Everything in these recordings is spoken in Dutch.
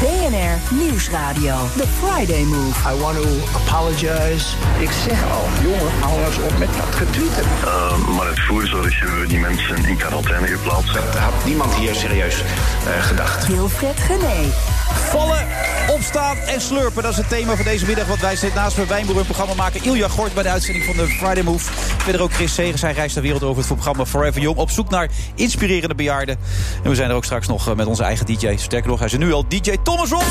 BNR Nieuwsradio. The Friday Move. I want to apologize. Ik zeg al, jongen, hou eens op met dat getwitter. Uh, maar het voersel is die mensen in quarantaine geplaatst. Dat had niemand hier serieus uh, gedacht. Wilfred Genee. Vallen, opstaan en slurpen. Dat is het thema van deze middag. Want wij zitten naast mijn wijnboer een programma maken. Ilja Gort bij de uitzending van de Friday Move. Verder ook Chris Segers. Hij reist de wereld over het programma Forever Young. Op zoek naar inspirerende bejaarden. En we zijn er ook straks nog eh, met onze eigen DJ. Sterker nog, hij is er nu al DJ Thomas Ronken.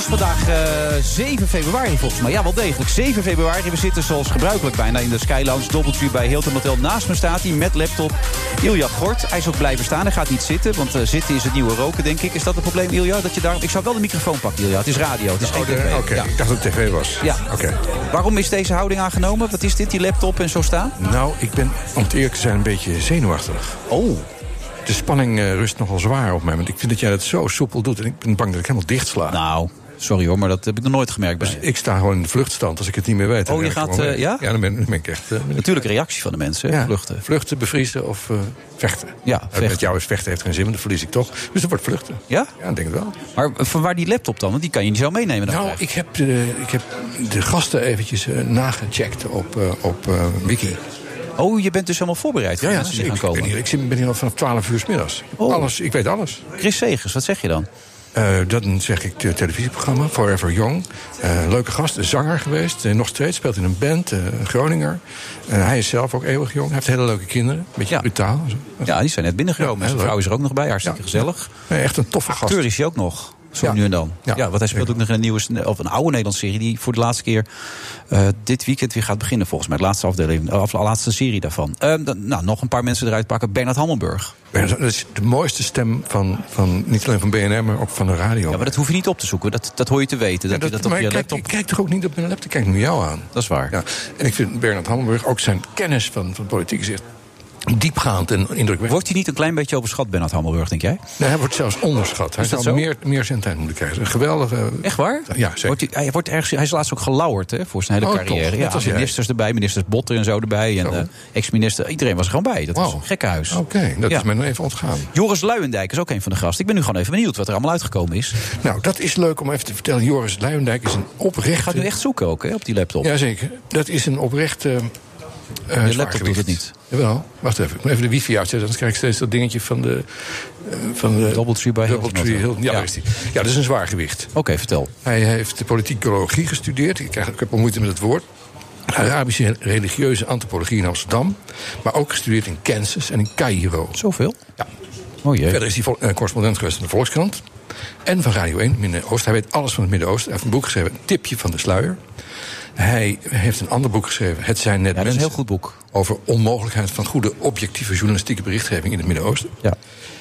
vandaag uh, 7 februari volgens mij. Ja, wel degelijk. 7 februari. We zitten zoals gebruikelijk bijna in de Skylands Doubletree bij Hilton Hotel. Naast me staat hij met laptop Ilja Gort. Hij is ook blijven staan. Hij gaat niet zitten, want uh, zitten is het nieuwe roken, denk ik. Is dat het probleem, Ilja? Dat je daar... Ik zou wel de microfoon pakken, Ilja. Het is radio, het is geen tv. Oh, Oké, okay. ja. ik dacht dat het tv was. Ja. Oké. Okay. Waarom is deze houding aangenomen? Wat is dit, die laptop en zo staan? Nou, ik ben, om het eerlijk te zijn, een beetje zenuwachtig. Oh. De spanning uh, rust nogal zwaar op mij. Want ik vind dat jij dat zo soepel doet. En ik ben bang dat ik helemaal dicht sla. Nou, Sorry hoor, maar dat heb ik nog nooit gemerkt. Dus bij. ik sta gewoon in de vluchtstand als ik het niet meer weet. Oh, je gaat, uh, ja? Ja, dan ben, dan ben ik echt... Uh, Natuurlijk een reactie van de mensen, ja. vluchten. Vluchten, bevriezen of uh, vechten. Ja, vechten. Met jou is vechten heeft geen zin, want dan verlies ik toch. Dus dat wordt vluchten. Ja? Ja, ik denk het wel. Maar van waar die laptop dan? Want die kan je niet zo meenemen. Dan nou, krijg. ik heb, de, ik heb de gasten eventjes eh, nagecheckt op, eh, op Wiki. Oh, je bent dus helemaal voorbereid ja, ja, dus ik, komen. Ben hier, ik ben hier al vanaf 12 uur s middags. Oh. Alles, ik weet alles. Chris Segers, wat zeg je dan? Uh, dan zeg ik het televisieprogramma, Forever Young. Uh, leuke gast, een zanger geweest. Uh, nog steeds, speelt in een band, eh, een Groninger. Eh, hij is zelf ook eeuwig jong. Hij heeft hele leuke kinderen. Beetje ja. brutaal. Ja, die zijn net binnengekomen. Zijn ja, vrouw is Ah, er ook nog bij, hartstikke ja. gezellig. Nee, echt een toffe Acteur gast. Acteur is hij ook nog. Zo ja. nu en dan. Ja, ja want hij speelt zeker. ook nog in een, nieuwe, of een oude Nederlandse serie... die voor de laatste keer uh, dit weekend weer gaat beginnen, volgens mij. De laatste, afdeling, of de laatste serie daarvan. Uh, dan, nou, nog een paar mensen eruit pakken. Bernard Hammelburg. Bernard, dat is de mooiste stem van, van niet alleen van BNR, maar ook van de radio. Ja, maar dat hoef je niet op te zoeken. Dat, dat hoor je te weten. Dat, ja, dat, je dat op je kijk, laptop... Ik kijk toch ook niet op mijn laptop? Ik kijk nu jou aan. Dat is waar. Ja. En ik vind Bernard Hammelburg, ook zijn kennis van, van politiek... is diepgaand en indrukwekkend. Wordt hij niet een klein beetje overschat, Bernard Hammelburg, denk jij? Nee, Nou, hij wordt zelfs onderschat. Hij zou meer, meer zijn tijd moeten krijgen. Een geweldige... Echt waar? Ja, zeker. Wordt hij, hij, wordt ergens, hij is laatst ook gelauwerd hè, voor zijn hele oh, carrière. Ja, ja, ministers erbij, ministers Botter en zo erbij. Oh. En uh, ex-minister, iedereen was er gewoon bij. Dat wow. was een gekkenhuis. Oké, okay, dat ja. is mij nog even ontgaan. Joris Luijendijk is ook een van de gasten. Ik ben nu gewoon even benieuwd wat er allemaal uitgekomen is. Nou, dat is leuk om even te vertellen. Joris Luijendijk is een oprechte... Gaat u echt zoeken ook hè, op die laptop? Jazeker. Dat is een oprechte... Uh, de laptop doet het niet. eh, Jawel, wacht even. Ik moet even de wifi uitzetten, anders krijg ik steeds dat dingetje van de... Uh, van de Doubletree bij Doubletree Hilton. Ja, ja. Is die. ja, dat is een zwaar gewicht. Oké, okay, vertel. Hij heeft de politicologie gestudeerd. Ik, krijg, ik heb al moeite met het woord. Arabische religieuze antropologie in Amsterdam. Maar ook gestudeerd in Kansas en in Cairo. Zoveel? Ja. Oh jee. Verder is hij uh, correspondent geweest van de Volkskrant. En van Radio 1, Midden-Oosten. Hij weet alles van het Midden-Oosten. Hij heeft een boek geschreven, een Tipje van de Sluier. Hij heeft een ander boek geschreven. Het zijn net ja, mensen. Een heel goed boek. Over onmogelijkheid van goede, objectieve journalistieke berichtgeving in het Midden-Oosten. Ja.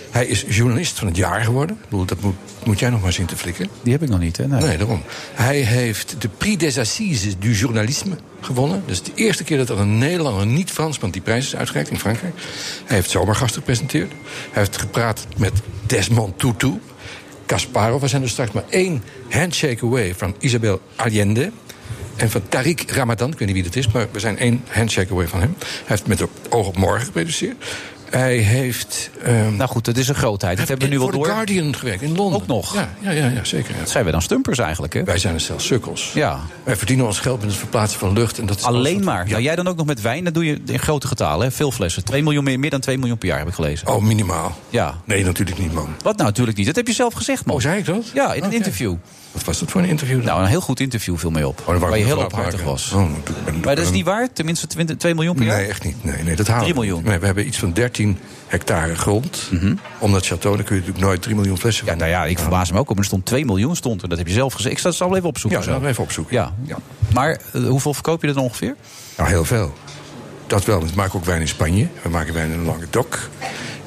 Hij is journalist van het jaar geworden. Ik bedoel, dat moet, moet jij nog maar zien te flikken. Die heb ik nog niet, hè? Nee, nee daarom. Hij heeft de Prix des Assises du Journalisme gewonnen. Dus de eerste keer dat er een Nederlander, niet Fransman, die prijs is uitgereikt in Frankrijk. Hij heeft zomergast gepresenteerd. Hij heeft gepraat met Desmond Tutu. Kasparov, we zijn er straks maar één handshake away van Isabel Allende. En van Tariq Ramadan, ik weet niet wie dat is, maar we zijn één handshake away van hem. Hij heeft met het oog op morgen geproduceerd. Hij heeft. ehm, Um, nou goed, dat is een grootheid. Dat hebben we nu wel door. Voor The Guardian gewerkt in Londen. Ook nog. Ja, ja, ja, ja zeker. Ja. Zijn we dan stumpers eigenlijk? Hè? Wij zijn een stel sukkels. Ja. Wij verdienen ons geld met het verplaatsen van lucht. En dat Alleen dat... maar. Ja. Nou, jij dan ook nog met wijn, dat doe je in grote getalen. Hè? Veel flessen. 2 miljoen meer, meer dan 2 miljoen per jaar heb ik gelezen. Oh, minimaal. Ja. Nee, natuurlijk niet, man. Wat nou, natuurlijk niet. Dat heb je zelf gezegd, man. Oh, zei ik dat? Ja, in okay. een interview. Wat was dat voor een interview? Oh, Nou, een heel goed interview viel mee op. waar je heel openhartig was. maar dat is niet waar? Tenminste 20, 2 miljoen per jaar? Nee, echt niet. Nee, nee, dat halen 3 we niet. miljoen. Mhm. Nee, we hebben iets van 13 hectare grond. Om dat château, daar kun je natuurlijk nooit 3 miljoen flessen Ja, van. nou ja, ik verbaas me ook. op. Er stond 2 miljoen stond er. Dat heb je zelf gezegd. Ik zal het wel even opzoeken. Ja, zo. zal ik even opzoeken. Ja. Ja. Maar eh, hoeveel verkoop je dat ongeveer? Nou, heel veel. Dat wel. We maken ook wijn in Spanje. We maken wijn in Lange Dok.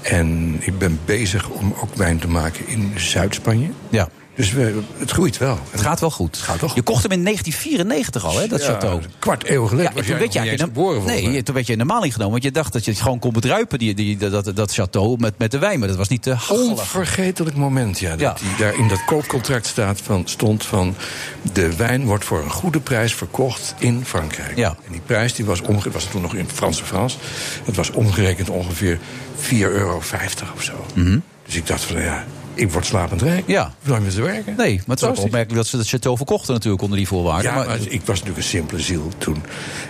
En ik ben bezig om ook wijn te maken in Zuid-Spanje. Ja. Dus we, het groeit wel. Het gaat wel goed. gaat wel goed. Je kocht hem in 1994 al, hè, dat château. Een kwart eeuw geleden en was jij nog niet eens in de- geboren. volgens mij. nee, toen werd je in de maling genomen. Want je dacht dat je het gewoon kon bedruipen, die, die, dat, dat- dat château, met, met de wijn. Maar dat was niet te hachelig. Onvergetelijk moment, ja. Dat Ja. die daar in dat koopcontract staat van, stond van... de wijn wordt voor een goede prijs verkocht in Frankrijk. Ja. En die prijs die was, omge- was toen nog in Franse Frans. Dat was omgerekend ongeveer 4,50 euro of zo. Dus ik dacht van, ja, ik word slapend rijk. Mhm. Ja. Hoe lang is het werken? Nee, maar het is ook Fantastisch. opmerkelijk dat ze het château verkochten natuurlijk onder die voorwaarden. Ja, maar ik was natuurlijk een simpele ziel toen.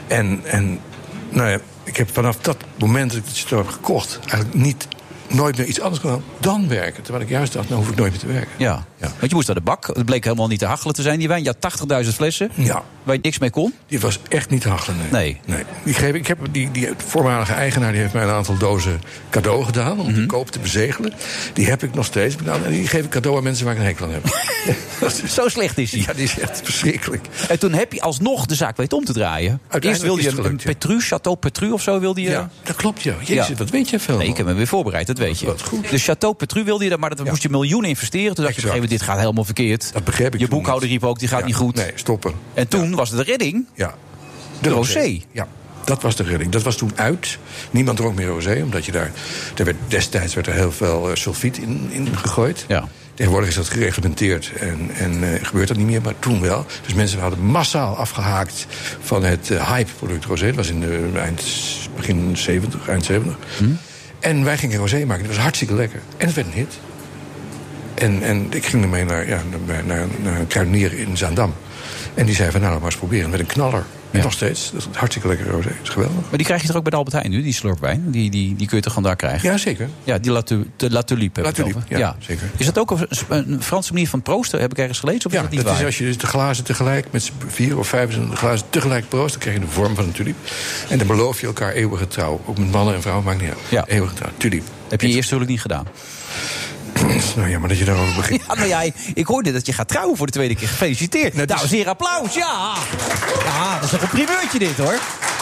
En, en nou ja, ik heb vanaf dat moment dat ik het château heb gekocht... eigenlijk niet, nooit meer iets anders gedaan dan werken. Terwijl ik juist dacht, nou hoef ik nooit meer te werken. ja. Ja. want je moest naar de bak. Het bleek helemaal niet te hachelen te zijn, die wijn. Ja, 80.000 flessen, Ja. waar je niks mee kon. Die was echt niet te hachelen, nee. Nee. Ik, geef, ik heb die, die voormalige eigenaar die heeft mij een aantal dozen cadeau gedaan... om Mhm. de koop te bezegelen. Die heb ik nog steeds. Nou, en die geef ik cadeau aan mensen waar ik een hekel aan heb. Zo slecht is hij. ja, die is echt verschrikkelijk. En toen heb je alsnog de zaak weten om te draaien. Eerst wilde is je het een, een gelukt, ja. Petru, Chateau Petru of zo wilde je... Ja, dat klopt, ja. Oh, Jezus, Ja. dat weet je veel. Nee, ik heb hem weer voorbereid, dat weet je. Wat goed. Dus Chateau Petru wilde je dat, maar dat moest je miljoenen investeren. Toen dacht je op een Exact. gegeven moment, dit gaat helemaal verkeerd. Dat begreep ik Je toen boekhouder niet. riep ook, die gaat Ja, niet goed. Nee, stoppen. En toen was het de redding. Ja. De rosé. Ja, dat was de redding. Dat was toen uit. Niemand dronk meer rosé, omdat je daar... daar werd, destijds werd er heel veel eh, sulfiet in, in gegooid. Ja. Tegenwoordig is dat gereglementeerd en, en eh, gebeurt dat niet meer, maar toen wel. Dus mensen hadden massaal afgehaakt van het eh, hype-product rosé. Dat was in de eind, begin 70, eind 70. En wij gingen rosé maken. Dat was hartstikke lekker. En het werd een hit. En, en ik ging ermee naar, ja, naar, naar, naar een kruidenier in Zaandam. En die zei van, nou, laat maar eens proberen. Met een knaller. En nog steeds. Dat is een hartstikke lekker rosé. Dat is geweldig. Maar die krijg je toch ook bij de Albert Heijn nu, die slurpwijn? Die, die, die kun je toch gewoon daar krijgen? Ja, zeker. Ja, die Latu- de La Tulipe. heb La ik het Tulipe, over. ja, zeker. Is dat ook een, een Franse manier van proosten? Heb ik ergens gelezen? Of Ja, is dat niet dat waar? is als je dus de glazen tegelijk, met z'n vier of vijf glazen tegelijk proost... dan krijg je de vorm van een tulip. En dan beloof je elkaar eeuwige trouw. Ook met mannen en vrouwen, maakt niet uit. Ja. Eeuwige trouw, tulip. Heb je je eerste huwelijk niet gedaan? Nou ja, maar dat je daarover begint. Ja, maar jij, ik hoorde dat je gaat trouwen voor de tweede keer. Gefeliciteerd. Nou, Nou, het is- Dames en heren, applaus. Ja. ja, dat is toch een primeurtje dit, hoor.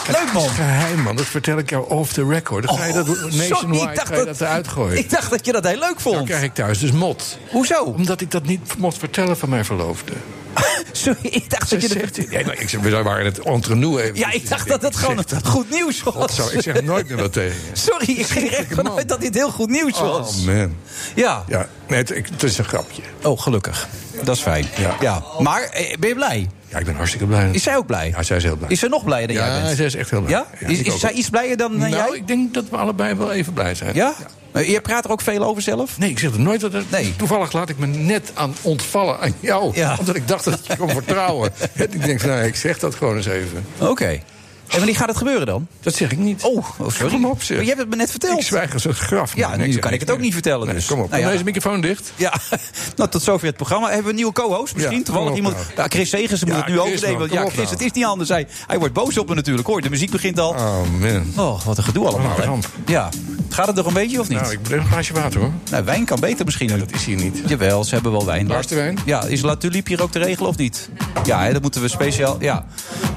Leuk, man. Dat is geheim, man. Dat vertel ik jou off the record. Dan ga je dat Oh, sorry, ik nationwide dacht ga je dat eruit gooien. Ik dacht dat je dat heel leuk Dan vond. krijg ik thuis dus mot. Hoezo? Omdat ik dat niet mocht vertellen van mijn verloofde. Sorry, ik dacht dat Ze je... dat- zegt, ja, nou, ik zeg, we waren het entre nous even. Ja, ik dacht dat dat Ze gewoon zegt, goed nieuws was. "Godzo, ik zeg nooit meer wat tegen je. Sorry, ik ging er echt Schrikkelijke man. vanuit dat dit heel goed nieuws was. Oh man. Ja. Ja, nee, het, ik- het is een grapje. Oh, gelukkig. Dat is fijn. Ja. Maar eh, ben je blij? Ja, ik ben hartstikke blij. Is zij ook blij? Ja, zij is heel blij. Is ze nog blijer dan Ja, jij bent? zij is echt heel blij. Ja? Ja, is ik is ook. zij iets blijer dan dan nou, jij? ik denk dat we allebei wel even blij zijn. Ja? Maar Je praat er ook veel over zelf? Nee, ik zeg het nooit. Dat er- Nee. Toevallig laat ik me net aan ontvallen aan jou. Ja. Omdat ik dacht dat je kon vertrouwen. En ik denk, nou, ik zeg dat gewoon eens even. Oké. Oh. Eh, En wanneer gaat het gebeuren dan? Dat zeg ik niet. Oh, oh, sorry. Kom op, zeg. Maar je hebt het me net verteld. Ik zwijg als een graf. Ja, man. nu zeg kan ik het niks ook meer. niet vertellen, Nee, dus. kom op, Nou ja. dan is de microfoon dicht. Ja, nou tot zover het programma. Hebben we een nieuwe co-host misschien? Ja, Toevallig kom op iemand. nou. Ja, Chris Segers ze moet Ja, het nu Chris, overnemen. man, want kom ja, op Chris, nou. het is niet anders. Hij, hij wordt boos op me natuurlijk. Hoor, de muziek begint al. Oh, man. Oh, wat een gedoe allemaal. Wat een hè. ramp. ja. Gaat het nog een beetje of niet? Nou, ik breng een glaasje water, hoor. Nou, wijn kan beter misschien. dat is hier niet. Jawel, ze hebben wel wijn. Waar is de wijn? Ja, is La Tulipe hier ook te regelen of niet? Ja, hè, dat moeten we speciaal... Ja,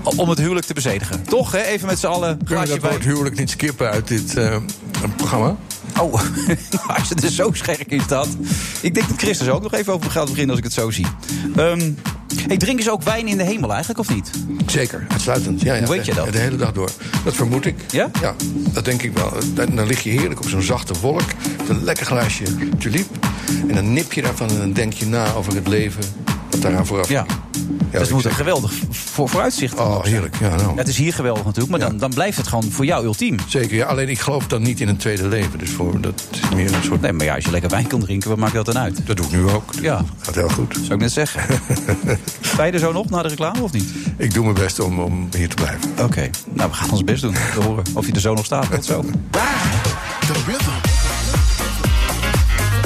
om het huwelijk te bezedigen. Toch, hè? Even met z'n allen een Kunnen we glaasje dat woord wijn. huwelijk niet skippen uit dit eh, programma? Oh, als je er zo scherp in staat. Ik denk dat Christus ook nog even over gaat beginnen als ik het zo zie. Ehm hey, drinken ze ook wijn in de hemel eigenlijk, of niet? Zeker, uitsluitend. Ja, ja, Hoe weet je dat? De, de hele dag door. Dat vermoed ik. Ja? Ja, dat denk ik wel. Dan, dan lig je heerlijk op zo'n zachte wolk. Met een lekker glaasje tulip. En dan nip je daarvan en dan denk je na over het leven. Wat daaraan vooraf Ja. ging. dat ik zeg- moet een Dus geweldig voor vooruitzicht Oh, heerlijk. Ja, nou. Ja, het is hier geweldig natuurlijk, maar dan, dan blijft het gewoon voor jou ultiem. Zeker, ja. Alleen ik geloof dan niet in een tweede leven. Dus voor, dat is meer een soort... Nee, maar ja, als je lekker wijn kan drinken, wat maakt dat dan uit? Dat doe ik nu ook. Dus Ja. dat Gaat heel goed. Zou ik net zeggen. Sta je er zo nog na de reclame of niet? Ik doe mijn best om, om hier te blijven. Oké, nou we gaan ons best doen. We horen of je er zo nog staat. Tot zo.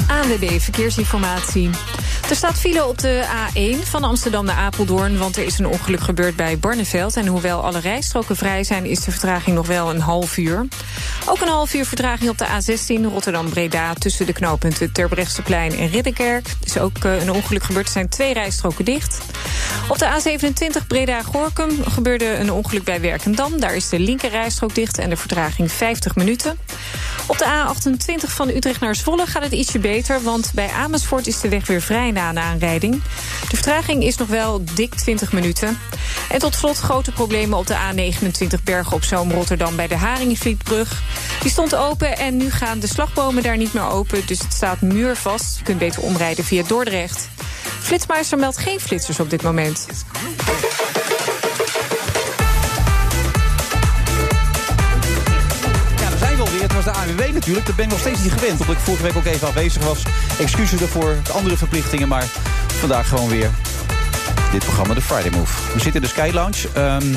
ANWB Verkeersinformatie. Er staat file op de A1 van Amsterdam naar Apeldoorn... want er is een ongeluk gebeurd bij Barneveld. En hoewel alle rijstroken vrij zijn, is de vertraging nog wel een half uur. Ook een half uur vertraging op de A16 Rotterdam-Breda... tussen de knooppunten Terbrechtseplein en Ridderkerk. Dus ook eh, een ongeluk gebeurd. Er zijn twee rijstroken dicht. Op de A27 Breda-Gorkum gebeurde een ongeluk bij Werkendam. Daar is de linker rijstrook dicht en de vertraging 50 minuten. Op de A28 van Utrecht naar Zwolle gaat het ietsje beter... want bij Amersfoort is de weg weer vrij na een aanrijding. De vertraging is nog wel dik 20 minuten. En tot slot grote problemen op de A29 Bergen op Zoom Rotterdam... bij de Haringenvlietbrug. Die stond open en nu gaan de slagbomen daar niet meer open... dus het staat muurvast. Je kunt beter omrijden via Dordrecht. Flitsmeister meldt geen flitsers op dit moment. Ja, daar zijn we alweer. Het was de ANWB natuurlijk. Dat ben ik nog steeds niet gewend, omdat ik vorige week ook even afwezig was. Excuses daarvoor, de andere verplichtingen, maar vandaag gewoon weer dit programma, de Friday Move. We zitten in de Sky Lounge. Ehm,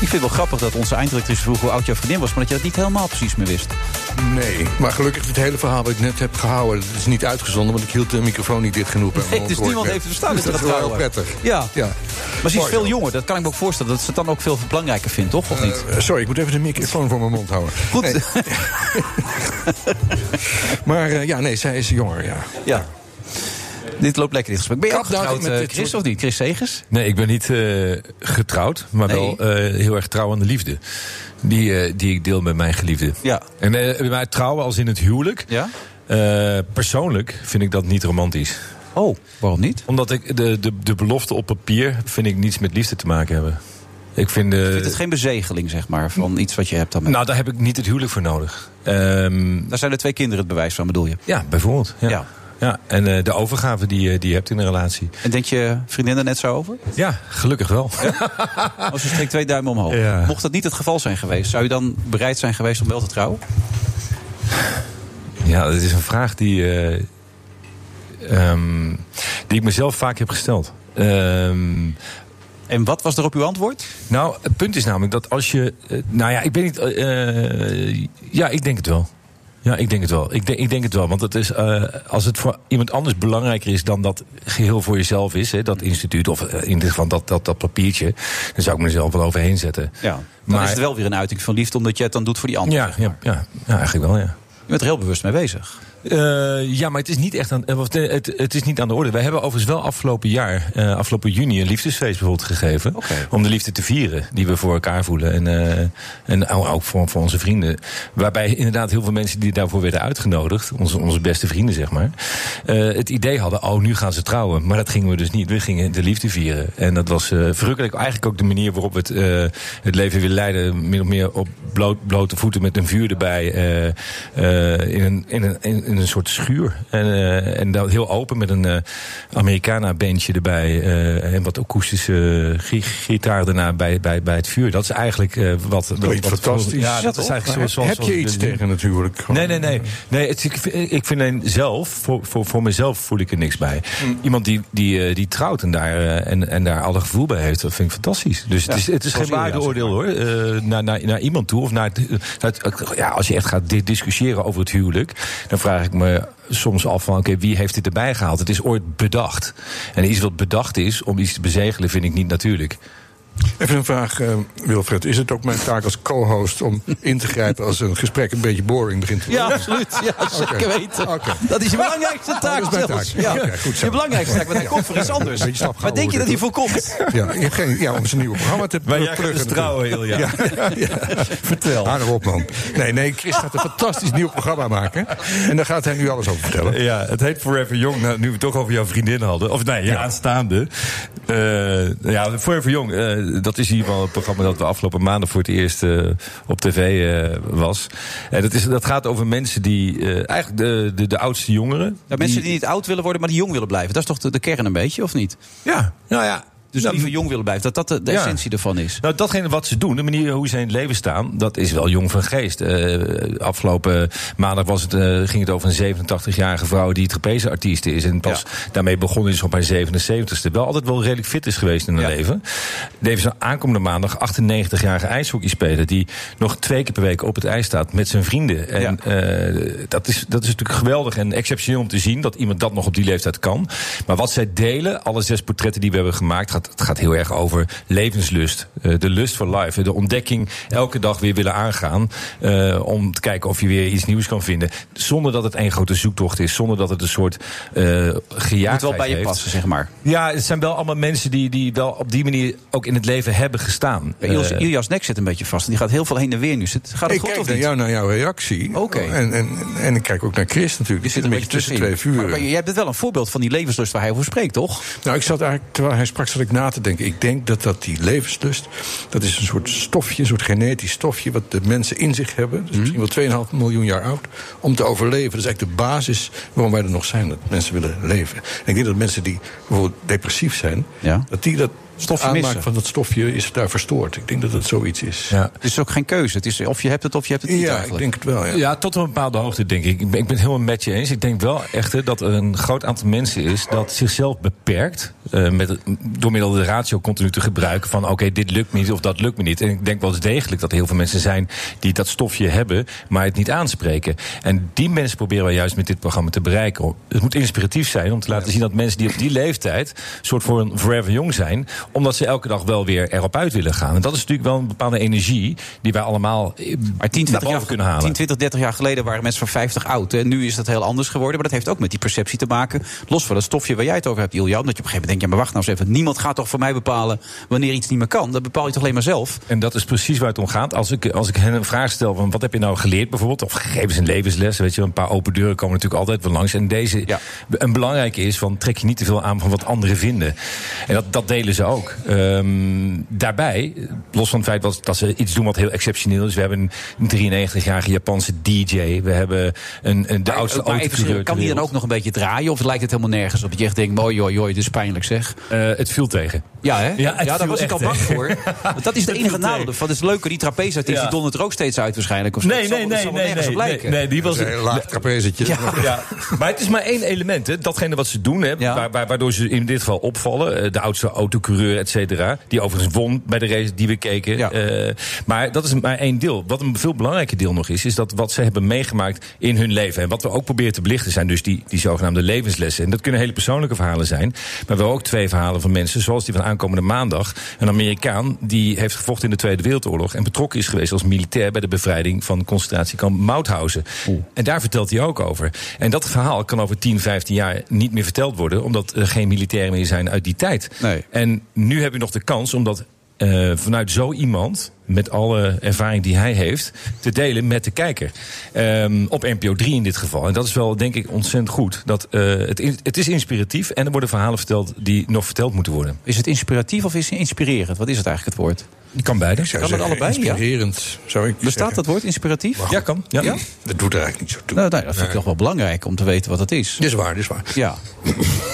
ik vind het wel grappig dat onze eindredactrice vroeg hoe oud jouw vriendin was, maar dat je dat niet helemaal precies meer wist. Nee, maar gelukkig dit hele verhaal wat ik net heb gehouden... dat is niet uitgezonden, want ik hield de microfoon niet dicht genoeg bij mijn Nee, mond, dus hoor niemand ik heeft net. verstaan Dus dat dat je is dat wel heel gehouden prettig. Ja. Ja. Maar ze is Mooi, veel joh. jonger, dat kan ik me ook voorstellen. Dat ze het dan ook veel belangrijker vindt, toch? Of niet? Eh, sorry, ik moet even de microfoon voor mijn mond houden. Goed. Nee. maar eh, ja, nee, zij is jonger, ja. Ja. Dit loopt lekker, dit gesprek. Ben je ook Kap nou getrouwd, met eh, dit Chris, soort- of niet? Chris Segers? Nee, ik ben niet eh, getrouwd, maar Nee. wel eh, heel erg trouw aan de liefde. Die, eh, die ik deel met mijn geliefde. Ja. En eh, maar trouwen als in het huwelijk. Ja? eh, persoonlijk vind ik dat niet romantisch. Oh, waarom niet? Omdat ik de, de, de belofte op papier vind ik niets met liefde te maken hebben. Ik vind, eh, Is het geen bezegeling, zeg maar, van iets wat je hebt dan met... nou, daar heb ik niet het huwelijk voor nodig. Ehm, Daar zijn de twee kinderen het bewijs van, bedoel je? ja, bijvoorbeeld. Ja. Ja. ja. en eh, de overgave die, je- die je hebt in een relatie. En denk je vriendin er net zo over? Ja, gelukkig wel. Als ze steekt twee duimen omhoog. Ja. Mocht dat niet het geval zijn geweest, zou je dan bereid zijn geweest om wel te trouwen? Ja, dat is een vraag die, eh, ehm, die ik mezelf vaak heb gesteld. Ehm, En wat was er op uw antwoord? nou, het punt is namelijk dat als je. eh, nou ja, ik weet niet. eh, eh, ja, ik denk het wel. Ja, ik denk het wel. Ik denk, ik denk het wel. Want het is, eh, als het voor iemand anders belangrijker is dan dat geheel voor jezelf is, hè, dat instituut, of eh, in ieder geval dat, dat, dat papiertje, dan zou ik mezelf wel overheen zetten. Ja, dan Maar- is het wel weer een uiting van liefde, omdat jij het dan doet voor die ander. Ja, ja, ja, ja eigenlijk wel, ja. Je bent er heel bewust mee bezig. Eh, ja, maar het is niet echt aan, eh, want, eh, het, het is niet aan de orde. Wij hebben overigens wel afgelopen jaar, eh, afgelopen juni, een liefdesfeest bijvoorbeeld gegeven. Oké. Om de liefde te vieren die we voor elkaar voelen. En, eh, en ook ook voor, voor onze vrienden. Waarbij inderdaad heel veel mensen die daarvoor werden uitgenodigd, onze, onze beste vrienden zeg maar, eh, het idee hadden: oh, nu gaan ze trouwen. Maar dat gingen we dus niet. We gingen de liefde vieren. En dat was eh verrukkelijk. Eigenlijk ook de manier waarop we het, eh, het leven weer leiden. Min of meer op bloot, blote voeten met een vuur erbij. eh, eh, in, een, in, een, in in een soort schuur. En, eh, en dat heel open met een eh Americana-bandje erbij. eh, en wat akoestische gi- gitaar daarna bij, bij, bij het vuur. Dat is eigenlijk eh, wat. Klinkt wat- fantastisch. Ja, dat is eigenlijk zoals. zoals- Heb je zoals- iets tegen het huwelijk? Nee, nee, nee. nee het, ik, vind- ik vind alleen zelf, voor, voor, voor mezelf voel ik er niks bij. Iemand die, die, eh, die trouwt en daar, eh, en, en daar alle gevoel bij heeft, dat vind ik fantastisch. Dus het is, het is geen waardeoordeel hoor. eh, naar, naar, naar iemand toe. Of naar, het- naar het- ja, als je echt gaat di- discussiëren over het huwelijk, dan vraag ik me soms af van oké, wie heeft dit erbij gehaald? Het is ooit bedacht. En iets wat bedacht is om iets te bezegelen, vind ik niet natuurlijk. Even een vraag, eh, Wilfred. Is het ook mijn taak als co-host om in te grijpen als een gesprek een beetje boring begint te worden? absoluut. Ja, zeker weten. Oké. Oh, Dat is je belangrijkste taak dat is mijn zelfs. taak. Oké, goed zo. je belangrijkste taak, want hij Ja. komt voor iets anders. Beetje slap Maar denk je gehouden dat hij worden, voorkomt? Ja, ik heb geen, ja, om zijn nieuwe programma te Maar jij pluggen gaat dus natuurlijk. trouwen, Ilja. Vertel. Hou nou op, man. Nee, nee, Chris gaat een fantastisch nieuw programma maken. En daar gaat hij nu alles over vertellen. Ja, het heet Forever Young. Nou, nu we het toch over jouw vriendin hadden. Of nee, je aanstaande. Eh, ja, Forever Young. eh, dat is in ieder geval een programma dat de afgelopen maanden voor het eerst eh, op tv eh, was. En dat, is, dat gaat over mensen die... eh, eigenlijk de, de, de oudste Nou, jongeren. Ja, mensen die niet oud willen worden, maar die jong willen blijven. Dat is toch de, de kern een beetje, of niet? Ja, nou ja. Dus liever jong willen blijven. Dat dat de, de Ja. essentie ervan is. Nou, datgene wat ze doen, de manier hoe ze in het leven staan, dat is wel jong van geest. Eh, afgelopen maandag was het, eh, ging het over een 87-jarige vrouw die Trapeze artiest is. En pas daarmee begonnen is op haar 77ste. Wel altijd wel redelijk fit is geweest in haar leven. Er heeft zo'n aankomende maandag 98-jarige ijshockeyspeler die nog twee keer per week op het ijs staat met zijn vrienden. En eh, dat, is, dat is natuurlijk geweldig en exceptioneel om te zien dat iemand dat nog op die leeftijd kan. Maar wat zij delen, alle zes portretten die we hebben gemaakt, gaat, het gaat heel erg over levenslust. Eh, de lust voor life. De ontdekking elke dag weer willen aangaan. eh, om te kijken of je weer iets nieuws kan vinden. Zonder dat het één grote zoektocht is. Zonder dat het een soort eh gejaagdheid Moet wel bij je heeft. passen, zeg maar. Ja, het zijn wel allemaal mensen die, die wel op die manier ook in het leven hebben gestaan. Ja, Ilse- Eh, Iljas nek zit een beetje vast. en Die gaat heel veel heen en weer nu. Zit- Gaat het ik goed kijk of naar niet? jou, naar nou, jouw reactie. Oké. En, en, en ik kijk ook naar Chris natuurlijk. Die zit een beetje tussen twee tussenin. vuren. Maar, maar jij bent wel een voorbeeld van die levenslust waar hij over spreekt, toch? Nou, ik zat eigenlijk, terwijl hij sprak, zat ik na te denken. Ik denk dat dat die levenslust, dat is een soort stofje, een soort genetisch stofje... wat de mensen in zich hebben, dus Mhm. misschien wel 2,5 miljoen jaar oud... om te overleven. Dat is eigenlijk de basis waarom wij er nog zijn, dat mensen willen leven. En ik denk dat mensen die bijvoorbeeld depressief zijn... dat die dat Stofje aanmaak missen. van dat stofje is daar verstoord. Ik denk dat dat zoiets is. Het is ook geen keuze. Het is of je hebt het of je hebt het niet Ja, ik eigenlijk. denk het wel, ja. Ja, tot een bepaalde hoogte, denk ik. Ik ben, ik ben het helemaal met je eens. Ik denk wel echt dat er een groot aantal mensen is dat zichzelf beperkt. eh, met, door middel van de ratio continu te gebruiken van oké, dit lukt me niet of dat lukt me niet. En ik denk wel eens degelijk dat er heel veel mensen zijn die dat stofje hebben, maar het niet aanspreken. En die mensen proberen wij juist met dit programma te bereiken. Het moet inspiratief zijn om te laten zien dat mensen die op die leeftijd soort voor een forever jong zijn, omdat ze elke dag wel weer erop uit willen gaan. En dat is natuurlijk wel een bepaalde energie die wij allemaal eh, Maar 10, naar 20 boven jaar, kunnen halen. 10, 20, 30 jaar geleden waren mensen van 50 oud. En nu is dat heel anders geworden. Maar dat heeft ook met die perceptie te maken. Los van dat stofje waar jij het over hebt, Ilja. Omdat je op een gegeven moment denkt, ja, maar wacht nou eens even. Niemand gaat toch voor mij bepalen wanneer iets niet meer kan. Dat bepaal je toch alleen maar zelf. En dat is precies waar het om gaat. Als ik, als ik hen een vraag stel van wat heb je nou geleerd bijvoorbeeld... of geef eens een levensles, weet je, wel, een paar open deuren komen natuurlijk altijd wel langs. En deze, een belangrijke is van trek je niet te veel aan van wat anderen vinden. En dat, dat delen ze ook. Ehm, daarbij, los van het feit dat, dat ze iets doen wat heel exceptioneel is... we hebben een 93-jarige Japanse DJ, we hebben een, een, de oudste maar even, serieus, autocoureur kan die dan ook nog een beetje draaien? Of lijkt het helemaal nergens op? Dat je echt denkt, mooi, joh, joh, dit is pijnlijk zeg. Eh, het viel tegen. Ja, hè? Ja, Ja, het viel daar was ik echt al bang tegen. voor. Want dat is het enige nadeel. Van, het is leuker, die trapezeartiest, Ja. die dondert er ook steeds uit waarschijnlijk. Of zo. Nee, Het zal- nee, het nee, zal nee, nergens nee, op nee, lijken. nee, die was een heel laag trapezetje. Ja. Maar het is maar één element, hè. datgene wat ze doen, hè, waar- waar- waardoor ze in dit geval opvallen. eh, De oudste autocoureur, et cetera. Die overigens won bij de race die we keken. Eh, maar dat is maar één deel. Wat een veel belangrijker deel nog is, is dat wat ze hebben meegemaakt in hun leven. En wat we ook proberen te belichten zijn dus die, die zogenaamde levenslessen. En dat kunnen hele persoonlijke verhalen zijn. Maar we hebben ook twee verhalen van mensen, zoals die van aankomende maandag. Een Amerikaan die heeft gevochten in de Tweede Wereldoorlog. En betrokken is geweest als militair bij de bevrijding van concentratiekamp Mauthausen. En daar vertelt hij ook over. En dat verhaal kan over 10, 15 jaar niet meer verteld worden. Omdat er geen militairen meer zijn uit die tijd. En nu heb je nog de kans om dat eh, vanuit zo iemand, met alle ervaring die hij heeft, te delen met de kijker. Ehm, op NPO 3 in dit geval. En dat is wel, denk ik, ontzettend goed. Dat, eh, het, in- het is inspiratief en er worden verhalen verteld die nog verteld moeten worden. Is het inspiratief of is het inspirerend? Wat is het eigenlijk het woord? Je kan beide. Kan dat allebei? Ja. Inspirerend, zou ik Bestaat dat woord inspiratief? Ja, kan. Ja. Dat doet er eigenlijk niet zo toe. Nou, nou, dat vind ik toch wel belangrijk om te weten wat dat is. Dit is waar, dit is waar. Ja.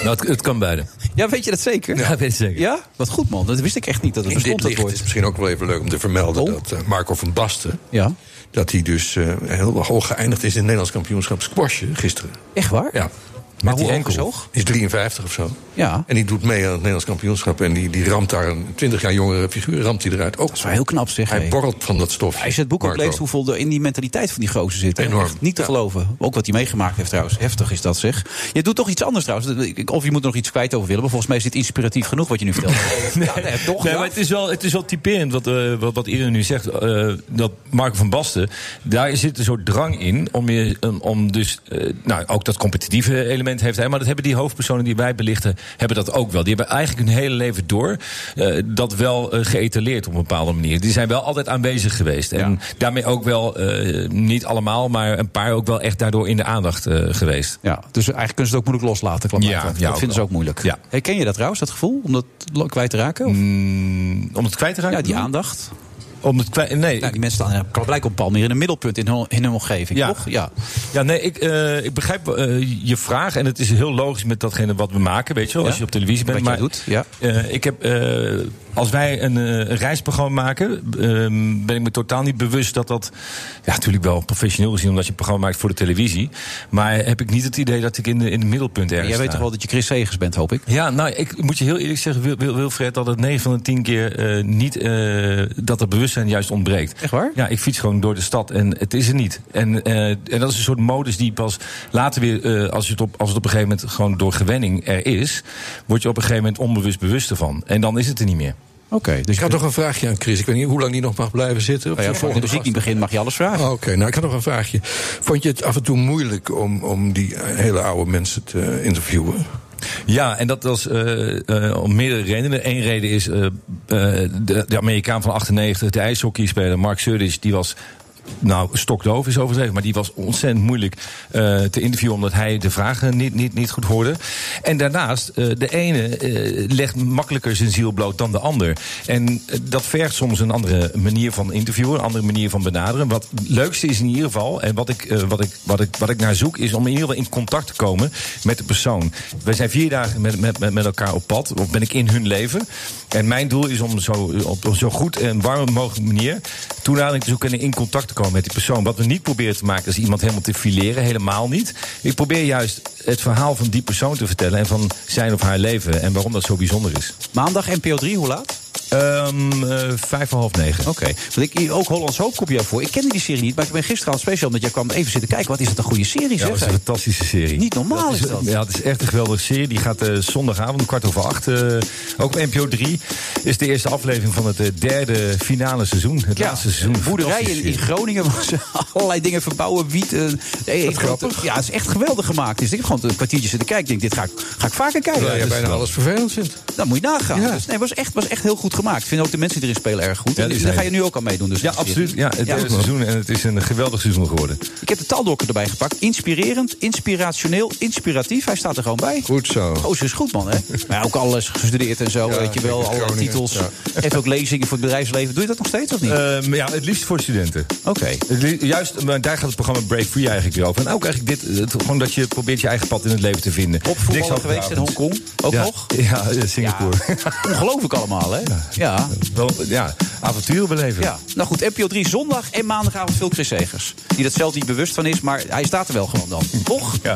Nou, het, het kan beide. Ja, weet je dat zeker? Ja, weet je zeker. Ja? Wat goed, man. Dat wist ik echt niet dat het In bestond, dit dat licht woord. is het misschien ook wel even leuk om te vermelden... dat eh, Marco van Basten, Oh. Ja. dat hij dus eh, heel hoog geëindigd is... in het Nederlands kampioenschap squashen gisteren. Echt waar? Ja. Maar hoe hoog is hoog? Is 53 of zo. Ja. En die doet mee aan het Nederlands kampioenschap. En die, die ramt daar een 20 jaar jongere figuur ramt hij eruit. Ook. Dat is wel heel knap zeg. Hij hé. borrelt van dat stof. Als je het boek ook Marco. leest, hoeveel er in die mentaliteit van die gozer zit. hè? Enorm. Echt niet te geloven. Ook wat hij meegemaakt heeft trouwens. Heftig is dat zeg. Je doet toch iets anders trouwens. Of je moet er nog iets kwijt over willen. Maar volgens mij is dit inspiratief genoeg wat je nu vertelt. Nee, nee, maar het is wel, het is wel typerend wat, eh wat, wat iedereen nu zegt. eh, dat Marco van Basten, daar zit een soort drang in. Om, je, om- om dus, eh, nou, ook dat competitieve element heeft hij. Maar dat hebben die hoofdpersonen die wij belichten, hebben dat ook wel. Die hebben eigenlijk hun hele leven door eh, dat wel eh, geëtaleerd op een bepaalde manier. Die zijn wel altijd aanwezig geweest. En daarmee ook wel, eh, niet allemaal, maar een paar ook wel echt daardoor in de aandacht eh, geweest. Ja, dus eigenlijk kunnen ze het ook moeilijk loslaten. Klaar, Ja, ja, dat ook vinden ze wel. ook moeilijk. Ja. Herken je dat trouwens, dat gevoel? Mm, Om dat lo- kwijt te raken? Of? om het kwijt te raken? Ja, die aandacht. Om het klei- nee, die mensen staan eh, blijkbaar op Palmyre in een middelpunt in hun, in hun omgeving, ja. toch? Ja. Ja, nee, ik, eh, ik begrijp eh, je vraag. En het is heel logisch met datgene wat we maken, weet je wel. Als Ja. je op televisie bent. Wat jij maar doet, ja. eh, ik heb, eh, als wij een, eh, een reisprogramma maken, eh, ben ik me totaal niet bewust dat dat. Ja, natuurlijk wel professioneel gezien, omdat je een programma maakt voor de televisie. Maar heb ik niet het idee dat ik in, de, in het middelpunt ergens. Jij weet sta. toch wel dat je Chris Segers bent, hoop ik? Ja, nou, ik moet je heel eerlijk zeggen, Wil- Wil- Wilfred, dat het 9 van de 10 keer eh, niet eh, dat het bewustzijn juist ontbreekt. Echt waar? Ja, ik fiets gewoon door de stad en het is er niet. En, eh, en dat is een soort modus die pas later weer, eh, als, je het op, als het op een gegeven moment gewoon door gewenning er is, word je op een gegeven moment onbewust bewust ervan. En dan is het er niet meer. Oké. dus Ik had nog een vraagje aan Chris. Ik weet niet hoe lang die nog mag blijven zitten. Of Nou ja, de als de volgende muziek niet gast. begint, mag je alles vragen. Oké, nou ik had nog een vraagje. Vond je het af en toe moeilijk om, om die eh, hele oude mensen te eh, interviewen? Ja, en dat was eh, eh, om meerdere redenen. Eén reden is eh, eh, de, de Amerikaan van 98, de ijshockeyspeler Mark Surdis, die was. Nou, stokdoof is overdreven, maar die was ontzettend moeilijk eh, te interviewen omdat hij de vragen niet, niet, niet goed hoorde. En daarnaast, eh, de ene eh, legt makkelijker zijn ziel bloot dan de ander. En eh, dat vergt soms een andere manier van interviewen, een andere manier van benaderen. Wat het leukste is in ieder geval, en wat ik, eh, wat, ik, wat, ik, wat ik naar zoek, is om in ieder geval in contact te komen met de persoon. Wij zijn vier dagen met, met, met, met elkaar op pad, of ben ik in hun leven. En mijn doel is om zo, op een zo goed en warm mogelijke manier toenadering te zoeken en in contact te komen met die persoon. Wat we niet proberen te maken is iemand helemaal te fileren, helemaal niet. Ik probeer juist het verhaal van die persoon te vertellen en van zijn of haar leven en waarom dat zo bijzonder is. Maandag NPO 3, hoe laat? Ehm, eh, vijf voor half negen. Oké. Want ik, ook Hollands Hoop komt jou voor. Ik kende die serie niet, maar ik ben gisteren al speciaal... omdat jij kwam even zitten kijken. Wat is dat een goede serie, Ja, zeg. Nou, dat is een fantastische serie. Niet normaal is dat. Ja, het is echt een geweldige serie. Die gaat eh, zondagavond om kwart over acht. eh, ook op NPO 3 is de eerste aflevering van het eh, derde finale seizoen. Het Ja, laatste seizoen. boerderijen in, Fantastische in serie. Groningen waar ze allerlei dingen verbouwen, wiet. eh, eh, ik- grappig. Ja, het is echt geweldig gemaakt. Dus ik heb gewoon een kwartiertje zitten kijken. Ik denk, dit ga ik, ga ik vaker kijken. Terwijl jij Dus- bijna alles vervelend vindt. Dat moet je nagaan. Ja. Dus, nee, was echt, was echt heel goed gemaakt. Ik vind ook de mensen die erin spelen erg goed. Ja, En die daar zijn- ga je nu ook aan meedoen. Dus Ja, absoluut. Ja, het derde seizoen. En het is een geweldig seizoen geworden. Ik heb de taaldokker erbij gepakt. Inspirerend, inspirationeel, inspiratief. Hij staat er gewoon bij. Goed zo. Gozer is goed, man. Hè? Maar ook alles gestudeerd en zo. Ja, weet je wel, zeker alle Groningen, titels. ja. Heeft ook lezingen voor het bedrijfsleven. Doe je dat nog steeds of niet? Ehm, ja, het liefst voor studenten. Oké. Het li- Juist, maar daar gaat het programma Break Free eigenlijk weer over. En ook eigenlijk dit, het- gewoon dat je probeert je eigen pad in het leven te vinden. Op voetballen Niks geweest in hoogdravends. Hongkong? Ook ja, nog? Ja, eh, Singapore. Ongelooflijk allemaal, hè? Ja. Wel, ja, avonturen beleven. Ja, nou goed, NPO 3 zondag en maandagavond veel Chris Segers. Die dat zelf niet bewust van is, maar hij staat er wel gewoon dan. Toch? Ja.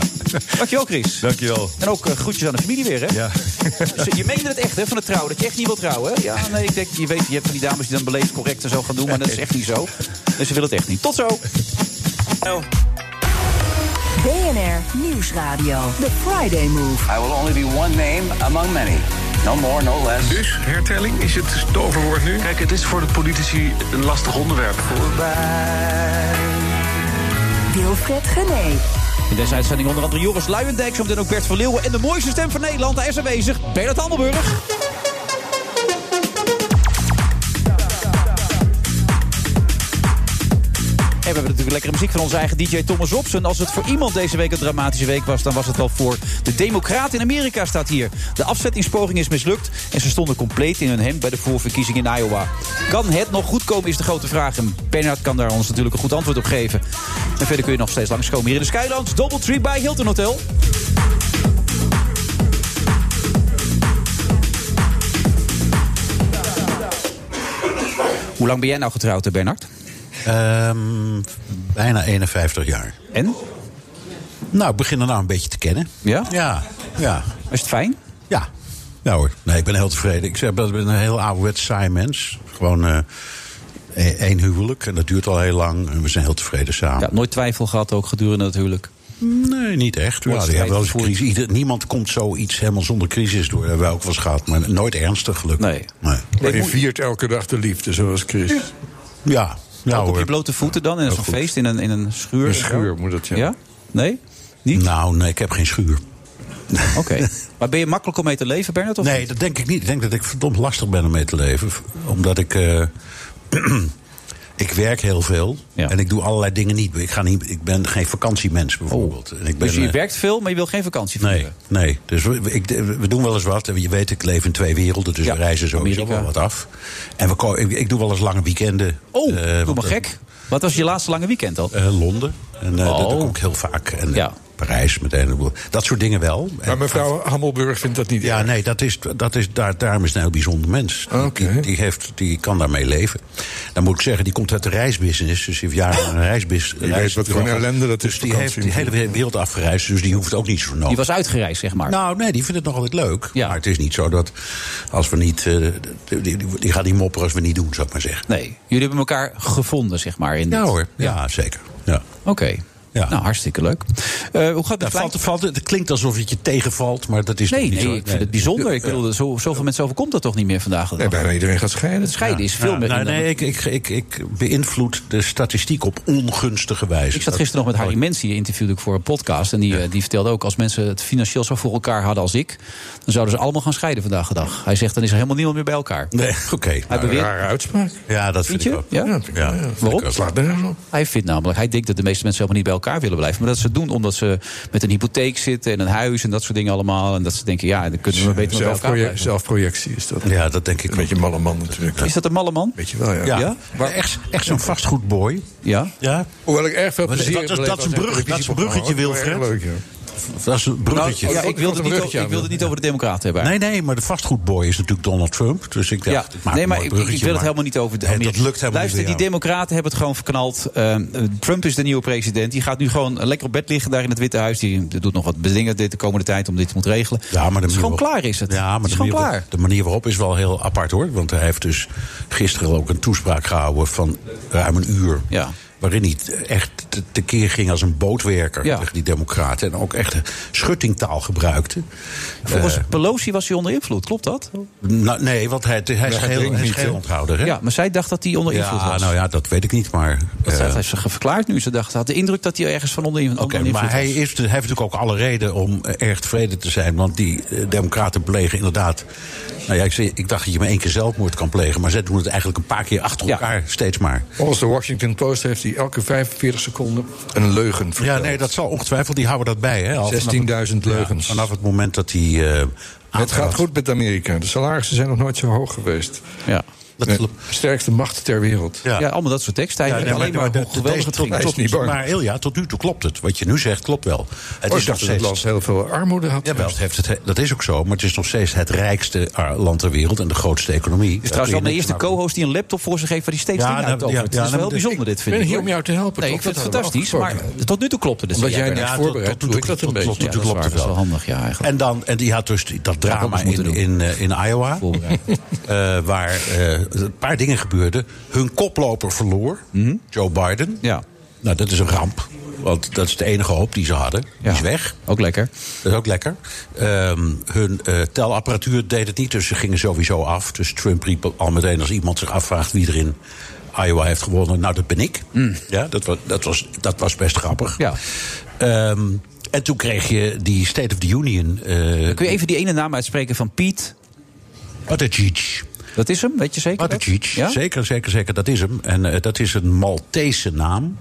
Dankjewel, Chris. Dankjewel. En ook eh, groetjes aan de familie weer, hè? Ja. Dus Je meende het echt, hè, van het trouwen. Dat je echt niet wilt trouwen, hè? Ja, nee, ik denk, je weet, je hebt van die dames die dan beleefd correct en zo gaan doen, maar dat is echt niet zo. Dus ze willen het echt niet. Tot zo! BNR Nieuwsradio. The Friday Move. I will only be one name among many. No more, no less. Dus hertelling is het toverwoord nu? Kijk, het is voor de politici een lastig onderwerp. Wilfred Gené. In deze uitzending onder andere Joris Luijendijk, zometeen ook Bert van Leeuwen. En de mooiste stem van Nederland, daar is aanwezig, Bernard Handelburg. En we hebben natuurlijk lekkere muziek van onze eigen DJ Thomas Robson. Als het voor iemand deze week een dramatische week was, dan was het wel voor de Democraten in Amerika staat hier. De afzettingspoging is mislukt en ze stonden compleet in hun hemd bij de voorverkiezing in Iowa. Kan het nog goed komen, is de grote vraag. En Bernard kan daar ons natuurlijk een goed antwoord op geven. En verder kun je nog steeds langskomen hier in de Skylands. Doubletree bij Hilton Hotel. Hoe lang ben jij nou getrouwd, hè, Bernard? Ehm, bijna 51 jaar. En? Nou, ik begin er nou een beetje te kennen. Ja? Ja, ja. Is het fijn? Ja. Nou hoor, nee, ik ben heel tevreden. Ik zeg, dat ik ben een heel ouderwets saai mens. Gewoon eh, e- één huwelijk en dat duurt al heel lang. En we zijn heel tevreden samen. Ja, nooit twijfel gehad ook gedurende het huwelijk. Nee, niet echt. Nooit Ja, die hebben wel eens een strijd crisis. Ieder- niemand komt zoiets helemaal zonder crisis door. Dat hebben we ook wel eens gehad, maar nooit ernstig gelukkig. Nee. nee. Maar je viert elke dag de liefde, zoals Chris. Ja, nou Op je hoor. blote voeten dan in zo'n feest, in een, in een schuur? Een en zo? schuur moet het, ja. Ja? Nee? Niet? Nou, nee, ik heb geen schuur. Oké. maar ben je makkelijk om mee te leven, Bernard? Of Nee, niet? dat denk ik niet. Ik denk dat ik verdomd lastig ben om mee te leven. Omdat ik. eh, Ik werk heel veel en ik doe allerlei dingen niet. Ik, ga niet, ik ben geen vakantiemens bijvoorbeeld. En ik ben, dus je eh, werkt veel, maar je wil geen vakantie Nee, nee. Dus we, ik, we doen wel eens wat. En je weet, ik leef in twee werelden, dus we reizen sowieso wel wat af. En we, ko- ik, ik doe wel eens lange weekenden. Eh, Oh, doe want maar dan- gek. Wat was je laatste lange weekend dan? Oh. Eh, Londen. En eh, dat doe ik ook heel vaak. En eh, Parijs meteen. Dat soort dingen wel. Maar mevrouw Hammelburg vindt dat niet. Ja, nee, dat is, dat is, daar, daarom is het een heel bijzonder mens. Die- Die, die, heeft, die kan daarmee leven. Dan moet ik zeggen, die komt uit de reisbusiness. Dus die heeft jaren aan een reisbusiness. Je weet wat voor een ellende dat is. Dus die heeft die hele wereld afgereisd, dus die hoeft ook niet zo nodig. Die was uitgereisd, zeg maar. Nou, nee, die vindt het nog altijd leuk. Maar het is niet zo dat als we niet... eh, die, die, die gaat niet mopperen als we niet doen, zou ik maar zeggen. Nee, jullie hebben elkaar gevonden, zeg maar. In Ja dit. hoor, ja, Ah, zeker. Ja. Oké. Nou, hartstikke leuk. Eh, hoe gaat het, valt, valt, het klinkt alsof het je tegenvalt, maar dat is Nee, toch nee, niet ik zo. vind het bijzonder. Ik bedoel, zo, zoveel mensen overkomt dat toch niet meer vandaag? de Nee, dag? bijna iedereen gaat scheiden. Het scheiden is veel Ja, meer. nou, nee, ik, ik, ik, ik beïnvloed de statistiek op ongunstige wijze. Ik zat gisteren nog met Oh. Harry Mensie, interviewde ik voor een podcast. En die, eh, die vertelde ook, als mensen het financieel zo voor elkaar hadden als ik... dan zouden ze allemaal gaan scheiden vandaag de dag. Hij zegt, dan is er helemaal niemand meer bij elkaar. Nee, oké. Hij Nou, een beweert... rare uitspraak. Ja, dat vind je? Ja? Waarom? Hij vindt namelijk, hij denkt dat de meeste mensen helemaal niet bij elkaar willen blijven. Maar dat ze het doen omdat ze met een hypotheek zitten en een huis en dat soort dingen allemaal. En dat ze denken, ja, dan kunnen we maar beter bij elkaar Zelfproje- blijven. Zelfprojectie is dat. Ja, dat denk ik Een beetje malle man natuurlijk. Is dat een malle man? Weet je wel, ja. Ja, echt, echt zo'n vastgoedboy. Ja. ja. Hoewel ik erg veel Dat is- plezier dat is- beleef dat is een als brug- dat is een televisieprogramma, bruggetje, hoor. Dat vond ik erg leuk, ja. Dat is een bruggetje. Nou, ja, ik wilde het niet, over- ik wilde het niet over de democraten hebben. Nee, nee, maar de vastgoedboy is natuurlijk Donald Trump. Dus ik dacht, ik maak nee, een maar mooi ik, ik wil bruggetje, het maar- helemaal niet over de Nee, dat lukt helemaal Luister, niet. bij die jou. democraten hebben het gewoon verknald. Eh, Trump is de nieuwe president. Die gaat nu gewoon lekker op bed liggen daar in het Witte Huis. Die doet nog wat dingen dit de komende tijd om dit te moeten regelen. Ja, maar de het is manier gewoon waarop- klaar is het. Ja, maar het is de, gewoon manier, klaar. waarop- de manier waarop is wel heel apart hoor. Want hij heeft dus gisteren ook een toespraak gehouden van ruim een uur. Waarin hij echt te- tekeer ging als een bootwerker Ja. tegen die democraten. En ook echt schuttingtaal gebruikte. Volgens Eh, Pelosi was hij onder invloed, klopt dat? nou, nee, want hij, hij is dat geheel- denk ik hij is niet, hè? geheel onthouder. Hè? Ja, maar zij dacht dat hij onder invloed Ja, was. nou ja, dat weet ik niet, maar... Dat eh, heeft ze verklaard nu. Ze dacht, had de indruk dat hij ergens van onder, onder Oké, invloed maar hij, was. is, hij heeft natuurlijk ook alle reden om eh, erg tevreden te zijn. Want die eh, democraten plegen inderdaad... Nou ja, ik, zei- ik dacht dat je maar één keer zelfmoord kan plegen. Maar zij doen het eigenlijk een paar keer achter elkaar, steeds maar. Volgens de Washington Post heeft hij elke 45 seconden een leugen verteld. Ja, nee, dat zal ongetwijfeld. Die houden dat bij, hè? al vanaf het- 16.000 leugens. Ja, vanaf het moment dat hij... eh Het gaat goed met Amerika. De salarissen zijn nog nooit zo hoog geweest. Ja. De sterkste macht ter wereld. Ja. Ja, allemaal dat soort teksten. Ja, nee, maar de- de- deze- tot- Hij is tot- niet bang. Maar Ilja, tot nu toe klopt het. Wat je nu zegt, klopt wel. Het Oh, is ik dacht dat het land heel veel armoede had. Jawel, het heeft het, dat is ook zo. Maar het is nog steeds het rijkste ah, land ter wereld en de grootste economie. Eh, is trouwens wel de eerste co-host die een laptop voor zich geeft... waar hij steeds Ja, dingen nou, uit over. ja, Het ja, is wel nou, heel dus bijzonder, ik dit vind ben ik. hier hoor. om jou te helpen, Nee, toch? ik vind het Dat hadden we fantastisch, maar afgesproken. tot nu toe klopte het. dus Omdat jij niet Ja, voorbereid tot- tot- doe ik dat een beetje. Tot nu Ja, toe dat klopt is het waar, wel. dat is wel handig, ja, En, dan, en die had dus die- dat ook drama eens in, moeten in, eh, in Iowa. eh, waar eh, een paar dingen gebeurden. Hun koploper verloor, Mhm. Joe Biden. Ja. Nou, dat is een ramp. Want dat is de enige hoop die ze hadden. Die is weg. Ook lekker. Dat is ook lekker. Ehm, hun eh, telapparatuur deed het niet, dus ze gingen sowieso af. Dus Trump riep al meteen als iemand zich afvraagt wie er in Iowa heeft gewonnen. Nou, dat ben ik. Ja, dat, was, dat, was, dat was best grappig. Hmm. Ja. Ehm, en toen kreeg je die State of the Union. eh Kun je even die ene naam uitspreken van Piet? Buttigieg. Dat is hem, weet je zeker? Buttigieg. Zeker, zeker, zeker, dat is hem. En eh, dat is een Maltese naam.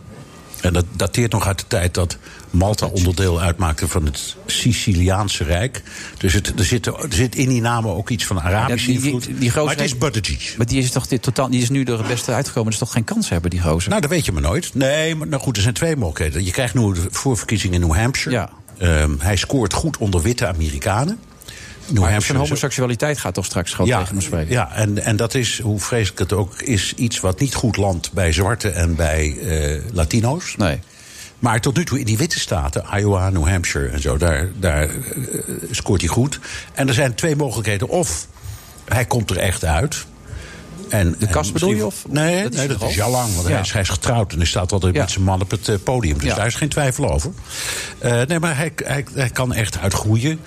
En dat dateert nog uit de tijd dat Malta onderdeel uitmaakte van het Siciliaanse Rijk. Dus het, er, zit, er zit in die namen ook iets van Arabische Ja, die- die- invloed. die gozer maar het is heeft- Buttigieg. Maar die is toch dit totaal, die is nu er het beste uitgekomen. Dat is toch geen kans hebben, die gozer? Nou, dat weet je maar nooit. Nee, maar nou goed, er zijn twee mogelijkheden. Je krijgt nu de voorverkiezingen in New Hampshire. Ehm, hij scoort goed onder witte Amerikanen. New maar zijn is ook- homoseksualiteit gaat toch straks gewoon tegen hem spreken? Ja, en, en dat is, hoe vreselijk het ook is, iets wat niet goed landt bij zwarte en bij eh, Latino's. Nee. Maar tot nu toe in die witte staten, Iowa, New Hampshire en zo, daar, daar eh, scoort hij goed. En er zijn twee mogelijkheden. Of hij komt er echt uit. En, de kast bedoel je, of- Nee, dat is nee, er dat al. is al lang. Want Ja. hij, is, hij is getrouwd en hij staat altijd met zijn man op het eh, podium. Dus Ja. daar is geen twijfel over. Eh, nee, maar hij, hij, hij kan echt uitgroeien.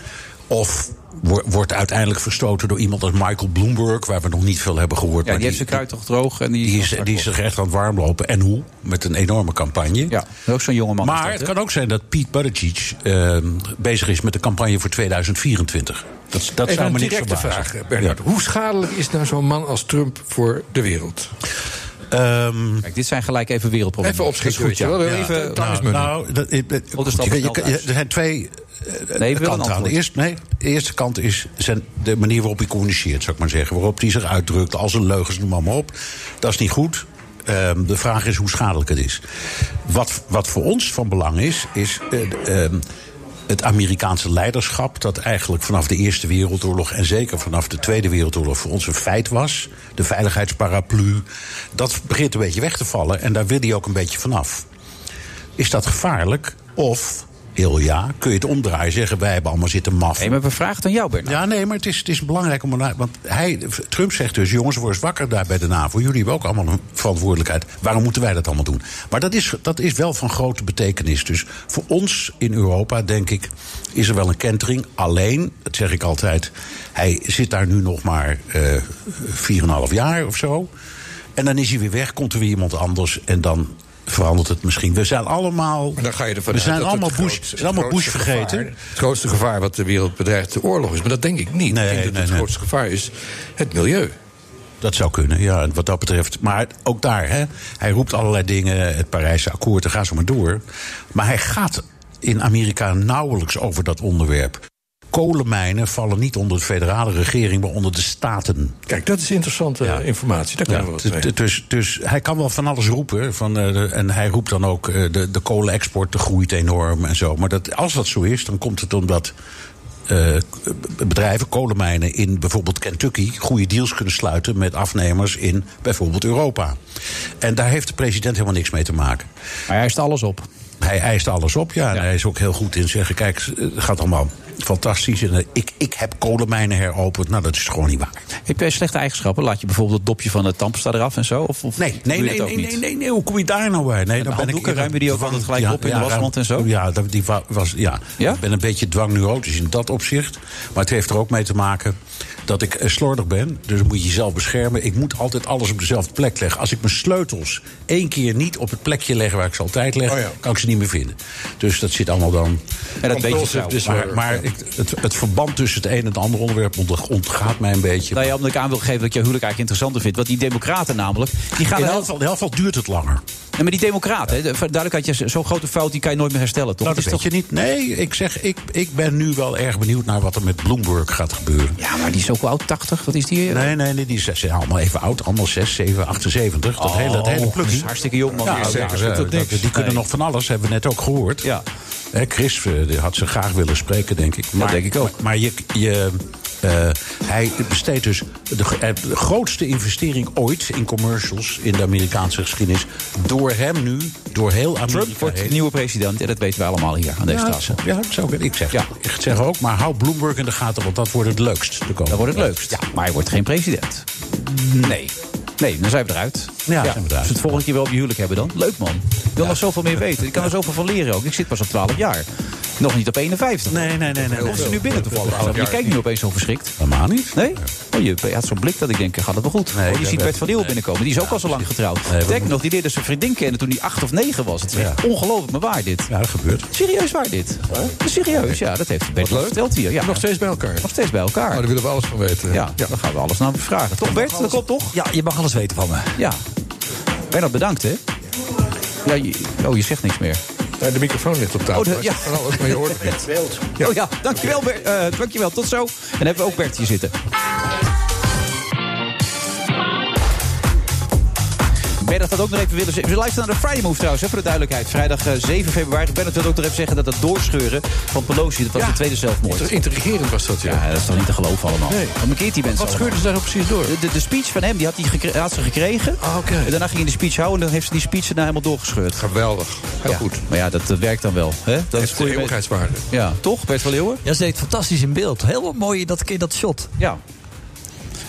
Of wo- wordt uiteindelijk verstoten door iemand als Michael Bloomberg... waar we nog niet veel hebben gehoord. Ja, maar die heeft zijn kruid toch droog en die, die is, die is zich echt aan het warmlopen. En hoe? Met een enorme campagne. Ja, ook zo'n jongeman. Maar het kan ook zijn dat Piet Buttigieg eh, bezig is met de campagne voor 2024. Dat, dat Even zou me een niks directe verbazen. vraag, Bernard. Hoe schadelijk is nou zo'n man als Trump voor de wereld? Kijk, dit zijn gelijk even wereldproblemen. Even opschieten, Dat is weet je wel. Ehm, Ja. Eh, Even nou, tankesmunten. nou, dat, ik- ik- Of de stad je- je- van je- Veldhuis. er zijn twee eh, Nee, ik wil een kanten aan. De antwoord. eerste, nee, de eerste kant is zijn de manier waarop hij communiceert, zou ik maar zeggen. Waarop hij zich uitdrukt, als een leugens, noem maar, maar op. Dat is niet goed. Ehm, de vraag is hoe schadelijk het is. Wat, wat voor ons van belang is, is eh, de, ehm, het Amerikaanse leiderschap... dat eigenlijk vanaf de Eerste Wereldoorlog en zeker vanaf de Tweede Wereldoorlog... voor ons een feit was, de veiligheidsparaplu... dat begint een beetje weg te vallen en daar wil hij ook een beetje vanaf. Is dat gevaarlijk? Of, heel ja, kun je het omdraaien zeggen... wij hebben allemaal zitten maf. Nee, maar we vragen aan jou, Bernard. Ja, nee, maar het is, het is belangrijk om... ernaar- Want hij, Trump zegt dus, jongens, word eens wakker daar bij de NAVO. Jullie hebben ook allemaal een verantwoordelijkheid. Waarom moeten wij dat allemaal doen? Maar dat is, dat is wel van grote betekenis. Dus voor ons in Europa, denk ik, is er wel een kentering. Alleen, dat zeg ik altijd... hij zit daar nu nog maar eh 4,5 jaar of zo... En dan is hij weer weg, komt er weer iemand anders en dan verandert het misschien. We zijn allemaal. Maar dan ga je ervan we uit zijn dat allemaal het Bush, groot- zijn allemaal Bush grootste gevaar- vergeten. het grootste gevaar wat de wereld bedreigt de oorlog is. Maar dat denk ik niet. ik denk dat het grootste gevaar is het milieu. Dat zou kunnen, ja, en wat dat betreft. Maar ook daar, hè, hij roept allerlei dingen, het Parijse akkoord, dan gaan ze maar door. Maar hij gaat in Amerika nauwelijks over dat onderwerp. Kolenmijnen vallen niet onder de federale regering, maar onder de staten. Kijk, dat is interessante eh, informatie. Daar kunnen we wat Ja, mee. d- d- dus, dus hij kan wel van alles roepen. Van, eh, de- en hij roept dan ook, eh, de, de kolenexport de groeit enorm en zo. Maar dat, als dat zo is, dan komt het omdat eh, b- bedrijven, kolenmijnen in bijvoorbeeld Kentucky... goede deals kunnen sluiten met afnemers in bijvoorbeeld Europa. En daar heeft de president helemaal niks mee te maken. Maar hij eist alles op. Hij eist alles op, ja. En hij is ook heel goed in zeggen... kijk, het gaat allemaal fantastisch. En, eh, ik, ik heb kolenmijnen heropend. Nou, dat is gewoon niet waar. Heb jij slechte eigenschappen? Laat je bijvoorbeeld het dopje van het tandpasta eraf en zo? Of, of Nee, nee, doe je nee, dat ook nee, niet? nee, nee, nee, hoe kom je daar nou bij? Nee, de handdoeken ruimen die ook dwang- altijd gelijk op in de ruim- wasmand en zo? Ja, dat, die wa- was, ja. ik ben een beetje dwangneurotisch in dat opzicht. Maar het heeft er ook mee te maken dat ik eh, slordig ben. Dus moet je jezelf beschermen. Ik moet altijd alles op dezelfde plek leggen. Als ik mijn sleutels één keer niet op het plekje leg waar ik ze altijd leg... kan ik ze niet meer vinden. Dus dat zit allemaal dan... En dat weet je zelf. Maar, maar ik- het, het verband tussen het een en het andere onderwerp ont- ontgaat mij een beetje. Nou ja, omdat ik aan wil geven dat ik jouw huwelijk eigenlijk interessanter vind. Want die democraten namelijk, die gaan... In er elk geval- in elk geval duurt het langer. Nee, maar die democraten, hè, de- duidelijk had je zo- zo'n grote fout, die kan je nooit meer herstellen, toch? Nou, dat Het is weet je niet. Nee, ik zeg, ik, ik ben nu wel erg benieuwd naar wat er met Bloomberg gaat gebeuren. Ja, maar die is ook wel oud, 80. Wat is die? Nee, nee, nee, die zijn zijn allemaal even oud. Allemaal 6, 7, 78. Dat Oh, hele, dat hele plukje. dat is hartstikke jong, man. Ja, Ja, ja, zeker, ja, zit dat dat- niks. die kunnen Nee. nog van alles, hebben we net ook gehoord. Ja. Hè, Chris eh, die had ze graag willen spreken, denk ik. Maar, denk ik ook. Maar, maar je... je eh, hij besteedt dus de, gro- eh, de grootste investering ooit in commercials in de Amerikaanse geschiedenis. Door hem nu, door heel Amerika. Trump wordt heen. de nieuwe president en dat weten we allemaal hier aan deze ja, tafel. Ja, dat zou ik, ik zeg. Ik zeg ook, maar hou Bloomberg in de gaten, want dat wordt het leukst. De komende Dat wordt het tijd. leukst. Maar hij wordt geen president. Nee. Nee, dan zijn we eruit. Ja, zijn we eruit. Als we het volgende keer wel op je huwelijk hebben dan. Leuk man. Ik wil nog zoveel meer weten. Ik kan er zoveel van leren ook. Ik zit pas op 12 jaar. Nog niet op 51. Nee, nee, nee. nee, Of ze nu binnen toevallig. Je kijkt nu opeens zo verschrikt. Helemaal niet. Nee? Oh, je had zo'n blik dat ik denk, gaat het wel goed? Nee, oh, je dat ziet weet Bert ik. van Leeuwen binnenkomen. Die is ook al zo lang getrouwd. we Denk nog, die leerde zijn vriendin kennen toen hij acht of negen was. Het is echt ongelooflijk maar waar dit. Ja, dat gebeurt. Serieus waar dit? Serieus, ja. Dat heeft Bert leuk. verteld hier. Ja. Nog steeds bij elkaar. Nog steeds bij elkaar. Oh, daar willen we alles van weten. Ja, dan gaan we alles naar vragen. Toch, Bert? Dat klopt toch? Ja, je mag alles weten van me. Ja. Bernard, bedankt, hè? Ja, je, oh, je zegt niks meer. Nee, de microfoon ligt op tafel. Oh, de- Hij ja. zegt Van alles, maar je hoort het niet. Oh ja, dankjewel, Bert, eh, dankjewel. Tot zo. En dan hebben we ook Bert hier zitten. Bernard had ook nog even willen zeggen. We luisteren naar de Friday Move trouwens, hè, voor de duidelijkheid. Vrijdag eh, 7 februari. Bernard wilde ook nog even zeggen dat het doorscheuren van Pelosi... dat was de tweede zelfmoord. Intrigerend was dat, ja. Ja, dat is toch niet te geloven allemaal. Nee. Dan bekeert die mensen Wat scheurde ze daar nou precies door? Ah, De, de, de speech van hem, die had, die gekre- had ze gekregen. En daarna ging hij de speech houden en dan heeft ze die speech daarna helemaal doorgescheurd. Geweldig. Heel goed. Maar ja, dat, dat werkt dan wel. Hè? Dat Heeft de eeuwigheidswaarde. Ja, toch? Bert van Leeuwen? Ja, ze deed fantastisch in beeld. Heel mooi in dat, in dat shot. Eh, nou Ja.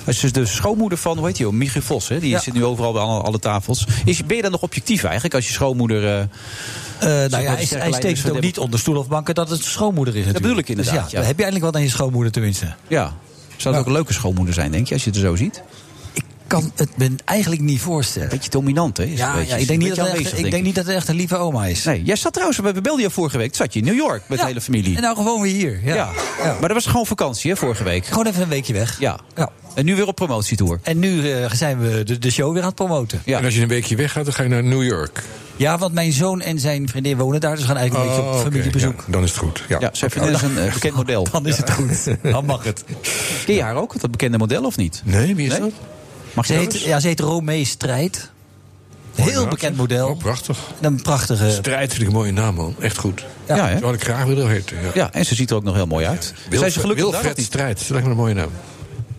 Hij is dus de schoonmoeder van, hoe heet die ook? Michiel Vos, hè? Die Ja. zit nu overal bij alle, alle tafels. Is, ben je dan nog objectief eigenlijk als je schoonmoeder... eh, Eh, zeg nou maar, ja, de hij, sterke hij leider steekt is het van ook de- niet onder stoel of banken dat het zijn schoonmoeder is. Dat bedoel natuurlijk. ik inderdaad, Dus ja. ja, dan heb je eigenlijk wat aan je schoonmoeder tenminste. Ja. Zou het ook een leuke schoonmoeder zijn, denk je, als je het er zo ziet? kan het me eigenlijk niet voorstellen. Beetje dominant, hè? Is Ja, een beetje- ja, ik denk een niet beetje dat het echt- aanwezig, ik denk niet dat het echt een lieve oma is. Nee, jij zat trouwens, we we belden je vorige week. Toen zat je in New York met de hele familie. En nou gewoon weer hier. Ja. Ja. maar dat was gewoon vakantie, hè, vorige week. Gewoon even een weekje weg. Ja. En nu weer op promotietour. En nu eh, zijn we de, de show weer aan het promoten. En als je een weekje weggaat, dan ga je naar New York. Ja, want mijn zoon en zijn vriendin wonen daar. Dus we gaan eigenlijk een Oh, beetje op oké, familiebezoek. Oh, ja, dan is het goed. Ja, Ja, ze vinden het een eh, bekend model. Dan is het goed. Dan mag het. Ken je haar ook, dat bekende model, of niet? Nee, wie is dat? Mag Ze je heet, ja, ze heet Romee Strijd. Heel bekend model. Oh, prachtig. En een prachtige... Strijd vind ik een mooie naam, man. Echt goed. Ja, hè? Zou ik graag willen heten. Ja. Ja, en ze ziet er ook nog heel mooi uit. Zijn ze gelukkig daar of Wilfred niet? Strijd. Dat lijkt me een mooie naam.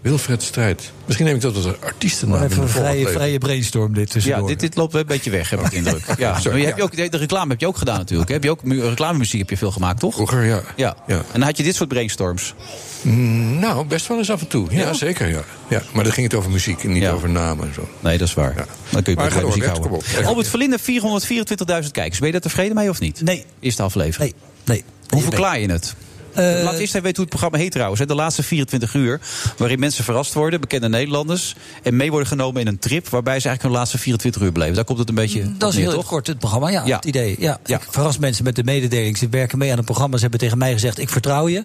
Wilfred Strijd. Misschien neem ik dat als een artiestennaam. Even in een de volgende vrije, leven. vrije brainstorm dit Ja, tussendoor. dit, dit loopt een beetje weg, heb ik de indruk. Ja. Sorry, maar je ja. hebt je ook, de reclame heb je ook gedaan natuurlijk. hè? Heb je ook, mu- reclamemuziek heb je veel gemaakt, toch? Vroeger, ja. Ja. En dan had je dit soort brainstorms. Mm, Nou, best wel eens af en toe. Ja, zeker. Ja. Ja, maar dan ging het over muziek en niet over namen en zo. Nee, dat is waar. Dan kun je Maar bij ga door, muziek Bert, kom houden. op. Ja. Albert Verlinde, 424.000 kijkers. Ben je daar tevreden mee of niet? Nee. Eerste aflevering. Nee. Eh, Hoe verklaar je het? Laat eerst even weten hoe het programma heet trouwens. hè. De laatste 24 uur. Waarin mensen verrast worden, bekende Nederlanders. En mee worden genomen in een trip. Waarbij ze eigenlijk hun laatste 24 uur bleven. Daar komt het een beetje. op Dat is neer, heel toch? kort, het programma. Ja, Ja. het idee. Ja. Ja. Ik verras mensen met de mededeling. Ze werken mee aan het programma. Ze hebben tegen mij gezegd, ik vertrouw je.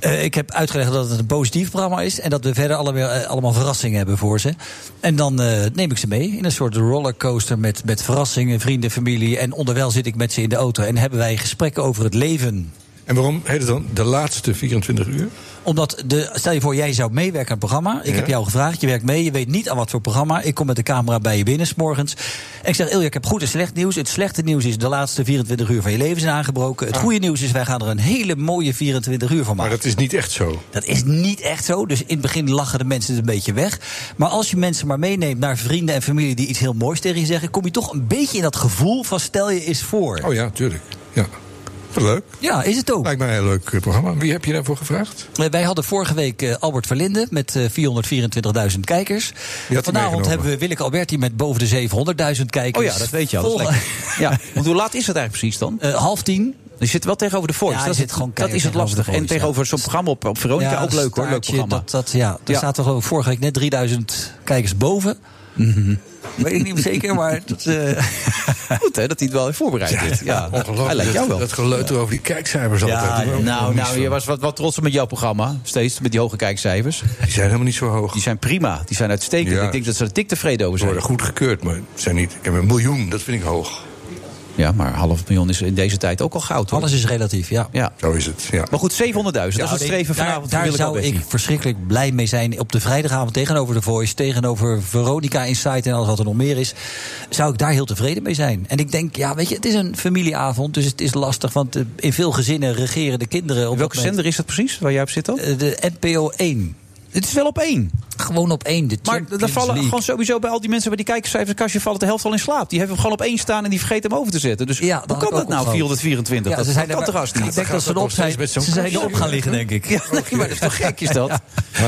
Eh, ik heb uitgelegd dat het een positief programma is. En dat we verder allemaal, eh, allemaal verrassingen hebben voor ze. En dan eh, neem ik ze mee in een soort rollercoaster met, met verrassingen, vrienden, familie. En onderwijl zit ik met ze in de auto. En hebben wij gesprekken over het leven. En waarom heet het dan de laatste 24 uur? Omdat, de, stel je voor, jij zou meewerken aan het programma. Ik Ja. heb jou gevraagd, je werkt mee, je weet niet aan wat voor programma. Ik kom met de camera bij je binnen, s'morgens. En ik zeg, Ilja, ik heb goed en slecht nieuws. Het slechte nieuws is, de laatste 24 uur van je leven zijn aangebroken. Ah. Het goede nieuws is, wij gaan er een hele mooie 24 uur van maken. Maar dat is niet echt zo. Dat is niet echt zo. Dus in het begin lachen de mensen het een beetje weg. Maar als je mensen maar meeneemt naar vrienden en familie die iets heel moois tegen je zeggen, kom je toch een beetje in dat gevoel van stel je eens voor. Oh ja, tuurlijk. Ja. Wat leuk. Ja, is het ook. Lijkt mij een leuk eh, programma. Wie heb je daarvoor gevraagd? Eh, Wij hadden vorige week eh, Albert Verlinde met eh, 424.000 kijkers. Vanavond meegenomen. hebben we Willeke Alberti met boven de 700.000 kijkers. Oh ja, dat weet je al. Dat is Vol- lekker. ja, want hoe laat is het eigenlijk precies dan? Eh, half tien. Je zit wel tegenover de Voice. Ja, je dat, is zit het- gewoon dat keihard is het tegenover lastig. de En Voice, tegenover zo'n programma op, op Veronica ook leuk hoor. Leuk Staartje, programma. Dat, dat, ja, daar staat toch wel vorige week net 3000 kijkers boven. Weet ik niet zeker, maar dat, eh, Mhm. Goed hè, dat hij het wel heeft voorbereid. Ja, dit. ja. Hij lijkt jou wel. Dat geleuter over die kijkcijfers Ja, altijd. Daar ben ik ook nou, niet nou, zo- je was wat, wat trots op met jouw programma. Steeds met die hoge kijkcijfers. Die zijn helemaal niet zo hoog. Die zijn prima. Die zijn uitstekend. Ja. Ik denk dat ze er dik tevreden over Ze zijn. worden goed gekeurd, maar ze zijn niet. Ik heb een miljoen, dat vind ik hoog. Ja, maar half miljoen is in deze tijd ook al goud hoor. alles is relatief, ja. Ja. Zo is het. Ja. Maar goed, 700.000. Dus dat is het Nou, streven daar- vanavond. Daar, wil ik zou ik verschrikkelijk blij mee zijn. Op de vrijdagavond tegenover The Voice, tegenover Veronica Insight en alles wat er nog meer is. Zou ik daar heel tevreden mee zijn. En ik denk, ja, weet je, het is een familieavond, dus het is lastig. Want eh, in veel gezinnen regeren de kinderen. Op Welke dat moment. zender is dat precies waar jij op zit dan? Eh, De NPO 1. Het is wel op één. Gewoon op één. De Maar Champions dan vallen League. gewoon sowieso bij al die mensen bij die kijkerscijferskastje vallen de helft al in slaap. Die hebben hem gewoon op één staan en die vergeten hem over te zetten. Dus Ja, dat hoe had ik kan dat ook nou, opgehouden. 424? Ja, dat ze zijn dat er- kan toch Ik alsjeblieft denk dat ze erop zijn. met zo'n Ze zijn kastje? erop gaan liggen, denk ik. Ja, nee, maar dat is toch gek is dat?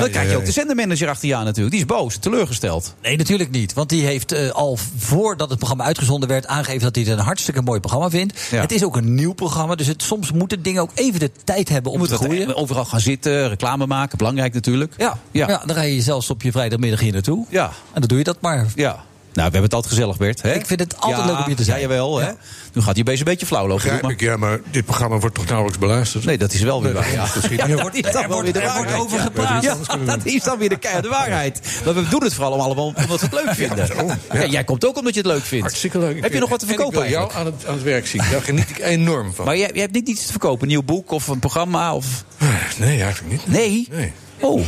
Dan krijg je ook de zendermanager achter je aan natuurlijk. Die is boos, teleurgesteld. Nee, natuurlijk niet. Want die heeft eh, al voordat het programma uitgezonden werd aangegeven dat hij het een hartstikke mooi programma vindt. Ja. Het is ook een nieuw programma, dus het, soms moeten dingen ook even de tijd hebben Je om moet te groeien. dat eh, overal gaan zitten, reclame maken, belangrijk natuurlijk. Ja, Ja. ja. dan rij je zelfs op je vrijdagmiddag hier naartoe. Ja. En dan doe je dat maar. Ja. Nou, we hebben het altijd gezellig, Bert. Hè? Ik vind het altijd leuk om hier te zijn. Ja, jawel. Hè? Nu gaat hij bezig een beetje flauw lopen. Begrijp doe ik, ja, maar dit programma wordt toch nauwelijks beluisterd? maar. Nee, dat is wel weer Nee, waar. Ja. dat is misschien- Ja, dat is dan Er wel wordt- weer de er wordt waarheid, over ja. gepraat. Ja, dat is dan weer de keiharde waarheid. Maar we doen het vooral allemaal omdat we het leuk vinden. Ja, jij komt ook omdat je het leuk vindt. Hartstikke leuk. Ik Heb je vind- nog wat te en verkopen Ik wil jou eigenlijk? aan het, aan het werk zien. Daar geniet ik enorm van. Maar jij, jij hebt niet iets te verkopen? Een nieuw boek of een programma? Of... Nee, eigenlijk niet. Nee? Nee. Oh.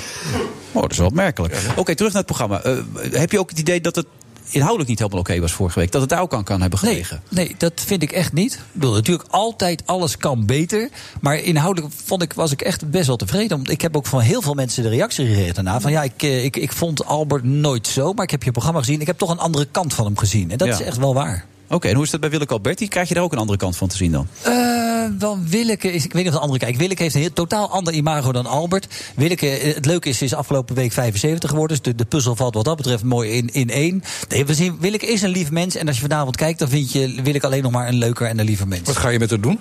oh, dat is wel opmerkelijk. Oké, terug naar het programma. Eh, heb je ook het idee dat het inhoudelijk niet helemaal oké was vorige week? Dat het daar ook aan kan hebben Nee, gelegen? nee, dat vind ik echt niet. Ik bedoel, natuurlijk altijd alles kan beter. Maar inhoudelijk vond ik, was ik echt best wel tevreden. Want ik heb ook van heel veel mensen de reactie gekregen daarna. Van ja, ik, eh, ik, ik vond Albert nooit zo. Maar ik heb je programma gezien. Ik heb toch een andere kant van hem gezien. En dat Ja. is echt wel waar. Oké, en hoe is dat bij Willeke Alberti? Krijg je daar ook een andere kant van te zien dan? Eh, dan Willeke is. Ik weet niet of de andere kijkt. Willeke heeft een heel, totaal ander imago dan Albert. Willeke, eh, het leuke is, ze is afgelopen week 75 geworden. Dus de, de puzzel valt wat dat betreft mooi in, in één. Nee, we zien, Willeke is een lief mens. En als je vanavond kijkt, dan vind je Willeke alleen nog maar een leuker en een liever mens. Wat ga je met haar doen?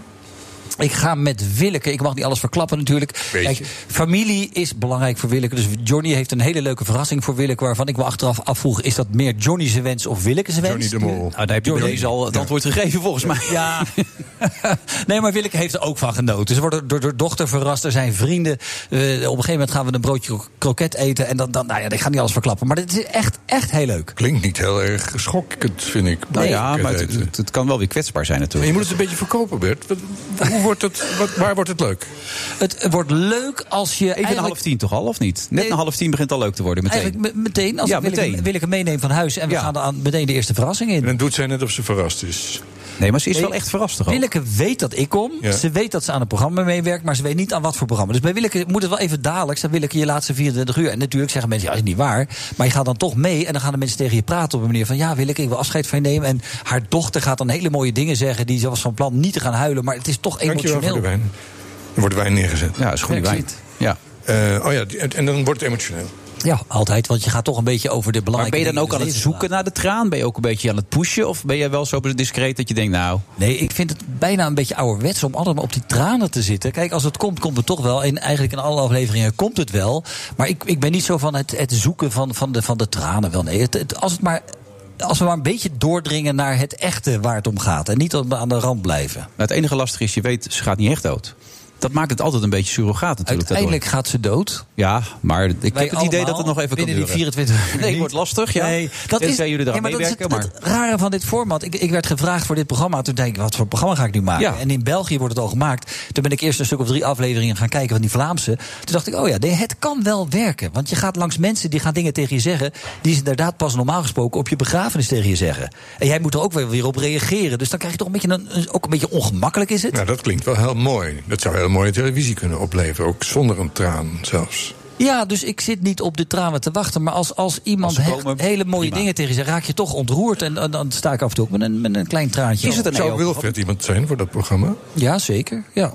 Ik ga met Willeke. Ik mag niet alles verklappen natuurlijk. Kijk, familie is belangrijk voor Willeke. Dus Johnny heeft een hele leuke verrassing voor Willeke... waarvan ik me achteraf afvroeg... is dat meer Johnny's wens of Willeke's wens? Johnny de Mol. Nou, daar heb je Johnny. Johnny al het Ja. antwoord gegeven volgens mij. Ja. nee, maar Willeke heeft er ook van genoten. Ze wordt door haar dochter verrast. Er zijn vrienden. Eh, op een gegeven moment gaan we een broodje kro- kroket eten. En dan, dan nou ja, ik ga niet alles verklappen. Maar dit is echt, echt heel leuk. Klinkt niet heel erg schokkend, vind ik. Nou ja, maar het, het- het kan wel weer kwetsbaar zijn Maar natuurlijk. je moet het een beetje verkopen, Bert. Wat- Hoe wordt het, wat, waar wordt het leuk? Het wordt leuk als je Even een eigenlijk- half tien toch al, of niet? Net na half tien begint al leuk te worden meteen. Eigenlijk me- meteen. Als Ja, ik wil, Ik, meteen. hem- wil ik hem meenemen van huis en we gaan er aan meteen de eerste verrassing in. En dan doet zij net of ze verrast is. Nee, maar ze is wel echt verrast toch ook? Willeke weet dat ik kom. Ja. Ze weet dat ze aan het programma meewerkt, maar ze weet niet aan wat voor programma. Dus bij Willeke moet het wel even dadelijk. Dan Willeke je laatste 24 uur. En natuurlijk zeggen mensen, ja, is niet waar. Maar je gaat dan toch mee en dan gaan de mensen tegen je praten op een manier van... ja, Willeke, ik wil afscheid van je nemen. En haar dochter gaat dan hele mooie dingen zeggen... die ze was van plan niet te gaan huilen, maar het is toch emotioneel. Dankjewel voor de wijn. Er wordt wijn neergezet. Ja, is goede Ja, ik wijn. zie Ja. Eh, oh ja, die- en dan wordt het emotioneel. Ja, altijd, want je gaat toch een beetje over de Maar belangrijke ben je dan dingen ook aan in het leven zoeken naar de traan? Ben je ook een beetje aan het pushen? Of ben jij wel zo discreet dat je denkt, nou... Nee, ik vind het bijna een beetje ouderwets om altijd maar op die tranen te zitten. Kijk, als het komt, komt het toch wel. En eigenlijk in alle afleveringen komt het wel. Maar ik, ik ben niet zo van het, het zoeken van, van, de, van de tranen wel. Nee, het, het- als, het maar, als we maar een beetje doordringen naar het echte waar het om gaat. En niet dat we aan de rand blijven. Nou, het enige lastige is, je weet, ze gaat niet echt dood. Dat maakt het altijd een beetje surrogaat natuurlijk. Uiteindelijk gaat ze dood. daardoor. Ja, maar ik heb Wij het idee dat het nog allemaal even kan binnen duren. die 24 uur. Nee, het wordt lastig, ja. Nee, dat is, Tenzij jullie eraan nee, maar dat is het, meewerken, maar- het rare van dit format. Ik, ik werd gevraagd voor dit programma. Toen denk ik, wat voor programma ga ik nu maken? Ja. En in België wordt het al gemaakt. Toen ben ik eerst een stuk of drie afleveringen gaan kijken van die Vlaamse. Toen dacht ik, oh ja, nee, het kan wel werken. Want je gaat langs mensen die gaan dingen tegen je zeggen... die ze inderdaad pas normaal gesproken op je begrafenis tegen je zeggen. En jij moet er ook wel weer op reageren. Dus dan krijg je toch een beetje een, een- ook een beetje ongemakkelijk is het. Nou, dat klinkt wel heel mooi. Dat zou heel mooie televisie kunnen opleveren. Ook zonder een traan zelfs. Ja, dus ik zit niet op de tranen te wachten. Maar als, als iemand Als ze hecht komen, hele mooie prima. dingen tegen je, raak je toch ontroerd. En, en dan sta ik af en toe ook met een, met een klein traantje. Is het een Zou EO? Wilfred iemand zijn voor dat programma? Ja, zeker. Ja.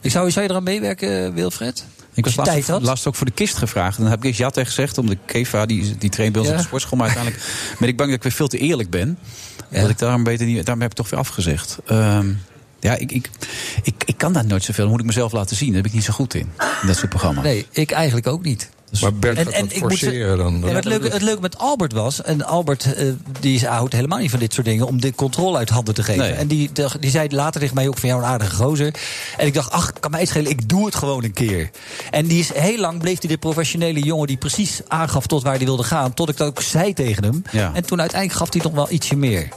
Ik zou, zou je eraan meewerken, eh, Wilfred? Ik was Als je laatst, tijd ook- had? laatst ook voor de kist gevraagd. En dan heb ik eerst ja tegen gezegd. Omdat Keva, die, die traint bij ons Ja. op de sportschool. Maar uiteindelijk ben ik bang dat ik weer veel te eerlijk ben. Dat ik daarom beter niet... Daarom heb ik toch weer afgezegd. Ehm, ja, ik, ik, ik, ik kan daar nooit zoveel. Dan moet ik mezelf laten zien. Daar ben ik niet zo goed in. In dat soort programma's. Dus- Nee, ik eigenlijk ook niet. Maar Bert gaat dat ik moet ze- forceren dan. Ja, maar het, leuke, het leuke met Albert was, en Albert eh, die is, houdt helemaal niet van dit soort dingen, om de controle uit handen te geven. Nee. En die, dacht- die zei later tegen mij ook van jou een aardige gozer. En ik dacht, ach, kan mij het schelen, ik doe het gewoon een keer. En die is heel lang bleef hij de professionele jongen die precies aangaf tot waar hij wilde gaan, tot ik dat ook zei tegen hem. Ja. En toen uiteindelijk gaf hij nog wel ietsje meer.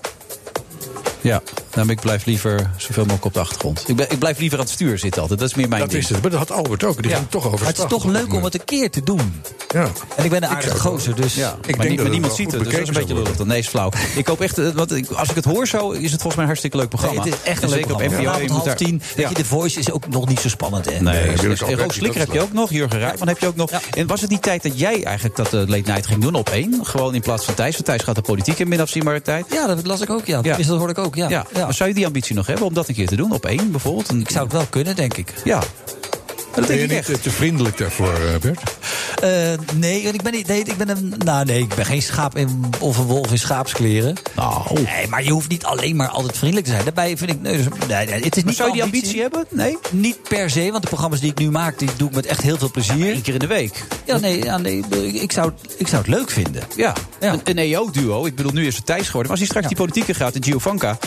Ja, nou, ik blijf liever zoveel mogelijk op de achtergrond. Ik, ben- ik blijf liever aan het stuur zitten altijd. Dat is meer mijn Dat ding. is het. Maar dat had Albert ook. Die ging toch over Maar het is toch leuk om het een keer te doen. Ja. En ik ben een Ik aardige zou het gozer, dus... Ja, denk dat maar, nie- het maar niemand wel ziet goed het, dus dat is een bekeken beetje zou lullig. Nee, is flauw. ik hoop echt, eh, want ik, als ik het hoor zo, is het volgens mij een hartstikke leuk programma. Nee, het is echt een En leuk zeker programma. op FVO. Vanavond je moet half daar- tien. Ja. Weet je, de Voice is ook nog niet zo spannend, hè? Nee, Nee, dus- Willeke dus- oh, Alberti, Roos Slikker dat heb is je leuk. ook nog, Jurgen Raak, maar heb je ook nog. En was het die tijd dat jij eigenlijk dat eh, late night ging doen op één? Gewoon in plaats van Thijs, want Thijs gaat de politiek in middag zien maar de tijd. Ja, dat las ik ook, ja. Ja. Dus dat hoorde ik ook, ja. Ja, Ja. Maar zou je die ambitie nog hebben om dat een keer te doen op één bijvoorbeeld? Een- Ik zou het wel kunnen, denk ik. Ja. Dat Ben denk je ik niet echt. eh, te vriendelijk daarvoor, eh, Bert? Eh, nee, want ik ben niet... Nee, ik ben een, nou, nee, ik ben geen schaap in, of een wolf in schaapskleren. Nou. Nee, maar je hoeft niet alleen maar altijd vriendelijk te zijn. Daarbij vind ik... Nee, dus- nee, nee, het is Maar niet zou je die mijn ambitie hebben? Nee? Niet per se, want de programma's die ik nu maak... die doe ik met echt heel veel plezier. Eén keer in de week. Ja, nee, ja, nee ik- ik, zou, het- ik zou het leuk vinden. Ja, Ja. een, een EO-duo. Ik bedoel, nu is het Thijs geworden. Maar als hij straks die politieke gaat, de Giovanka...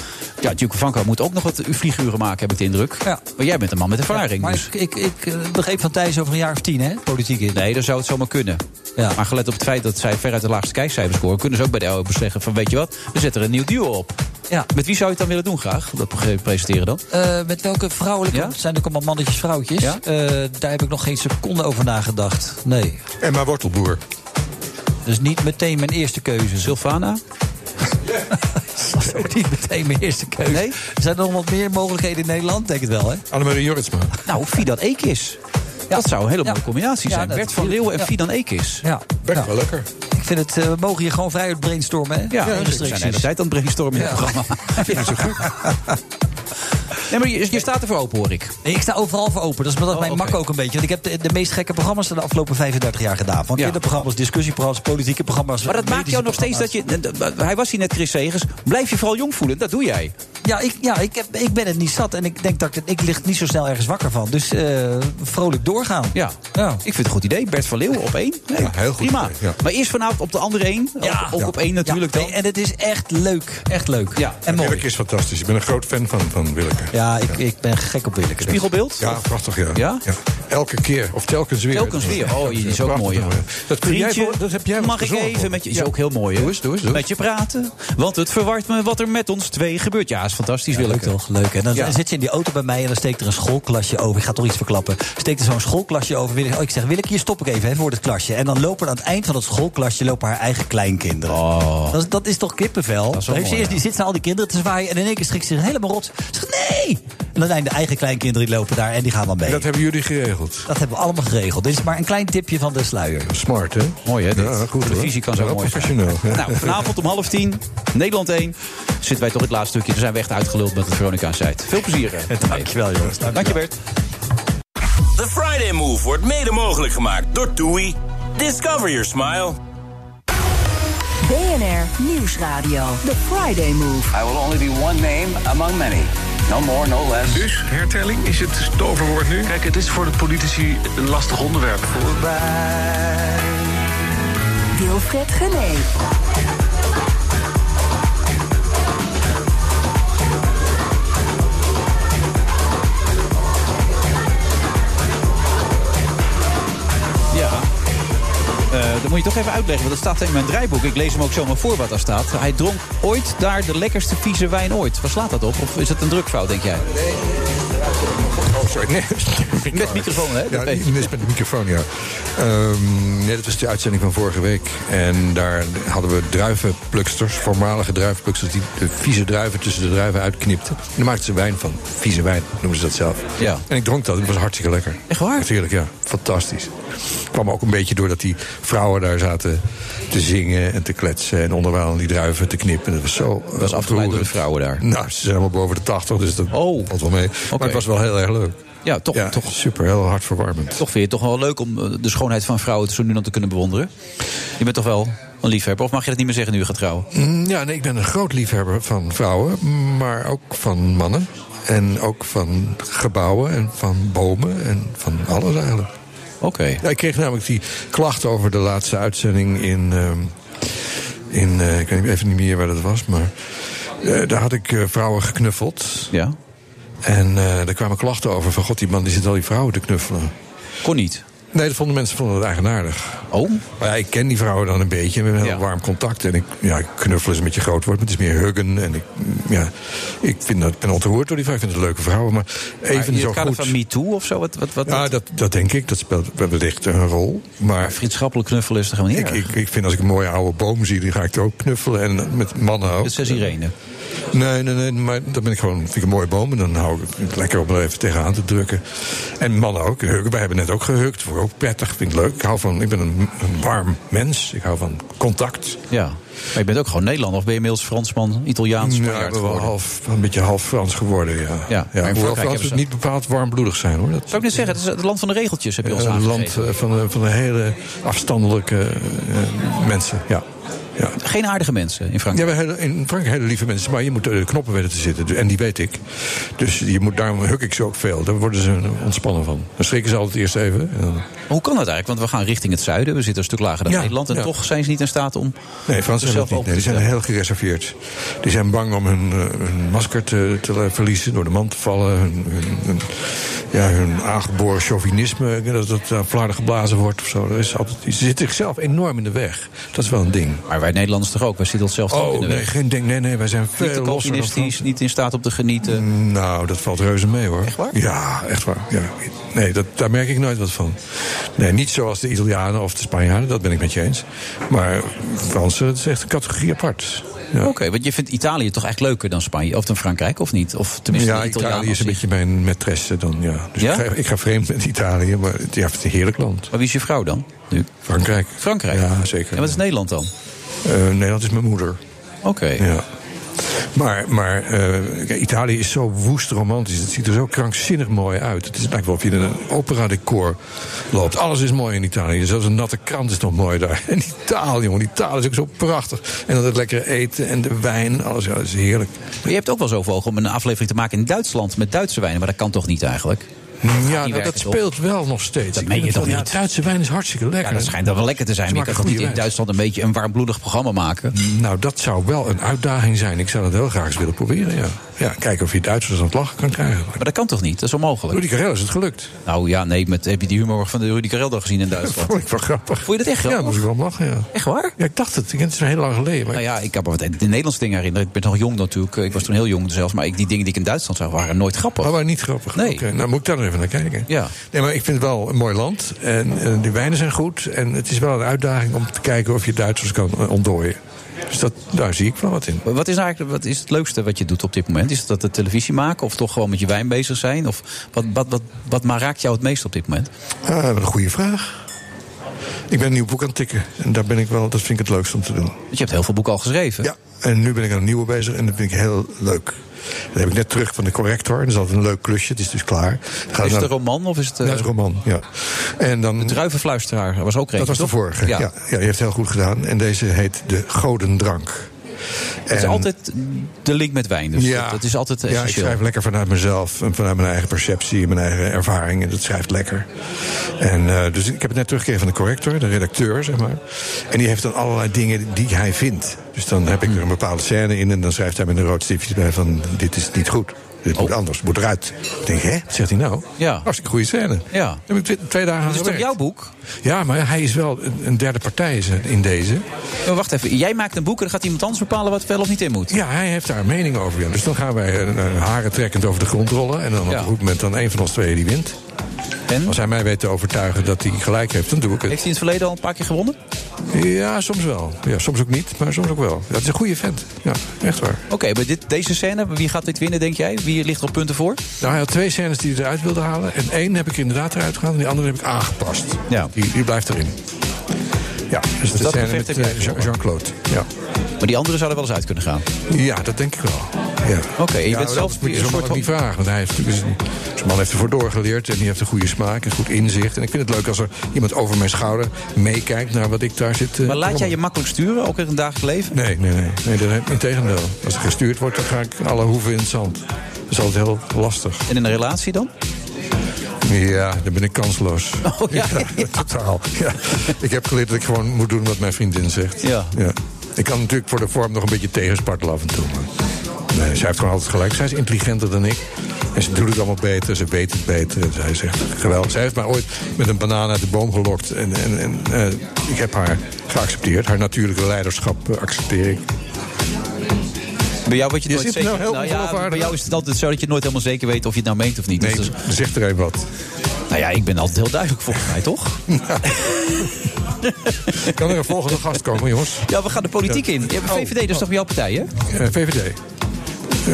Ja, Giovanka moet ook nog wat vlieguren maken, heb ik de indruk. Ja. Maar jij bent een man met ervaring. Maar dus. ik, ik, ik eh, begreep van Thijs over een jaar of tien, hè? Politiek in. Nee, dan zou het zomaar kunnen. Ja. Maar gelet op het feit dat zij veruit de laagste kijkcijfers scoren... kunnen ze ook bij de EO beslechten van, weet je wat, we zetten er een nieuw duo op. Ja. Met wie zou je het dan willen doen graag? Dat pre- presenteren dan? Eh, met welke vrouwelijke... Ja? Het zijn ook allemaal mannetjes, vrouwtjes. Ja? Eh, daar heb ik nog geen seconde over nagedacht. Nee. En maar wortelboer. Dus niet meteen mijn eerste keuze. Sylvana? Dat is ook niet meteen mijn eerste keuze. Nee? Er zijn nog wat meer mogelijkheden in Nederland, denk ik wel, hè? Annemarie Jorritsma. Nou, Fidan Ekis. Dat zou een hele mooie Ja. combinatie Ja, zijn. dat- Bert van Leeuwen en Ja. Fidan Ekis. Ja. Bert Nou, wel lekker. ik vind het... eh, we mogen hier gewoon vrij uit brainstormen, hè? Ja, Geen we zijn de restricties. hele tijd aan het brainstormen in het Ja. programma. Vind ik zo goed. Nee, maar je, je staat er voor open, hoor ik. Oh, Nee, ik sta overal voor open. Dat is omdat mijn mak ook een beetje. Want ik heb de, de meest gekke programma's de afgelopen 35 jaar gedaan. Van kinderprogramma's, discussieprogramma's, politieke programma's. Maar dat maakt jou nog steeds dat je. Hij was hier net Chris Segers. Blijf je vooral jong voelen, dat doe jij. Ja, ik, ja ik, heb, ik ben het niet zat. En ik denk dat ik, ik ligt niet zo snel ergens wakker van. Dus eh, vrolijk doorgaan. Ja. ja, ik vind het een goed idee. Bert van Leeuwen op één. Nee, heel goed Prima. idee, ja. Maar eerst vanavond op de andere één. Ja. Ook op één natuurlijk dan. Nee, en het is echt leuk. Echt leuk. Ja. En mooi. Willeke is fantastisch. Ik ben een groot fan van, van Willeke. Ja, ik, ik ben gek op Willeke. Spiegelbeeld? Ja, prachtig, ja. Ja? Elke keer. Of telkens weer. Telkens weer. Oh, die is ook Prachtig, mooi. Ja. Dat, kun jij Vriendje, voor, dat heb jij Mag ik gezorgd even voor. met je... Is Ja. ook heel mooi, hè? Doe eens, doe eens, doe Met je praten, want het verwart me wat er met ons twee gebeurt. Ja, is fantastisch, wil ik Leuk toch? Leuk. En dan zit je in die auto bij mij en dan steekt er een schoolklasje over. Ik ga toch iets verklappen. Steekt er zo'n schoolklasje over. Wil ik, oh, ik zeg, wil ik hier stop ik even hè, voor het klasje. En dan lopen aan het eind van dat schoolklasje lopen haar eigen kleinkinderen. Dat, is- dat is toch Oh. kippenvel? is wel Dan heeft ze mooi, eerst, die zit ze al die kinderen te zwaaien. En in één keer schrikt ze zich helemaal rot. Ze zegt, nee! En dan zijn de eigen kleinkinderen die lopen daar en die gaan dan mee. Dat hebben jullie geregeld. Dat hebben we allemaal geregeld. Dit is maar een klein tipje van de sluier. Smart, hè? Mooi, hè? Dit. Ja, goed, Televisie hoor. kan zo Wel mooi zijn. professioneel. ja. Nou, vanavond om half tien, Nederland 1, zitten wij toch het laatste stukje. Dan zijn we echt uitgeluld met de Veronica-site. Veel plezier. eh, Dankjewel, jongens. Dank je, Bert. The Friday Move wordt mede mogelijk gemaakt door TUI. Discover your smile. BNR Nieuwsradio. The Friday Move. I will only be one name among many. No more, no less. Dus hertelling is het toverwoord nu. Kijk, het is voor de politici een lastig onderwerp. Wilfred Genee. Ja. Eh dat moet je toch even uitleggen, want dat staat in mijn draaiboek. Ik lees hem ook zomaar voor wat daar staat. Hij dronk ooit daar de lekkerste vieze wijn ooit. Waar slaat dat op? Of is dat een drukfout, denk jij? Oh, sorry. Nee. Met microfoon, hè? Ja, die mis met de microfoon, ja. Ehm, nee, dat was de uitzending van vorige week. En daar hadden we druivenpluksters, voormalige druivenpluksters... die de vieze druiven tussen de druiven uitknipten. En daar maakten ze wijn van. Vieze wijn noemen ze dat zelf. Ja. En ik dronk dat en het was hartstikke lekker. Echt waar? Natuurlijk, ja. Fantastisch. Het kwam ook een beetje doordat die vrouwen daar zaten te zingen en te kletsen... en onderwijl die druiven te knippen. Dat was zo Dat was afgeleid door de vrouwen daar. Oh. Nou, ze zijn allemaal boven de 80, dus dat valt wel mee. Maar het was wel heel erg leuk. Ja, toch, Ja, toch, super, heel hartverwarmend. toch vind je het toch wel leuk om eh, de schoonheid van vrouwen zo nu en dan te kunnen bewonderen? Je bent toch wel een liefhebber? Of mag je dat niet meer zeggen nu je gaat trouwen? Mm, Ja, nee, ik ben een groot liefhebber van vrouwen, maar ook van mannen. En ook van gebouwen en van bomen en van alles eigenlijk. Oké. Ja, ik kreeg namelijk die klacht over de laatste uitzending in. ehm, in eh, ik weet even niet meer waar dat was, maar. eh, daar had ik eh, vrouwen geknuffeld. Ja. En eh daar kwamen klachten over van god, die man die zit al die vrouwen te knuffelen. Kon niet. Nee, dat vonden mensen vonden dat eigenaardig. Oh? Maar ja, ik ken die vrouwen dan een beetje. We hebben een heel warm contact. En ik, ja, ik knuffel is een beetje groot woord, maar het is meer huggen. En ik, ja, ik, vind dat, ik ben ontroerd door die vrouwen. Ik vind het leuke vrouwen. Maar even Maar in zo het kader goed. van MeToo of zo? Wat, wat, wat, Ja, dat, dat denk ik. Dat speelt wellicht een rol. Maar vriendschappelijk knuffelen is toch helemaal niet ik, ik, ik vind als ik een mooie oude boom zie, die ga ik er ook knuffelen. En met mannen ook. Dat is Irene. Nee, nee, nee. Maar dan ben ik gewoon, vind ik een mooie boom. En dan hou ik het lekker om er even tegenaan te drukken. En mannen ook. Huggen. Wij hebben net ook gehukt. Vond ik ook prettig. Vind ik leuk. Ik hou van, ik ben een, een warm mens. Ik hou van contact. Ja. Maar je bent ook gewoon Nederlander. Of ben je inmiddels Fransman, Italiaans, Ja, Spanjaard ik ben wel geworden? half, een beetje half Frans Mm, geworden, ja. Ja, maar in hoewel Frankrijk hebben Fransen ze- niet bepaald warmbloedig zijn, hoor. Dat Zou ik net zeggen, het is het land van de regeltjes, heb je ons eh, een land aangegeven. eh, van, eh, van een hele afstandelijke eh, mensen, ja. ja. Geen aardige mensen in Ja, Frankrijk. we hebben hele, in Frankrijk hele lieve mensen, maar je moet eh, de knoppen weten te zitten. Dus- En die weet ik. Dus je moet, daarom huk ik ze ook veel. Daar worden ze ontspannen van. Dan schrikken ze altijd eerst even. En dan- Hoe kan dat eigenlijk? Want we gaan richting het zuiden. We zitten een stuk lager dan Ja, Nederland. En ja. toch zijn ze niet in staat om... Nee, Fransen zijn Zelf dat niet. ook Nee, die zijn niet, heel gereserveerd. Die zijn bang om hun, eh, hun masker te, te la- verliezen, door de man te vallen. Hun, hun- hun- ja, hun aangeboren chauvinisme, eh, dat het aan flarden geblazen wordt of zo. Dat is altijd, ze zitten zichzelf enorm in de weg. Dat is wel een ding. Maar wij Nederlanders toch ook? Wij zitten onszelf toch in Oh, de nee, weg. geen ding. Nee, nee, wij zijn Niet te veel losser dan calvinistisch, niet in staat om te genieten. Fransen. Nou, dat valt reuze mee hoor. Echt waar? Ja, echt waar. Ja. Nee, dat, daar merk ik nooit wat van. Nee, niet zoals de Italianen of de Spanjaarden, dat ben ik met je eens. Maar Fransen, dat is echt een categorie apart. Ja. Oké, want je vindt Italië toch echt leuker dan Spanje of dan Frankrijk, of niet? Of tenminste, Ja, de Italië Italianen is een op zich. beetje mijn maîtresse dan, ja. Dus Ja? Ik, ga, ik ga vreemd met Italië, maar het, ja, het is een heerlijk land. Maar wie is je vrouw dan? Nu? Frankrijk. Frankrijk. Ja, zeker. En wat is Nederland dan? Eh, Nederland is mijn moeder. Oké. Ja. Maar, maar eh, kijk, Italië is zo woest romantisch. Het ziet er zo krankzinnig mooi uit. Het is lijkt wel of je in een opera-decor loopt. Alles is mooi in Italië. Zelfs een natte krant is nog mooi daar. En Italië, jongen, Italië is ook zo prachtig. En dan het lekkere eten en de wijn. Alles ja, dat is heerlijk. Maar je hebt ook wel zo ogen om een aflevering te maken in Duitsland met Duitse wijnen. Maar dat kan toch niet eigenlijk? Ja, Die dat, werken Nou, dat toch? speelt wel nog steeds. Dat Ik vind meen je het toch wel- niet? Ja, Duitse wijn is hartstikke lekker. Ja, dat schijnt dan wel lekker te zijn. Ze Maar je maken kan toch niet goede in Duitsland een beetje een warmbloedig programma maken? Nou, dat zou wel een uitdaging zijn. Ik zou dat heel graag eens willen proberen, ja. Ja, kijken of je Duitsers aan het lachen kan krijgen. Maar dat kan toch niet? Dat is onmogelijk. Rudy Karel is het gelukt. Nou ja, nee, met, heb je die humor van de Rudy Karel dan gezien in Duitsland? Vond ik wel grappig. Vond je dat echt Ja, grappig? moest ik wel om lachen, ja. Echt waar? Ja, ik dacht het. Ik- Het is heel lang geleden. Maar Nou ja, ik heb me wat de Nederlandse dingen herinneren. Ik ben nog jong natuurlijk. Ik was toen heel jong zelfs. Maar ik, die dingen die ik in Duitsland zag waren nooit grappig. Oh, maar niet grappig. Nee. Oké, nou moet ik daar nog even naar kijken. Ja. Nee, maar ik vind het wel een mooi land. En eh, die wijnen zijn goed. En het is wel een uitdaging om te kijken of je Duitsers kan eh, ontdooien. Dus dat, daar zie ik wel wat in. Maar Wat is, eigenlijk, wat is het leukste wat je doet op dit moment? Is dat de televisie maken of toch gewoon met je wijn bezig zijn? Of wat, wat, wat, wat maar raakt jou het meest op dit moment? Ah, wat een goede vraag. Ik ben een nieuw boek aan het tikken. En daar ben ik wel, dat vind ik het leukst om te doen. Want je hebt heel veel boeken al geschreven. Ja, en nu ben ik aan een nieuwe bezig en dat vind ik heel leuk. Dat heb ik net terug van de corrector. Dat is altijd een leuk klusje, het is dus klaar. Dan gaan we Is het naar- een roman of is het... eh, Ja, het is een roman, ja. En dan, De druivenfluisteraar, dat was ook dat was eentje, de toch? vorige. Ja. Ja. Ja, je hebt heel goed gedaan. En deze heet De Godendrank. Dat is En- altijd de link met wijn. Dus dat, dat is altijd ja, ik essentieel. schrijf lekker vanuit mezelf en vanuit mijn eigen perceptie en mijn eigen ervaring. En dat schrijft lekker. En, eh, dus ik heb het net teruggekregen van de corrector, de redacteur, zeg maar. En die heeft dan allerlei dingen die hij vindt. Dus dan heb ik Hm. er een bepaalde scène in en dan schrijft hij met een rood stiftje bij van dit is niet goed. Oh. Dit moet anders, moet eruit. Ik denk, hè, wat zegt hij nou? Ja. Hartstikke goede scène. Ja. Heb ik twee, twee dagen Dat aan is toch gewerkt. jouw boek? Ja, maar hij is wel een- een derde partij is in deze. Maar Oh, wacht even, jij maakt een boek en dan gaat iemand anders bepalen wat wel of niet in moet. Ja, hij heeft daar een mening over. ja. Dus dan gaan wij eh, eh, haren trekkend over de grond rollen. En dan op een goed moment dan een van ons tweeën die wint. Als hij mij weet te overtuigen dat hij gelijk heeft, dan doe ik het. Heeft hij in het verleden al een paar keer gewonnen? Ja, soms wel. Ja, soms ook niet, maar soms ook wel. Dat is een goede vent. Ja, echt waar. Oké, maar dit, deze scène, wie gaat dit winnen, denk jij? Wie ligt er op punten voor? Nou, hij had twee scènes die hij eruit wilde halen. En één heb ik inderdaad eruit gehaald en die andere heb ik aangepast. Ja. Die, die blijft erin. Ja, dus, de dat scène gevecht met heb jij eh, Jean- Jean-Claude. Ja. Maar die anderen zouden wel eens uit kunnen gaan. ja, dat denk ik wel. Ja. Oké, je Ja, bent maar zelf dat moet je zo'n man ook niet vragen. Want hij heeft natuurlijk een- zo'n man heeft ervoor doorgeleerd en die heeft een goede smaak en goed inzicht. En ik vind het leuk als er iemand over mijn schouder meekijkt naar wat ik daar zit. eh, Maar laat jij rommelen. je makkelijk sturen, ook in het dagelijks leven? Nee, nee, nee. nee dat heb, integendeel. Als er gestuurd wordt, dan ga ik alle hoeven in het zand. Dat is altijd heel lastig. En in een relatie dan? Ja, dan ben ik kansloos. Oh, ja. totaal. Ja. Ik heb geleerd dat ik gewoon moet doen wat mijn vriendin zegt. Ja. Ik kan natuurlijk voor de vorm nog een beetje tegenspartelen af en toe. Maar nee, zij heeft gewoon altijd gelijk. Zij is intelligenter dan ik. En ze doet het allemaal beter, ze weet het beter. En zij zegt, geweldig. Zij heeft mij ooit met een banaan uit de boom gelokt. En, en, en eh, ik heb haar geaccepteerd. Haar natuurlijke leiderschap eh, accepteer ik. Bij jou, wat je Je nooit zit zeker... nou heel ja, ongeloofwaardig. bij jou is het altijd zo dat je nooit helemaal zeker weet of je het nou meent of niet. Nee, Dus dat is- zeg er even wat. Nou. nou ja, ik ben altijd heel duidelijk volgens mij, toch? Kan er een volgende gast komen, jongens? Ja, we gaan de politiek in. Je hebt Oh, VVD, dat is toch jouw partij, hè? Eh, VVD. Eh,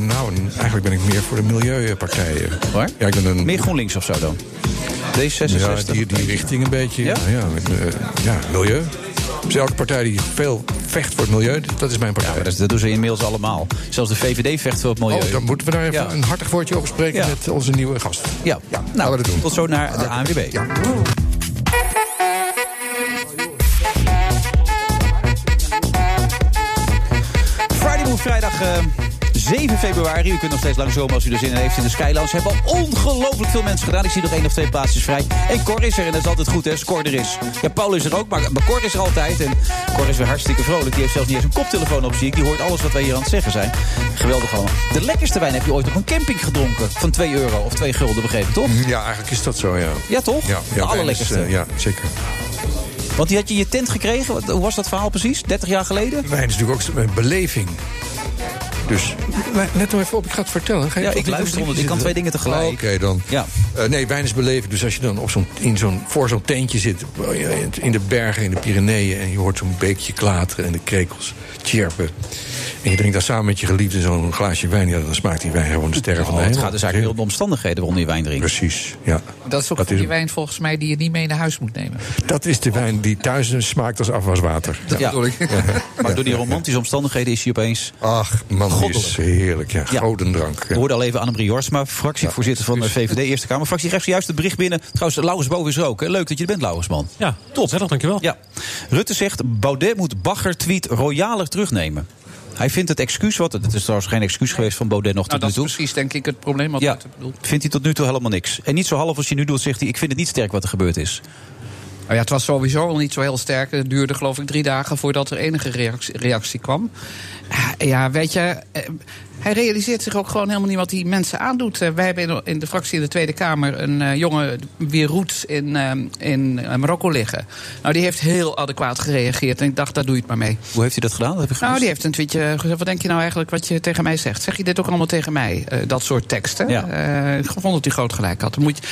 nou, eigenlijk ben ik meer voor de milieupartijen. Waar? Ja, ik ben een... Meer GroenLinks of zo dan? D66. Ja, die, die richting een beetje. Ja, ja, met, eh, ja milieu. Dus elke partij die veel vecht voor het milieu, dat is mijn partij. Dat, dat doen ze inmiddels allemaal. Zelfs de VVD vecht voor het milieu. Oh, dan moeten we daar even Ja. een hartig woordje over spreken Ja. met onze nieuwe gast. Ja, nou, tot zo naar de ANWB. Friday Move vrijdag eh, 7 februari. U kunt nog steeds lang zomaar als u er zin in heeft in de Skylands. Hebben al ongelooflijk veel mensen gedaan. Ik zie nog één of twee plaatsjes vrij. En Cor is er en dat is altijd goed hè, als Cor er is. Ja, Paul is er ook, maar, maar Cor is er altijd. En Cor is weer hartstikke vrolijk. Die heeft zelfs niet eens een koptelefoon op, zie ik. Die hoort alles wat wij hier aan het zeggen zijn. Geweldig allemaal. De lekkerste wijn heb je ooit op een camping gedronken. Van 2 euro of 2 gulden, begreep ik toch? Ja, eigenlijk is dat zo, ja. Ja, toch? Ja, de ja, allerlekkerste. wijn is, eh, ja, zeker. Want die had je in je tent gekregen. Wat- Hoe was dat verhaal precies? 30 jaar geleden? Wijn is natuurlijk ook een beleving. Dus let maar even op, ik ga het vertellen. Ga je Ja, op ik die luister hoek onder. Ik zitten? kan twee dingen tegelijk. Ah, Oké, dan. Ja. Eh, nee, wijn is beleving. Dus als je dan op zo'n, in zo'n, voor zo'n tentje zit... in de bergen, in de Pyreneeën... en je hoort zo'n beekje klateren en de krekels chirpen... En je drinkt daar samen met je geliefde zo'n glaasje wijn. Ja, dan smaakt die wijn gewoon de sterren van de Oh, het hemel. gaat dus eigenlijk heel om de omstandigheden waaronder je wijn drinkt. Precies, ja. Dat is ook Dat is die hem. wijn volgens mij die je niet mee naar huis moet nemen. Dat is de wijn die thuis smaakt als afwaswater. Ja. Maar door die romantische romantische omstandigheden is hij opeens. Ach, man, die is heerlijk. Ja, godendrank. We hoorden al even Annemarie Jorsma, fractievoorzitter van eh, de VVD Eerste Kamer. Fractie krijgt zojuist het bericht binnen. Trouwens, Lauwers Boven is er ook. hè. Leuk dat je er bent, Lauwersman. Ja, top. Hè, dankjewel. Ja. Rutte zegt, Baudet moet Bagger-tweet royaler terugnemen. Hij vindt het excuus, wat het is trouwens geen excuus geweest van Baudet nog Nou, tot dat nu is toe. precies denk ik het probleem wat Ja. Rutte bedoelt. Vindt hij tot nu toe helemaal niks. En niet zo half als je nu doet, zegt hij, ik vind het niet sterk wat er gebeurd is. Nou ja, het was sowieso al niet zo heel sterk. Het duurde geloof ik drie dagen voordat er enige reactie, reactie kwam. Ah, Ja, weet je, eh, hij realiseert zich ook gewoon helemaal niet wat die mensen aandoet. Eh, Wij hebben in- in de fractie in de Tweede Kamer een eh, jongen weer roots in, ehm, in eh, Marokko liggen. Nou, die heeft heel adequaat gereageerd en ik dacht, daar doe je het maar mee. Hoe heeft hij dat gedaan? Dat heb ik Nou, die heeft een tweetje gezegd. Wat denk je nou eigenlijk wat je tegen mij zegt? Zeg je dit ook allemaal tegen mij? Eh, dat soort teksten. Ja. Eh, ik vond dat hij groot gelijk had. Dan moet je,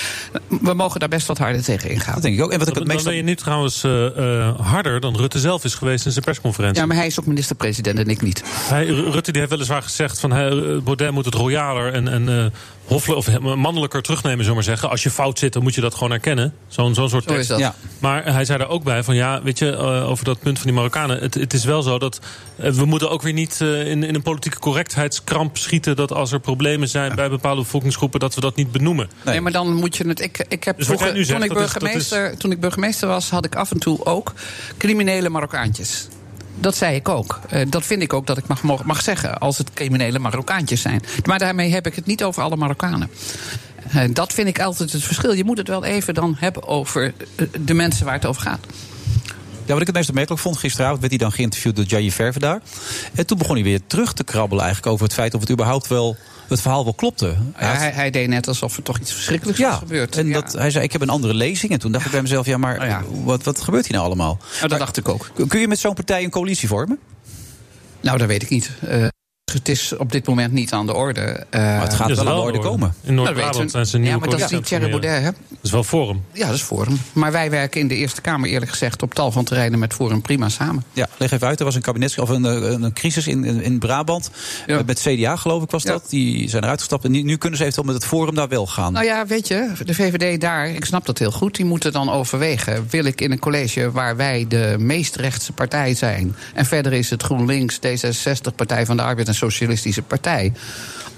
we mogen daar best wat harder tegen ingaan. Dat denk ik ook. En wat ik Dan, het dan meest... ben je nu trouwens eh, eh, harder dan Rutte zelf is geweest in zijn persconferentie. Ja, maar hij is ook minister-president en ik niet. Hij, Ru- Rutte die heeft weliswaar gezegd van hey, eh, Baudet moet het royaler en, en eh, hoffel- of hem- mannelijker terugnemen, zullen we maar zeggen. Als je fout zit, dan moet je dat gewoon erkennen. Zo'n zo'n soort Zo is tekst. dat. Ja. Maar hij zei daar ook bij van ja, weet je, eh, over dat punt van die Marokkanen. Het, het is wel zo dat eh, we moeten ook weer niet eh, in, in een politieke correctheidskramp schieten dat als er problemen zijn bij bepaalde bevolkingsgroepen, dat we dat niet benoemen. Nee. maar dan moet je het. Ik, ik heb Dus wat vroeger- jij nu zegt, toen, ik dat is- dat burgemeester, toen ik burgemeester was, had ik af en toe ook criminele Marokkaantjes. Dat zei ik ook. Eh, dat vind ik ook dat ik mag, mag- mag zeggen als het criminele Marokkaantjes zijn. Maar daarmee heb ik het niet over alle Marokkanen. Eh, dat vind ik altijd het verschil. Je moet het wel even dan hebben over eh, de mensen waar het over gaat. Ja, wat ik het meest opmerkelijk vond, gisteravond werd hij dan geïnterviewd door Jay Vervedaar. En toen begon hij weer terug te krabbelen eigenlijk over het feit of het überhaupt wel het verhaal wel klopte. Ja, hij, hij deed net alsof er toch iets verschrikkelijks was gebeurd. En dat, hij zei, ik heb een andere lezing. En toen dacht ik bij mezelf, ja, maar Wat, wat gebeurt hier nou allemaal? Oh dat dacht ik ook. Kun je met zo'n partij een coalitie vormen? Nou, dat weet ik niet. Eh, het is op dit moment niet aan de orde. Eh, Nou, maar het gaat Ja, wel wel aan de orde orde. komen. In Noord-Brabant zijn ze een Ja, nieuwe maar dat is niet coalitie aan Thierry het Baudet, hè? Dat is wel Forum. Ja, dat is Forum. Maar wij werken in de Eerste Kamer eerlijk gezegd op tal van terreinen met Forum prima samen. Ja, leg even uit. Er was een kabinets of een, eh, een crisis in, in, in Brabant. Eh, Met CDA geloof ik was dat. Die zijn eruit gestapt. En nu, nu kunnen ze eventueel met het Forum daar wel gaan. Nou ja, weet je, de VVD daar, ik snap dat heel goed, die moeten dan overwegen. Wil ik in een college waar wij de meest rechtse partij zijn... en verder is het GroenLinks, D66, Partij van de Arbeid en Socialistische Partij...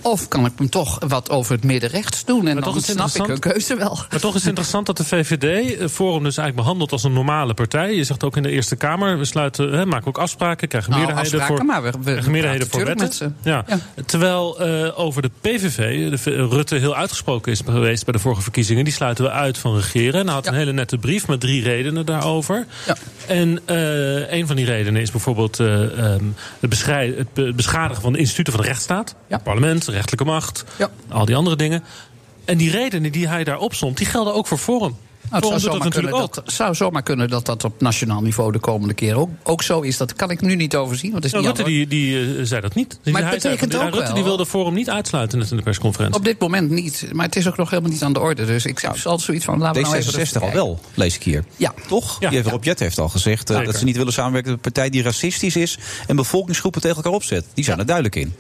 of kan ik hem toch wat over het middenrechts doen? En toch dan is het snap ik hun interessant- keuze wel. Maar toch is het interessant dat de VVD het Forum dus eigenlijk behandelt als een normale partij. Je zegt ook in de Eerste Kamer, we sluiten, hè, maken ook afspraken, krijgen Nou, meerderheden afspraken, voor, maar we- we- we krijgen meerderheden voor praten natuurlijk wetten. Ja. Terwijl eh, over de PVV, de, V- Rutte heel uitgesproken is geweest bij de vorige verkiezingen. Die sluiten we uit van regeren. En hij had een hele nette brief met drie redenen daarover. En eh, een van die redenen is bijvoorbeeld eh, ehm, het, beschrij- het be- het beschadigen van de instituten van de rechtsstaat. Parlement, rechterlijke macht, al die andere dingen. En die redenen die hij daar opzomt, die gelden ook voor Forum. Nou, Forum het doet zou dat zomaar, kunnen natuurlijk dat, ook. zou zomaar kunnen dat dat op nationaal niveau de komende keer ook, ook zo is. Dat kan ik nu niet overzien. Want het is Nou, niet Rutte aan de die, die eh, zei dat niet. Maar het hij zei betekent van- ja, ook Rutte wel- die wilde Forum niet uitsluiten net in de orde. persconferentie. Op dit moment niet. Maar het is ook nog helemaal niet aan de orde. Dus ik zou zal zoiets van. Laten we nou even D66 al wel, lees ik hier. Ja. Toch? Die heeft Rob Jet heeft al gezegd eh, Zeker. dat ze niet willen samenwerken met een partij die racistisch is en bevolkingsgroepen tegen elkaar opzet. Die zijn er duidelijk in.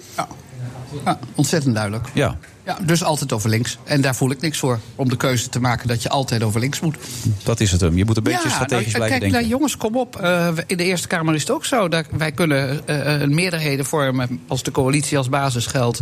Ja, ontzettend duidelijk. Ja. Ja, dus altijd over links. En daar voel ik niks voor. Om de keuze te maken dat je altijd over links moet. Dat is het hem. Je moet een beetje Ja, strategisch nou, blijven kijk, denken. nou, jongens, kom op. Eh, we- in de Eerste Kamer is het ook zo. Dat wij kunnen eh, eh, meerderheden vormen als de coalitie als basis geldt...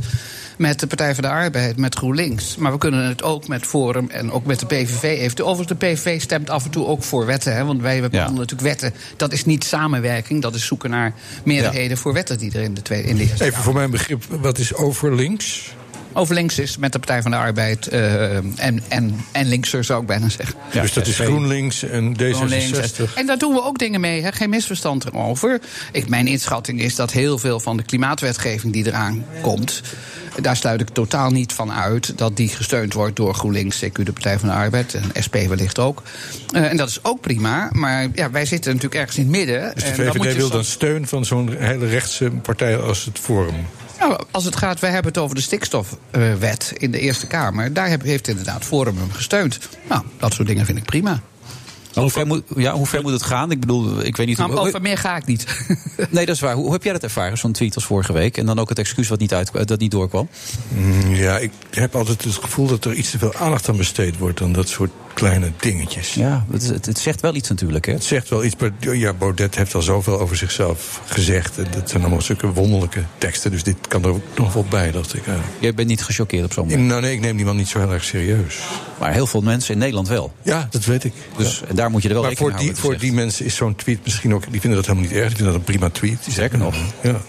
met de Partij van de Arbeid, met GroenLinks. Maar we kunnen het ook met Forum en ook met de PVV. Heeft, overigens, de PVV stemt af en toe ook voor wetten. Hè, want wij behandelen natuurlijk wetten. Dat is niet samenwerking, dat is zoeken naar meerderheden voor wetten... die er in de, tweede, in de Eerste Even voor mijn begrip, wat is over links? Over links is met de Partij van de Arbeid eh, en, en, en linkser, zou ik bijna zeggen. dus dat is GroenLinks en D66. GroenLinks. En daar doen we ook dingen mee, hè? geen misverstand erover. Ik, mijn inschatting is dat heel veel van de klimaatwetgeving die eraan komt... daar sluit ik totaal niet van uit dat die gesteund wordt door GroenLinks... CQ, de Partij van de Arbeid en SP wellicht ook. Eh, en dat is ook prima, maar ja, wij zitten natuurlijk ergens in het midden. Dus de en dan moet VVD je wil soms- dan steun van zo'n hele rechtse partij als het Forum. nou, als het gaat, wij hebben het over de stikstofwet in de Eerste Kamer. Daar heb- heeft inderdaad Forum hem gesteund. Nou, dat soort dingen vind ik prima. hoe, ver moet, ja, hoe ver moet het gaan? Ik bedoel, ik weet niet Nou, hoe... over meer ga ik niet. Nee, dat is waar. Hoe, hoe heb jij dat ervaren, zo'n tweet als vorige week? En dan ook het excuus wat niet, uit, dat niet doorkwam? Mm, Ja, ik heb altijd het gevoel dat er iets te veel aandacht aan besteed wordt aan dat soort kleine dingetjes. Ja, het, het, het zegt wel iets natuurlijk. Hè? Het zegt wel iets, maar ja, Baudet heeft al zoveel over zichzelf gezegd. En dat zijn allemaal zulke wonderlijke teksten, dus dit kan er ook nog wel bij, dacht ik. eigenlijk. Jij bent niet gechoqueerd op zo'n moment? Nou nee, ik neem die man niet zo heel erg serieus. Maar heel veel mensen in Nederland wel. Ja, dat weet ik. Dus daar moet je er wel maar rekening voor mee die, houden. voor die mensen is zo'n tweet misschien ook... Die vinden dat helemaal niet erg, die vinden dat een prima tweet. Zeker nog.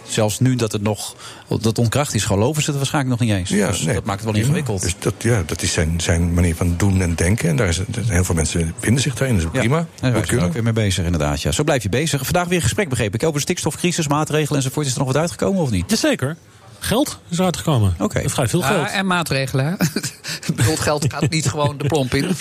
Zelfs nu dat het nog dat ontkracht is, geloven ze het waarschijnlijk nog niet eens. dus nee, dat maakt het wel prima. ingewikkeld. Dus dat, ja, dat is zijn, zijn manier van doen en denken. En daar is, heel veel mensen vinden zich daarin, dat is ook Ja. prima. En daar Moet zijn we kunnen. ook weer mee bezig, inderdaad. Ja. Zo blijf je bezig. Vandaag weer een gesprek, begreep ik, over stikstofcrisis, maatregelen enzovoort. Is er nog wat uitgekomen of niet? Jazeker. Geld is uitgekomen. Oké. Vrij veel Ja, geld. en maatregelen. hè. Ik bedoel, het geld gaat niet gewoon de plomp in.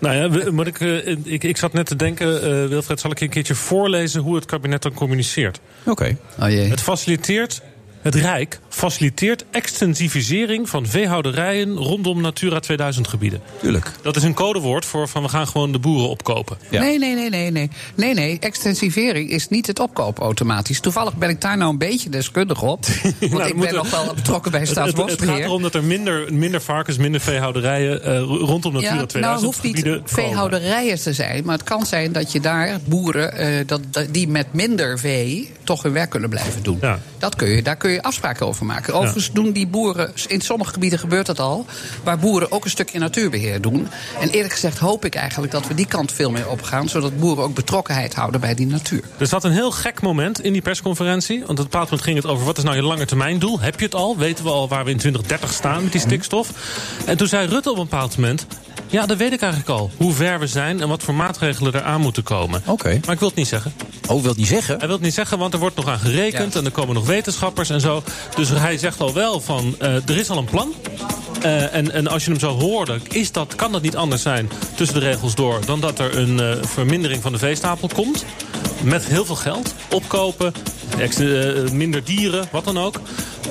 nou ja, we- moet ik, eh, ik, ik zat net te denken, eh, Wilfred, zal ik je een keertje voorlezen hoe het kabinet dan communiceert? Oké. Oh, Het faciliteert. Het Rijk faciliteert extensivisering van veehouderijen rondom Natura 2000 gebieden. Tuurlijk. Dat is een codewoord voor van we gaan gewoon de boeren opkopen. Nee, nee, nee, nee, nee. Nee, nee, extensivering is niet het opkopen automatisch. Toevallig ben ik daar nou een beetje deskundig op. Want Nou, ik ben nog wel betrokken bij Het- het- Het, gaat staatsbosbeheer. erom dat er minder, minder varkens, minder veehouderijen eh, ro- rondom Natura Ja, 2000 nou hoeft niet gebieden komen. veehouderijen te zijn, maar het kan zijn dat je daar boeren eh, dat, dat- die met minder vee toch hun werk kunnen blijven doen. Dat kun je, daar kun je afspraken over maken. Ja. Overigens doen die boeren, in sommige gebieden gebeurt dat al, waar boeren ook een stukje natuurbeheer doen. En eerlijk gezegd hoop ik eigenlijk dat we die kant veel meer opgaan, zodat boeren ook betrokkenheid houden bij die natuur. Er zat een heel gek moment in die persconferentie. Want op een bepaald moment ging het over wat is nou je langetermijndoel? Heb je het al? Weten we al waar we in 2030 staan met die Mhm. stikstof? En toen zei Rutte op een bepaald moment... Ja, dat weet ik eigenlijk al. Hoe ver we zijn en wat voor maatregelen er aan moeten komen. Oké. Maar ik wil het niet zeggen. Oh, wil het niet zeggen? Hij wil het niet zeggen, want er wordt nog aan gerekend... en er komen nog wetenschappers en zo. Dus hij zegt al wel van, eh, er is al een plan. Eh, en, en als je hem zo hoorde, is dat, kan dat niet anders zijn tussen de regels door... dan dat er een eh, vermindering van de veestapel komt. Met heel veel geld. Opkopen, ex- eh, minder dieren, wat dan ook.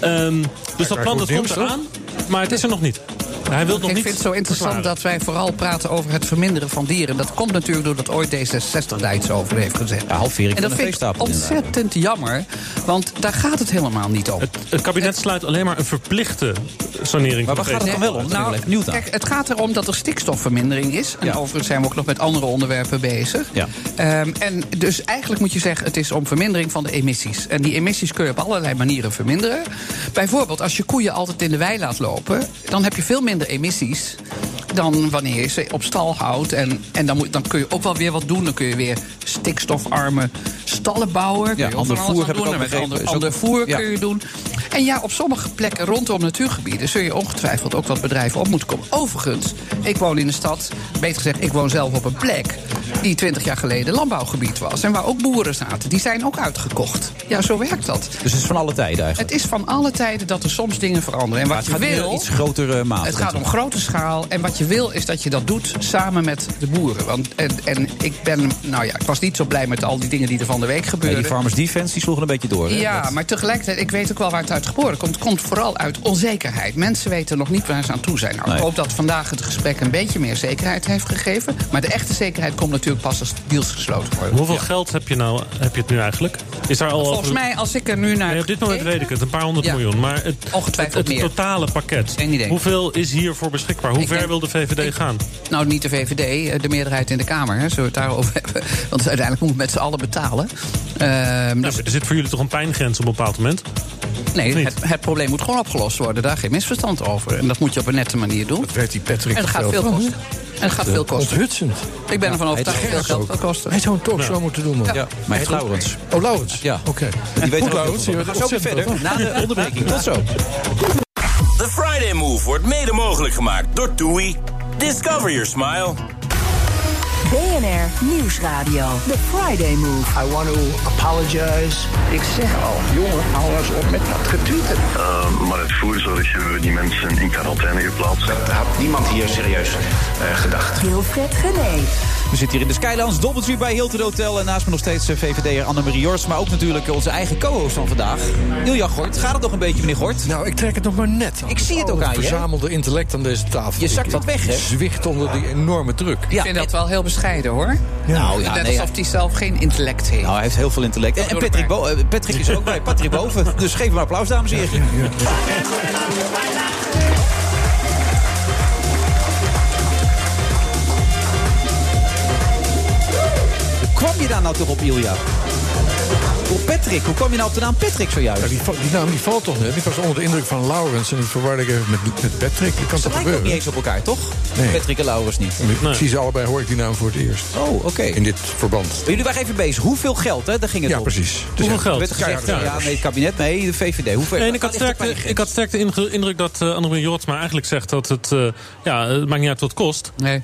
Ehm, dus dat plan goed dat nieuws, komt eraan, maar het is er nog niet. Hij wil het nog ik niet vind het zo interessant verklaren. dat wij vooral praten over het verminderen van dieren. Dat komt natuurlijk doordat ooit D66 daar iets over heeft gezegd. Ja, halvering en van dat de vind ik veestapel inderdaad. ontzettend jammer, want daar gaat het helemaal niet om. Het kabinet sluit alleen maar een verplichte sanering van de veestapel uit. Nou, kijk, het gaat erom dat er stikstofvermindering is. En Ja. overigens zijn we ook nog met andere onderwerpen bezig. Ja. Ehm, en dus eigenlijk moet je zeggen, het is om vermindering van de emissies. En die emissies kun je op allerlei manieren verminderen. Bijvoorbeeld, als je koeien altijd in de wei laat lopen... dan heb je veel minder emissies dan wanneer je ze op stal houdt. En, en dan, moet, dan kun je ook wel weer wat doen. Dan kun je weer stikstofarme stallen bouwen. Kun je Ja, ook van ander alles voer aan heb ik doen. ook En met begrepen. ander- Is ook- Ander voer ja. kun je doen. En ja, op sommige plekken rondom natuurgebieden zul je ongetwijfeld ook wat bedrijven op moeten komen. Overigens, ik woon in een stad, beter gezegd, ik woon zelf op een plek die 20 jaar geleden landbouwgebied was en waar ook boeren zaten. Die zijn ook uitgekocht. Ja, zo werkt dat. Dus het is van alle tijden eigenlijk. Het is van alle tijden dat er soms dingen veranderen. En Maar wat het je gaat meer wil. iets grotere maatregelen. Het gaat om grote schaal. En wat je wil is dat je dat doet samen met de boeren. Want, en, en ik ben, nou ja, ik was niet zo blij met al die dingen die er van de week Nee, gebeurden. die Farmers Defense die sloegen een beetje door. hè? Ja, maar tegelijkertijd, ik weet ook wel waar het uit geboren komt. Het komt vooral uit onzekerheid. Mensen weten nog niet waar ze aan toe zijn. Nou, Nee. Ik hoop dat vandaag het gesprek een beetje meer zekerheid heeft gegeven. Maar de echte zekerheid komt natuurlijk pas als deals gesloten worden. Hoeveel geld heb je, nou, heb je het nu eigenlijk? Is daar al Volgens mij, als ik er nu naar. Nee, op dit moment weet ik het, een paar honderd Ja. miljoen. Maar het, Ongetwijfeld het, het meer. totale pakket, idee. hoeveel is hiervoor beschikbaar? Hoe Ik ver denk- wil de VVD gaan? Nou, niet de VVD, eh, de meerderheid in de Kamer. Hè, zullen we het daarover hebben? Want uiteindelijk moeten we met z'n allen betalen. Ehm, dus- Nou, er zit voor jullie toch een pijngrens op een bepaald moment? nee, het, het probleem moet gewoon opgelost worden. Daar geen misverstand over. En dat moet je op een nette manier doen. Dat weet die Patrick. En dat gaat veel kosten. En dat gaat veel kosten. Onthutsend. Ik ben ervan Ja, overtuigd dat hij veel doet het geld gaat kosten. Hij zou een talkshow moeten doen, man. Ja. Ja, maar Echt? Laurens. Oh, Laurens? Ja. Oké. Die Goed, weet er ook heel Laurens. veel je van. weet We gaan zo weer ontzettend verder. veel Na van. de onderbreking. Tot zo. The Friday Move wordt mede mogelijk gemaakt door TUI. Discover your smile. BNR Nieuwsradio. The Friday Move. I want to apologize. Ik zeg al, jongen, hou eens op met dat getwitter. Eh, maar het voorzorg hebben we die mensen in quarantaine geplaatst. Dat had niemand hier serieus eh, gedacht. Wilfred Genee. We zitten hier in de Skylands, Doubletree bij Hilton Hotel. En naast me nog steeds eh, VVD'er Annemarie Jors. Maar ook natuurlijk onze eigen co-host van vandaag. Ilja Gort, gaat het nog een beetje, meneer Gort? Nou, ik trek het nog maar net. Ik zie het ook Het aan je. hè? verzamelde intellect aan deze tafel. Je zakt Ik- wat weg, hè? Ik zwicht onder die enorme druk. Ik vind dat wel heel bescheiden hoor. Nou, ja, Net nee, alsof hij zelf geen intellect heeft. Nou, hij heeft heel veel intellect. En, en Patrick, Bo- eh, Patrick is er ook bij. Patrick Boven. Dus geef hem een applaus, dames en heren. Hoe kwam je daar nou toch op, Ilja? Op Patrick, hoe kwam je nou op de naam Patrick zojuist? Ja, die, va- die naam die valt toch net? Ik was onder de indruk van Laurens en die verwarde ik even met, met Patrick. Dat kan toch Ze lijken ook gebeuren? niet eens op elkaar, toch? Nee. Patrick en Laurens niet. Ik Zie ze allebei, hoor ik die naam voor het eerst. Oh, oké. In dit verband. Maar Jullie waren even bezig. Hoeveel geld, hè? Daar ging het Ja, om. precies. Dus Hoeveel ja, geld? geld? Werd gezegd, ja, Keihard. nee, het kabinet, nee, de VVD. Hoeveel? En ik had sterk, de- ik had sterk de inge- indruk dat eh Annemarie Jortsma eigenlijk zegt dat het... eh, ja, het maakt niet uit wat het kost. Nee.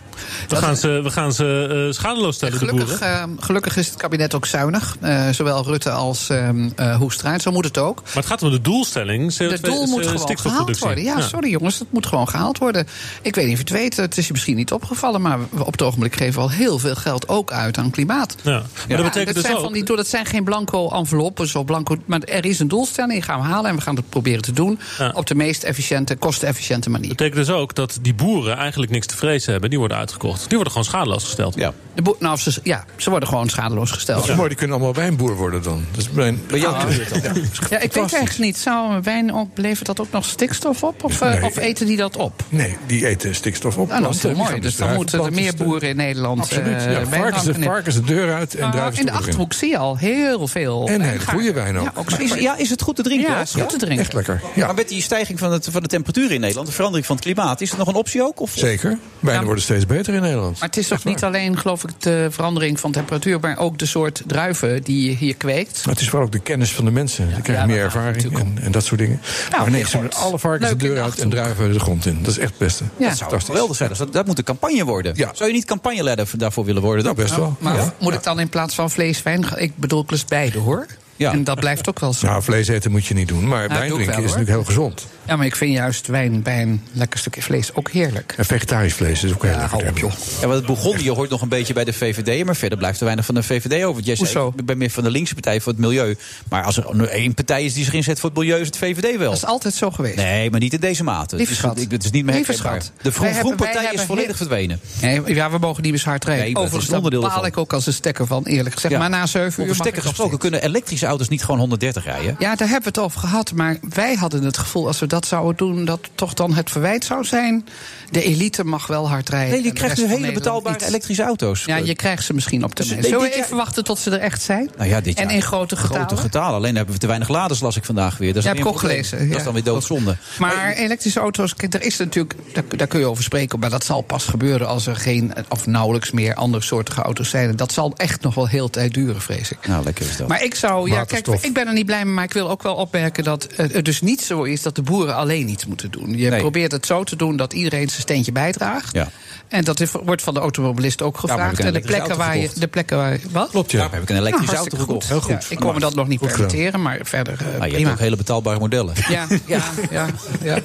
We gaan ze, we gaan ze eh, schadeloos stellen, de Gelukkig, boeren. eh, gelukkig is het kabinet ook zuinig. Eh, zowel Rutte als ehm eh, Hoekstra. En Zo moet het ook. Maar het gaat om de doelstelling. CO2, Het doel moet eh, gewoon gehaald stikstofreductie. worden. Ja, sorry jongens, dat moet gewoon gehaald worden. Ik weet niet of je het weet, het is je misschien niet opgevallen... maar we- op het ogenblik geven we al heel veel geld ook uit aan klimaat. Ja. Maar dat betekent dus zijn ook- van die, doelen- dat zijn geen blanco enveloppen, zo blanco, maar er is een doelstelling, die gaan we halen... en we gaan het proberen te doen op de meest efficiënte, kostenefficiënte manier. betekent dus ook dat die boeren eigenlijk niks te vrezen hebben. Die worden uitgekocht. Die worden gewoon schadeloos gesteld. Ja. De boer- nou, of ze, ja, ze worden gewoon schadeloos Dat gesteld. is mooi, die kunnen allemaal wijnboer worden dan. Dat is mijn... Bij jou Ah. gebeurt dat. Ja, ik weet eigenlijk niet, zou wijn ook, levert dat ook nog stikstof op? Of, eh, Nee. of eten die dat op? Nee, die eten stikstof op. Nou, dat is planten, heel mooi. die gaan Dus dan bedrijven, moeten er meer planten boeren in Nederland. Absoluut. eh, Ja, wijn varkens, de, gaan- varkens de deur uit en Ah, druiven in de erin. achterhoek zie je al heel veel. En hele hele goede wijn ook. Ja, ook Is, zoiets- ja, is het goed te drinken? Ja, hè? het is goed te drinken. Echt lekker. Maar met die stijging van, het, van de temperatuur in Nederland, de verandering van het klimaat, is dat nog een optie ook? Of? Zeker. Wijnen worden steeds beter in Nederland. Maar het is toch niet alleen, geloof ik, de verandering van temperatuur, maar ook de soort druiven die je hier kweekt. Maar het is vooral ook de kennis van de mensen. Die krijgen meer ervaring en, en dat soort dingen. maar nee, ze doen alle varkens de deur uit en druiven de grond in. Dat is echt het beste. Dat zou Fantastisch. geweldig zijn. Dus dat, dat moet een campagne worden. Zou je niet campagneleider v- daarvoor willen worden? Nou, best wel. Maar Ja. moet ik dan in plaats van vlees wijn gaan? Ik bedoel, ik lust beide hoor. En dat blijft ook wel zo. Nou, vlees eten moet je niet doen. Maar Nou, wijn doe ik drinken wel, is hoor. natuurlijk heel gezond. Ja, maar ik vind juist wijn bij een lekker stukje vlees ook heerlijk. En vegetarisch vlees is ook heel lekker. Heb je. Ja, want het begon, je hoort nog een beetje bij de VVD, maar verder blijft er weinig van de VVD over. Jij zei, Hoezo? ik ben meer van de linkse partij voor het milieu. Maar als er nu één partij is die zich inzet voor het milieu, is het VlievVD wel. Dat is altijd zo geweest. Nee, maar niet in deze mate. Lieve Het is- schat. ik- Het is niet meer Lieve herkenbaar. schat. De Wij groen, hebben- wij groenpartij is hebben volledig heel- verdwenen. Nee, ja, we mogen niet eens hard rijden. Nee, dat is Overigens, een daar onderdeel baal van. ik ook als een stekker van, eerlijk gezegd. Ja. Maar na zeven uur Over mag ik stekker nog gesproken, kunnen elektrische auto's niet gewoon 130 rijden? Ja, daar hebben we het over gehad. Maar wij hadden het gevoel, als we dat zouden doen, dat toch dan het verwijt zou zijn. De elite mag wel hard rijden. Nee, je en de krijgt rest nu van hele Nederland betaalbare niet. elektrische auto's. Dus Ja, je krijgt ze misschien op termijn. dit- Zullen we dit even wachten tot ze er echt zijn? Nou ja, dit en jaar. in grote getalen. Grote getalen. Alleen hebben we te weinig laders, las ik vandaag weer. Dat is Ja, weer heb ik ook een probleem. gelezen, Dat is ja. dan weer doodzonde. Maar elektrische auto's, kijk, daar is natuurlijk, daar, daar kun je over spreken. Maar dat zal pas gebeuren als er geen of nauwelijks meer andere soorten auto's zijn. En dat zal echt nog wel heel tijd duren, vrees ik. Nou, lekker is dat. Maar ik zou, ja, kijk, Waterstof. ik ben er niet blij mee, maar ik wil ook wel opmerken dat eh, het dus niet zo is dat de boeren alleen iets moeten doen. Je probeert het zo te doen dat iedereen zijn steentje bijdraagt. Ja. En dat is, wordt van de automobilist ook Daarom heb gevraagd. ik een En de elektrische plekken auto waar je. gekocht. De plekken waar, wat? Klopt, ja. Daarom heb ik een elektrische auto gekocht. Heel goed. ik kon me dat nog niet Goed gedaan. permitteren, maar verder eh, Ah, je hebt prima. ook hele betaalbare modellen. Ja, ja, ja, ja.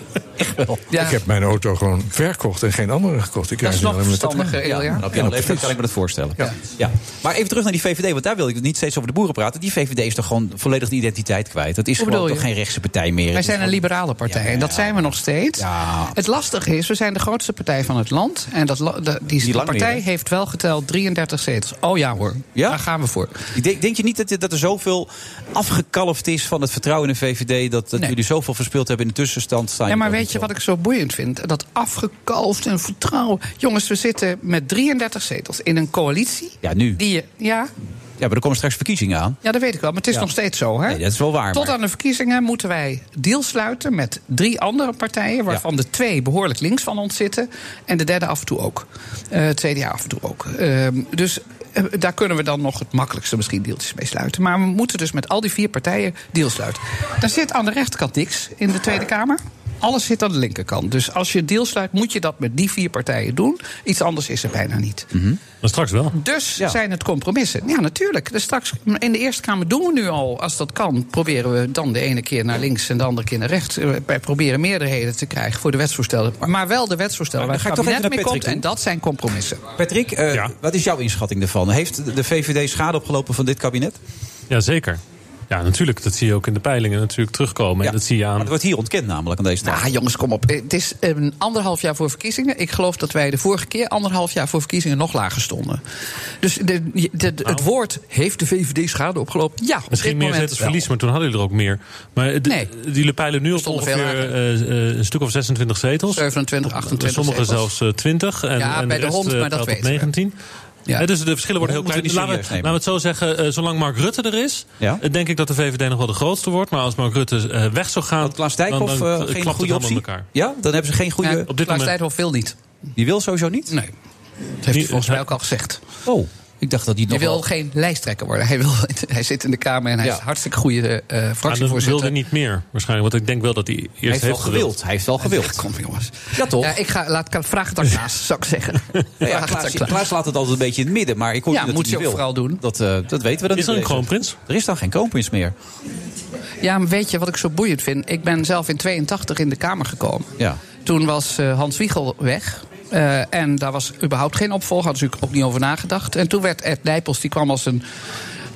Ik heb mijn auto gewoon verkocht en geen andere gekocht. Ik Dat rijd is nu nog alleen maar met dat- verstandiger, Ilja. Ja, op jouw En leeftijd fiets. kan ik me dat voorstellen. Ja. Maar even terug naar die VVD, want daar wil ik niet steeds over de boeren praten. Die VVD is toch gewoon volledig de identiteit kwijt. Dat is Hoe gewoon bedoel toch je? geen rechtse partij meer. Wij Het is zijn een gewoon- liberale partij en dat zijn we nog steeds. Het lastige is, we zijn de grootste partij van het land. En dat, la- de- die, die lang meer, partij hè? heeft wel geteld 33 zetels. Oh ja hoor, daar gaan we voor. Ik Denk, denk je niet dat, dat er zoveel afgekalfd is van het vertrouwen in de VVD... dat, dat Nee. jullie zoveel verspeeld hebben in de tussenstand? Staan Ja, maar jullie weet je ook wat ik zo boeiend vind? Dat afgekalfd en vertrouwen. Jongens, we zitten met 33 zetels in een coalitie. niet zo? Ja, nu. Die je, ja, Ja, maar er komen straks verkiezingen aan. ja, dat weet ik wel, maar het is Ja. nog steeds zo. Hè? Nee, dat is wel waar. Tot maar- aan de verkiezingen moeten wij deal sluiten met drie andere partijen, waarvan de twee behoorlijk links van ons zitten. En de derde af en toe ook. Eh, het CDA af en toe ook. Ehm, dus eh, daar kunnen we dan nog het makkelijkste misschien deeltjes mee sluiten. Maar we moeten dus met al die vier partijen deal sluiten. Daar zit aan de rechterkant niks in de Tweede Kamer. Alles zit aan de linkerkant. Dus als je deal sluit, moet je dat met die vier partijen doen. Iets anders is er bijna niet. Mhm. Maar straks wel. Dus zijn het compromissen. Ja, natuurlijk. Dus straks in de Eerste Kamer doen we nu al, als dat kan, proberen we dan de ene keer naar links en de andere keer naar rechts. Eh, Wij proberen meerderheden te krijgen voor de wetsvoorstellen. Maar wel de wetsvoorstellen Maar waar dan het ga ik toch kabinet even mee naar komt. En Patrick dat zijn compromissen. Patrick, eh, wat is jouw inschatting daarvan? Heeft de VVD schade opgelopen van dit kabinet? Jazeker. Ja, natuurlijk. Dat zie je ook in de peilingen natuurlijk terugkomen. En dat zie je aan... Nou, wordt hier ontkend namelijk aan deze tijd. Ah, jongens, kom op. Eh, Het is een anderhalf jaar voor verkiezingen. Ik geloof dat wij de vorige keer anderhalf jaar voor verkiezingen nog lager stonden. Dus de, je- de- de- Nou. het woord heeft de VVD schade opgelopen. Ja, op Misschien dit meer moment zetels verlies, maar toen hadden jullie er ook meer. Maar de, jullie peilen nu op stonden ongeveer veel eh, eh, een stuk of 26 zetels. 27, 28 Sommigen zetels. zelfs eh, 20. En, Ja, en bij de rest, hond, eh, maar dat telt op weten we. 19. Ja. Eh, dus de verschillen worden heel Honderd niet klein. Laten we, serieus nemen. laten we het zo zeggen, eh, zolang Mark Rutte er is... Ja. eh, denk ik dat de VVD nog wel de grootste wordt. Maar als Mark Rutte eh, weg zou gaan... Klaas Dijkhoff eh, klapt geen het goede allemaal optie? in elkaar. Ja, dan hebben ze geen goede... Ja, op dit Klaas moment- Dijkhoff wil niet. Die wil sowieso niet? Nee. Dat heeft hij volgens mij ook al gezegd. Oh, ik dacht dat hij Hij nog wil wel... geen lijsttrekker worden. Hij, wil, hij zit in de Kamer en hij Ja. is een hartstikke goede eh Maar Ah, dan fractievoorzitter. wilde niet meer, waarschijnlijk. Want ik denk wel dat hij eerst Hij heeft, heeft wel gewild. gewild. Hij heeft wel gewild. Kom jongens. Ja, toch? Ja, ik ga, laat, vraag het aan Klaas, zou ik zeggen. Nou ja, Vraag het aan Klaas, Klaas laat het altijd een beetje in het midden, maar ik hoor Ja, niet dat moet hij hij niet ook wil. vooral doen. Dat, eh, dat weten we dan Is er niet. een kroonprins? Er is dan geen kroonprins meer. Ja, maar weet je wat ik zo boeiend vind? Ik ben zelf in 82 in de Kamer gekomen. Ja. Toen was eh, Hans Wiegel weg. Eh, en daar was überhaupt geen opvolger. Had natuurlijk ook niet over nagedacht. En toen werd Ed Nijpels, die kwam als een.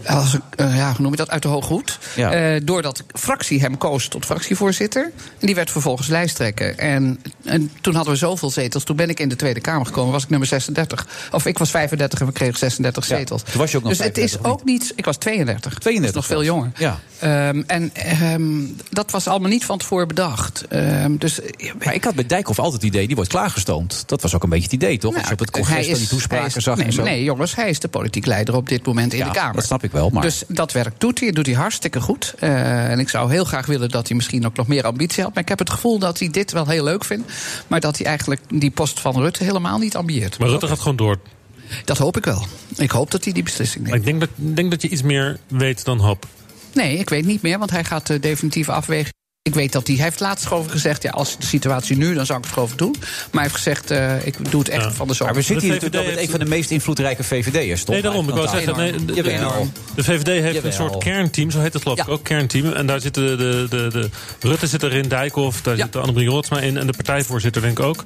Als een eh, ja, hoe noem je dat? Uit de hoge hoed. Ja. Eh, doordat de fractie hem koos tot fractievoorzitter. En die werd vervolgens lijsttrekker. En, en toen hadden we zoveel zetels. Toen ben ik in de Tweede Kamer gekomen. Was ik nummer 36. Of ik was 35 en we kregen 36 Ja, zetels. toen was je ook nog dus het 35, is of ook niet. Ik was 32. 32 Dat is nog veel jonger. Ja. Ehm, en ehm, dat was allemaal niet van tevoren bedacht. Ehm, dus eh, Maar ik had bij Dijkhoff altijd het idee, die wordt klaargestoomd. Dat was ook een beetje het idee, toch? Als je op het Nou, hij congres is- dan die hij toespraken is- zag nee, en zo. nee, jongens, hij is de politiek leider op dit moment in Ja, de Kamer. dat snap ik wel, maar- Dus dat werk doet hij, doet hij hartstikke goed. Eh, en ik zou heel graag willen dat hij misschien ook nog meer ambitie had. Maar ik heb het gevoel dat hij dit wel heel leuk vindt. Maar dat hij eigenlijk die post van Rutte helemaal niet ambieert. Maar Rutte gaat gewoon door. Dat hoop ik wel. Ik hoop dat hij die beslissing neemt. Maar ik denk dat, ik denk dat je iets meer weet dan hap. Nee, ik weet niet meer, want hij gaat eh, definitief afwegen. Ik weet dat hij, hij heeft laatst over gezegd... Ja, als de situatie nu, dan zou ik het gewoon doen. Maar hij heeft gezegd, eh, ik doe het echt van de zomer. Maar we zitten hier natuurlijk wel met een van de meest invloedrijke VVD'ers, toch? Nee, daarom. Ik wou zeggen, nee, de, de- Jawel. Dus de VVD heeft een Jawel. soort kernteam, zo heet het geloof ik ook, kernteam. En daar zitten de, de, de, de- Rutte zit erin, Dijkhoff, daar zit Annemarie Rotsma in... en de partijvoorzitter denk ik ook.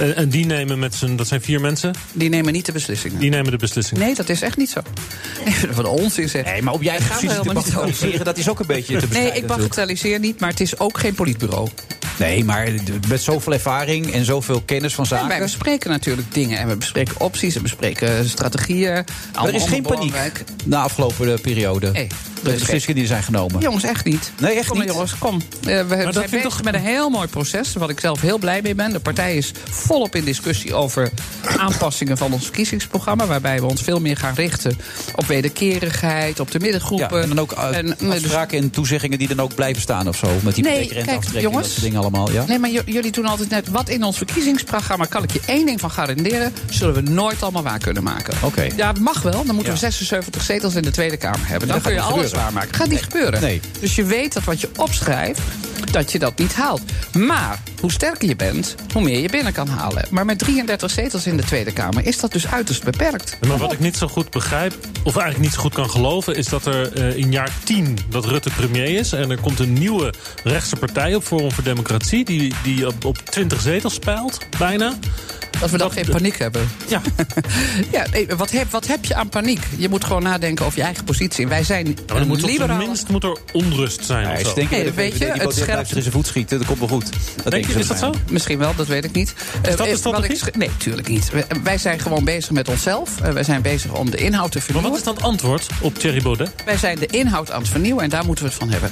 En, en die nemen met z'n, dat zijn vier mensen... Die nemen niet de beslissingen. Die nemen de beslissingen. Nee, dat is echt niet zo. Nee, Wat onzin zeg. Nee, maar op jij gaat er helemaal niet over. Dat is ook een beetje te Nee, bestrijden ik natuurlijk. Ah, bagatelliseer niet, maar het is ook geen politbureau. Nee, maar met zoveel ervaring en zoveel kennis van zaken. Wij bespreken natuurlijk dingen en we bespreken opties, we bespreken eh, strategieën. er is geen paniek na afgelopen eh, periode. Nee, er de is beslissingen die zijn genomen. Jongens, echt niet. Nee, echt kom maar, niet. jongens, kom. Eh, we zijn vind ik bezig met een heel mooi proces, wat ik zelf heel blij mee ben. De partij is volop in discussie over aanpassingen van ons verkiezingsprogramma... waarbij we ons veel meer gaan richten op wederkerigheid, op de Ja, middengroepen. en dan ook eh, En, eh, dus- afspraken en toezeggingen die dan ook blijven staan of zo. Met die Nee, hypotheekrenteaftrek kijk, en dat jongens. soort dingen allemaal. Ja? Nee, maar j- jullie doen altijd net wat in ons verkiezingsprogramma. Kan ik je één ding van garanderen? Zullen we nooit allemaal waar kunnen maken. Oké. Ja, het mag wel. Dan moeten we 76 zetels in de Tweede Kamer hebben. Dan Dat kun je gaat niet alles gebeuren. waarmaken. Gaat niet Nee. gebeuren. Nee. Dus je weet dat wat je opschrijft, dat je dat niet haalt. Maar hoe sterker je bent, hoe meer je binnen kan halen. Maar met 33 zetels in de Tweede Kamer is dat dus uiterst beperkt. Maar wat ik niet zo goed begrijp, of eigenlijk niet zo goed kan geloven, is dat er eh, in jaar 10 dat Rutte premier is. En er komt een nieuwe rechtse partij op, Forum voor Democratie, die, die op, op 20 zetels speelt, bijna. Dat we dan geen paniek hebben. Ja. ja nee, wat, heb, wat heb je aan paniek? Je moet gewoon nadenken over je eigen positie. En Wij zijn Maar er een moet op zijn liberale minst moet er onrust zijn. Ja, of zo. ze denken bij de Nee, weet VVD, je, die het wil- die scherpt- blijft er in zijn voet schieten, dat komt wel goed. Dat denken ze bij mij. Misschien wel, dat weet ik niet. Eh, dat de eh, wat strategie? ik sch- nee, tuurlijk niet. We- eh, Wij zijn gewoon bezig met onszelf. Eh, wij zijn bezig om de inhoud te vernieuwen. Maar wat is dan het antwoord op Thierry Baudet? Wij zijn de inhoud aan het vernieuwen en daar moeten we het van hebben.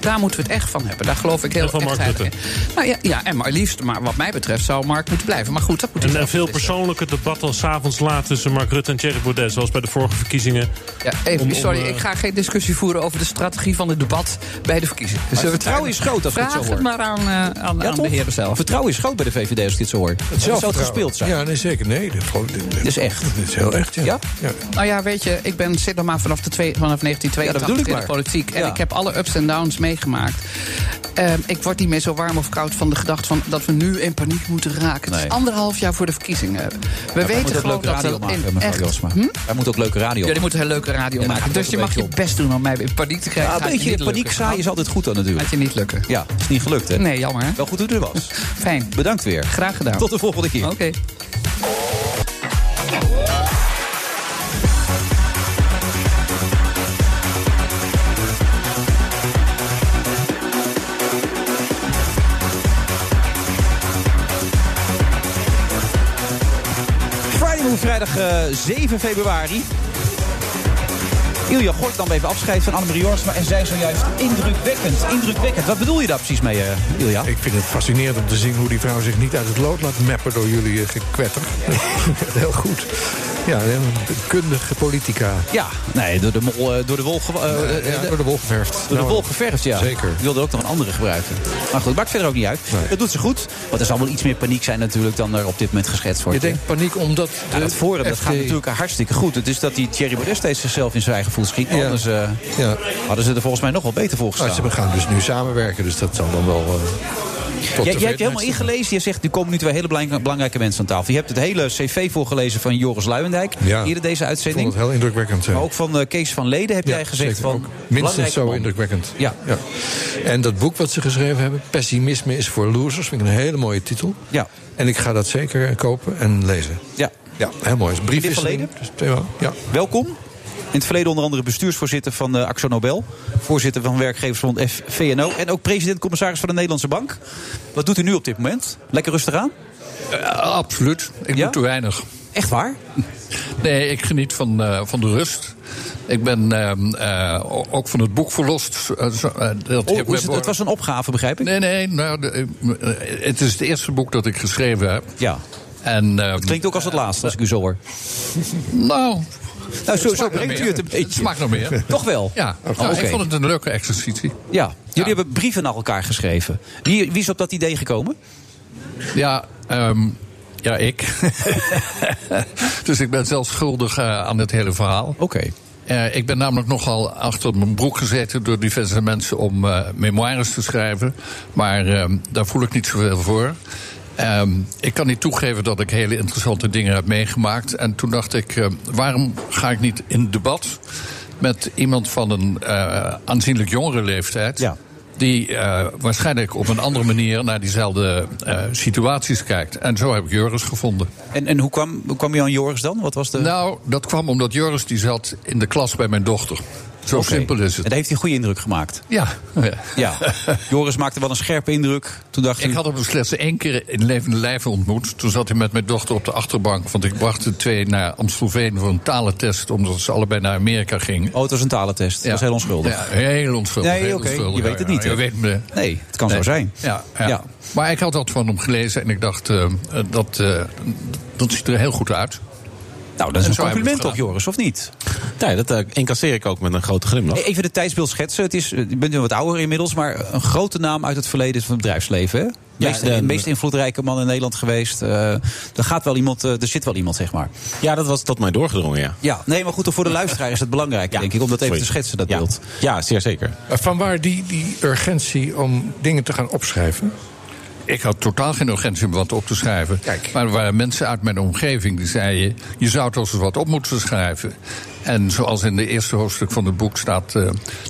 Daar moeten we het echt van hebben. Daar geloof ik heel En van echt Mark heilig Rutte. in. Nou ja, ja, en maar liefst, maar wat mij betreft zou Mark moeten blijven. Maar goed, dat moet hij En eh, zelf veel beslissen. persoonlijker debat als avonds laat tussen Mark Rutte en Thierry Baudet, zoals bij de vorige verkiezingen. Ja, even, Om- om, sorry, eh, ik ga geen discussie voeren over de strategie van het debat bij de verkiezingen. Maar Zullen we vertrouwen is daar- groot als ik het Vraag zo het hoor. maar aan, eh, aan, aan de toch? heren zelf. Vertrouwen is groot bij de VVD als ik dit zo hoor. Het zou het gespeeld zijn. Ja, nee, zeker. Nee, dat geloof ik. Dat is echt. Dat is heel echt, ja. Ja? Nou ja, weet je, ik ben, zit nog maar vanaf, de twee, vanaf Ja, dat bedoel 1982 ik in maar. de politiek. En Ja. ik heb alle ups en downs meegemaakt. Ehm, ik word niet meer zo warm of koud van de gedachte van dat we nu in paniek moeten raken. Nee. Het is anderhalf jaar voor de verkiezingen. We weten gewoon dat we in echt... Hm? Hij moet ook leuke radio Jullie moeten een leuke radio Ja, daar maken. gaat het Dus je ook mag een je best doen om mij in paniek te krijgen. Ja, Gaat een je beetje niet lukken. paniek zaaien is altijd goed dan natuurlijk. Gaat je niet lukken. Ja, is niet gelukt hè? Nee, jammer hè. Wel goed hoe het er was. Fijn. Bedankt weer. Graag gedaan. Tot de volgende keer. Oké. vrijdag eh, 7 februari. Ilja Gort nam even afscheid van Annemarie Jorsma en zij zojuist indrukwekkend, indrukwekkend. Wat bedoel je daar precies mee, eh, Ilja? Ik vind het fascinerend om te zien hoe die vrouw zich niet uit het lood laat meppen door jullie eh, gekwetter. Echt Heel goed. Ja, een kundige politica. Ja, nee, door de, mol, eh, door de wol... ge- eh, eh, door de wol geverfd. Door de Nou, wol geverfd, ja. zeker. Ik wilde ook nog een andere gebruiken. Maar goed, maakt verder ook niet uit. Dat doet ze goed. Want er zal wel iets meer paniek zijn natuurlijk dan er op dit moment geschetst wordt. Je denkt paniek omdat. Ja, dat forum dat FD gaat natuurlijk hartstikke goed. Het is dat die Thierry Baudet steeds zichzelf in zijn eigen voet schiet. Anders eh, hadden ze er volgens mij nog wel beter voor gestaan. Ah, ze gaan dus nu samenwerken, dus dat zal dan wel. eh, tot de Jij, jij hebt je helemaal mensen- ingelezen. Je zegt, er komen nu twee hele belang- belangrijke mensen aan tafel. Je hebt het hele cv voorgelezen van Joris Luijendijk. Ja. Eerder deze Ik uitzending. vond het heel indrukwekkend. ja. Maar ook van eh, Kees van Leden heb Ja, jij gezegd zeker. van... Ook minstens belangrijke zo man. indrukwekkend. Ja. En dat boek wat ze geschreven hebben, Pessimisme is voor losers, vind ik een hele mooie titel. Ja. En ik ga dat zeker kopen en lezen. Ja. Ja, heel mooi. Is brief Dit is verleden? dus tweemaal. Ja. Welkom. In het verleden onder andere bestuursvoorzitter van eh Axo Nobel. Voorzitter van werkgeversbond F- VNO. En ook president-commissaris van de Nederlandse Bank. Wat doet u nu op dit moment? Lekker rustig aan? Eh, absoluut. Ik doe te weinig. Echt waar? Nee, ik geniet van, eh, van de rust. Ik ben ehm, eh, o- ook van het boek verlost. Eh, zo- eh, dat heeft Oh, hoe mij is het, het was een opgave, begrijp ik? Nee, nee. Nou, de- eh, het is het eerste boek dat ik geschreven heb. Ja. En, ehm, Het klinkt ook als het laatste, als ik u zo hoor. Nou, Nou, zo, smaakt zo naar brengt meer. u het een beetje. Het smaakt nog meer. Toch wel? Ja, Oh, Ja, oké. ik vond het een leuke exercitie. Ja, jullie hebben brieven naar elkaar geschreven. Wie, wie is op dat idee gekomen? Ja, ehm, ja ik. dus ik ben zelf schuldig eh, aan dit hele verhaal. Oké. ik ben namelijk nogal achter mijn broek gezeten door diverse mensen om eh, memoires te schrijven. Maar ehm, daar voel ik niet zoveel voor. Ehm, ik kan niet toegeven dat ik hele interessante dingen heb meegemaakt. En toen dacht ik, ehm, waarom ga ik niet in debat met iemand van een eh, aanzienlijk jongere leeftijd? die eh, waarschijnlijk op een andere manier naar diezelfde eh, situaties kijkt. En zo heb ik Joris gevonden. En, en hoe, kwam, hoe kwam je aan Joris dan? Wat was de... Nou, dat kwam omdat Joris die zat in de klas bij mijn dochter. Zo Oké. simpel is het. En daar heeft hij een goede indruk gemaakt. Ja. Ja. Joris maakte wel een scherpe indruk. Toen dacht ik had hem slechts één keer in levende lijven ontmoet. Toen zat hij met mijn dochter op de achterbank. Want ik bracht de twee naar Amstelveen voor een talentest. Omdat ze allebei naar Amerika gingen. Oh, het was een talentest. Dat is heel onschuldig. Ja, heel onschuldig. Nee, heel oké, onschuldig. je weet het Ja, niet, hè? je weet me. Nee, het kan zo zijn. Ja, ja. Maar ik had dat van hem gelezen en ik dacht, eh, eh, dat, eh, dat ziet er heel goed uit. Nou, En dat is zo een hebben we compliment het toch, Joris, of niet? E-, Ja, dat eh, incasseer ik ook met een grote glimlach. Even de tijdsbeeld schetsen. Het is, eh, je bent nu wat ouder inmiddels, maar een grote naam uit het verleden van het bedrijfsleven. Hè? Meest, de- meest invloedrijke man in Nederland geweest. Eh, er, gaat wel iemand, eh, er zit wel iemand, zeg maar. Ja, dat was tot mij doorgedrongen, ja. Ja, nee, maar goed, voor de luisteraar is het belangrijk, denk ik, om dat even sorry. te schetsen, dat beeld. Ja, zeer zeker. Eh, Van waar die, die urgentie om dingen te gaan opschrijven? Ik had totaal geen urgentie om wat op te schrijven. Maar er waren mensen uit mijn omgeving die zeiden... je zou toch eens wat op moeten schrijven. En zoals in de eerste hoofdstuk van het boek staat... eh,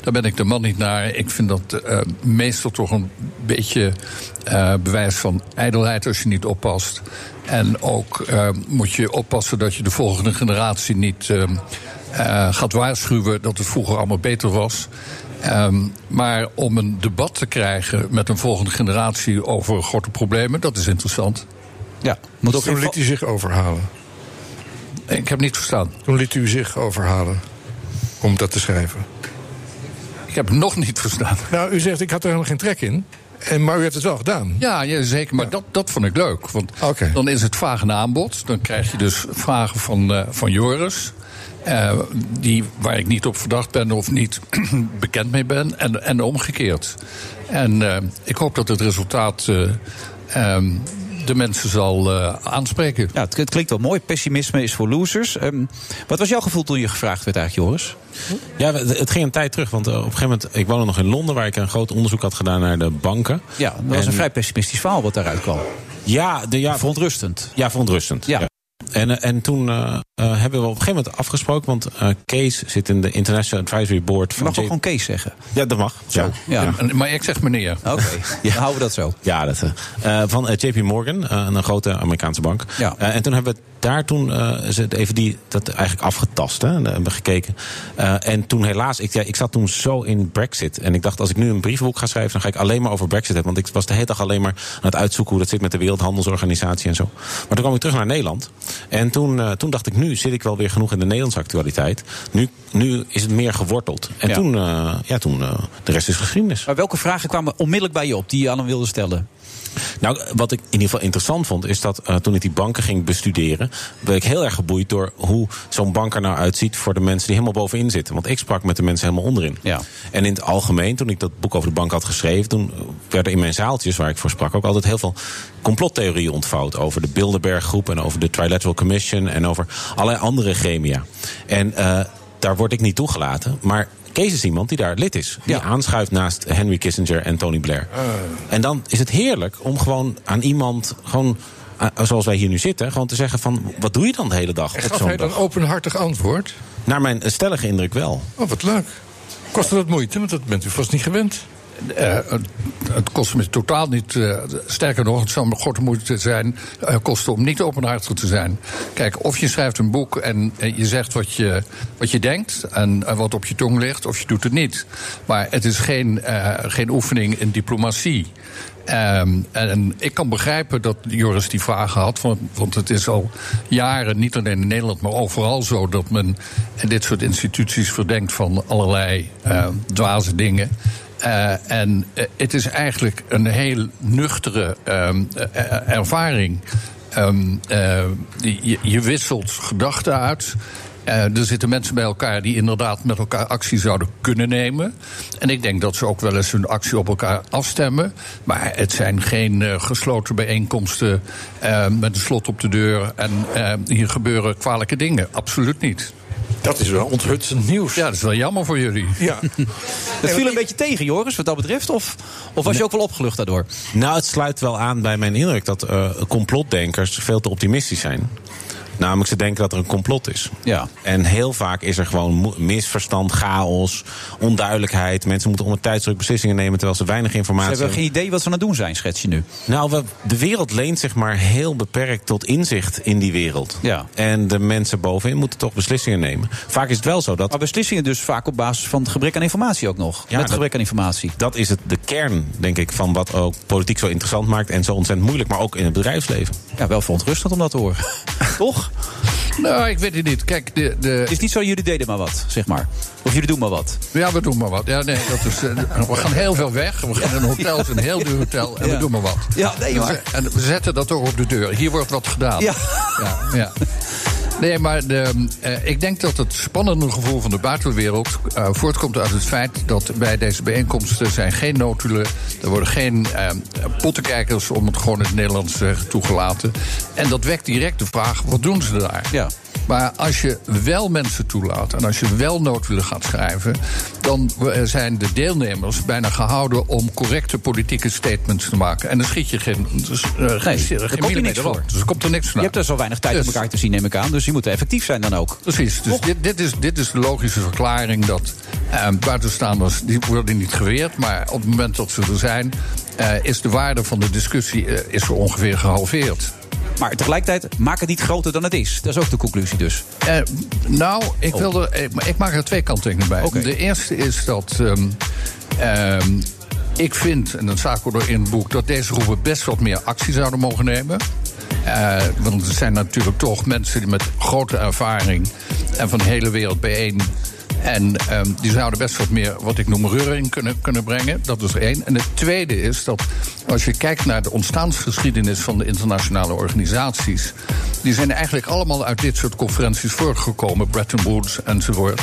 daar ben ik de man niet naar. Ik vind dat eh, meestal toch een beetje eh, bewijs van ijdelheid als je niet oppast. En ook eh, moet je oppassen dat je de volgende generatie niet... eh, eh, gaat waarschuwen dat het vroeger allemaal beter was. Ehm, maar om een debat te krijgen met een volgende generatie over grote problemen, dat is interessant. Ja, moet Toen liet u zich overhalen. Ik heb niet verstaan. Toen liet u zich overhalen om dat te schrijven. Ik heb nog niet verstaan. Nou, u zegt ik had er helemaal geen trek in. En, maar u hebt het wel gedaan. Ja, ja zeker. Maar dat, dat vond ik leuk. Want dan is het vraag en aanbod. Dan krijg je dus vragen van, eh, van Joris. eh, die, waar ik niet op verdacht ben of niet bekend mee ben. En, en omgekeerd. En eh, ik hoop dat het resultaat eh, ehm, de mensen zal eh, aanspreken. Ja, het, het klinkt wel mooi. Pessimisme is voor losers. Ehm, wat was jouw gevoel toen je gevraagd werd eigenlijk, Joris? Ja, we- het ging een tijd terug, want eh, op een gegeven moment... Ik woonde nog in Londen, waar ik een groot onderzoek had gedaan naar de banken. Ja, dat was En- een vrij pessimistisch verhaal wat daaruit kwam. Ja, de, ja verontrustend. Ja, verontrustend. Ja. En, eh, en toen eh, eh, hebben we op een gegeven moment afgesproken, want eh, Kees zit in de International Advisory Board van. Mag toch J- gewoon Kees zeggen? Ja, dat mag. Ja. Ja. En- Maar ik zeg meneer. Oké, dan houden we dat zo. Ja, dat, eh, eh, van eh, JP Morgan, eh, een grote Amerikaanse bank. Eh, en toen hebben we daar toen eh, is het even die, dat eigenlijk afgetast. Hè? En daar hebben we gekeken. Eh, en toen helaas, ik, ja, ik zat toen zo in Brexit. En ik dacht, als ik nu een brievenboek ga schrijven, dan ga ik alleen maar over Brexit hebben. Want ik was de hele dag alleen maar aan het uitzoeken hoe dat zit met de Wereldhandelsorganisatie en zo. Maar toen kwam ik terug naar Nederland. En toen, eh, toen dacht ik, nu zit ik wel weer genoeg in de Nederlandse actualiteit. Nu, nu is het meer geworteld. En Ja. toen, eh, ja, toen eh, de rest is geschiedenis. Maar welke vragen kwamen onmiddellijk bij je op die je aan hem wilde stellen? Nou, wat ik in ieder geval interessant vond, is dat eh, toen ik die banken ging bestuderen, ben ik heel erg geboeid door hoe zo'n bank er nou uitziet voor de mensen die helemaal bovenin zitten. Want ik sprak met de mensen helemaal onderin. En in het algemeen, toen ik dat boek over de bank had geschreven, toen werden in mijn zaaltjes waar ik voor sprak ook altijd heel veel complottheorieën ontvouwd over de Bilderberg groep en over de Trilateral Commission en over allerlei andere gremia. En eh, daar word ik niet toegelaten, maar Kees is iemand die daar lid is. Die aanschuift naast Henry Kissinger en Tony Blair. Eh. En dan is het heerlijk om gewoon aan iemand, gewoon eh, zoals wij hier nu zitten, gewoon te zeggen van wat doe je dan de hele dag op Gaf zo'n hij dan dag? openhartig antwoord? Naar mijn stellige indruk wel. Oh, wat leuk. Kostte dat moeite? Want dat bent u vast niet gewend. Eh, het kostte me totaal niet. eh, sterker nog, het zou me grote moeite zijn, eh, kosten om niet openhartig te zijn. Kijk, of je schrijft een boek en eh, je zegt wat je, wat je denkt en eh, wat op je tong ligt, of je doet het niet. Maar het is geen, eh, geen oefening in diplomatie. Ehm, en ik kan begrijpen dat Joris die vragen had. Want, want het is al jaren, niet alleen in Nederland, maar overal zo dat men in dit soort instituties verdenkt van allerlei eh, dwaze dingen. Eh, en eh, het is eigenlijk een heel nuchtere ehm, eh, eh, ervaring. Ehm, eh, je, je wisselt gedachten uit. Eh, er zitten mensen bij elkaar die inderdaad met elkaar actie zouden kunnen nemen. En ik denk dat ze ook wel eens hun actie op elkaar afstemmen. Maar het zijn geen eh, gesloten bijeenkomsten eh, met een slot op de deur. En eh, hier gebeuren kwalijke dingen. Absoluut niet. Dat is wel onthutsend nieuws. Ja, dat is wel jammer voor jullie. Ja. Het viel een beetje tegen, Joris, wat dat betreft? Of, of was je ook wel opgelucht daardoor? Nou, het sluit wel aan bij mijn indruk dat eh, complotdenkers veel te optimistisch zijn. Namelijk, ze denken dat er een complot is. Ja. En heel vaak is er gewoon mo- misverstand, chaos, onduidelijkheid. Mensen moeten onder tijdsdruk beslissingen nemen terwijl ze weinig Ze informatie hebben geen idee wat ze aan het doen zijn, schets je nu. Nou, we, de wereld leent zich maar heel beperkt tot inzicht in die wereld. Ja. En de mensen bovenin moeten toch beslissingen nemen. Vaak is het wel zo dat. Maar beslissingen dus vaak op basis van het gebrek aan informatie ook nog. Met dat- gebrek aan informatie. Dat is het, de kern, denk ik, van wat ook politiek zo interessant maakt en zo ontzettend moeilijk, maar ook in het bedrijfsleven. Ja, wel verontrustend om dat te horen. Toch? Nou, ik weet het niet. Kijk, de, de... Het is niet zo, jullie deden maar wat, zeg maar. Of jullie doen maar wat. Ja, we doen maar wat. Ja, nee, dat is, eh, we gaan heel veel weg. We gaan in hotels, een heel duur hotel. En Ja. we doen maar wat. Dus, eh, Ja, nee, maar- En we zetten dat toch op de deur. Hier wordt wat gedaan. Ja. ja, ja. Nee, maar de, eh, ik denk dat het spannende gevoel van de buitenwereld eh, voortkomt uit het feit dat bij deze bijeenkomsten zijn geen notulen, er worden geen eh, pottenkijkers om het gewoon in het Nederlands eh, toegelaten. En dat wekt direct de vraag: wat doen ze daar? Ja. Maar als je wel mensen toelaat en als je wel noodwillen gaat schrijven, dan eh, zijn de deelnemers bijna gehouden om correcte politieke statements te maken. En dan schiet je geen, dus, eh, geen, geen daar komt hier niks millimeter voor. op. Dus er komt er niks van. Je hebt er zo weinig tijd om elkaar te zien, neem ik aan. Dus je moet effectief zijn dan ook. Precies, dus dit, dit, is, dit is de logische verklaring dat eh, buitenstaanders die worden niet geweerd, maar op het moment dat ze er zijn, eh, is de waarde van de discussie eh, is zo ongeveer gehalveerd. Maar tegelijkertijd, maak het niet groter dan het is. Dat is ook de conclusie dus. Eh, nou, ik, wil er, ik, ik maak er twee kanttekeningen bij. De eerste is dat. ehm, ehm, ik vind, en dat staat ook door in het boek, dat deze groepen best wat meer actie zouden mogen nemen. Eh, want het zijn natuurlijk toch mensen die met grote ervaring en van de hele wereld bijeen. En ehm, die zouden best wat meer, wat ik noem, reuring kunnen, kunnen brengen. Dat is er één. En het tweede is dat als je kijkt naar de ontstaansgeschiedenis van de internationale organisaties. Die zijn eigenlijk allemaal uit dit soort conferenties voortgekomen. Bretton Woods enzovoort.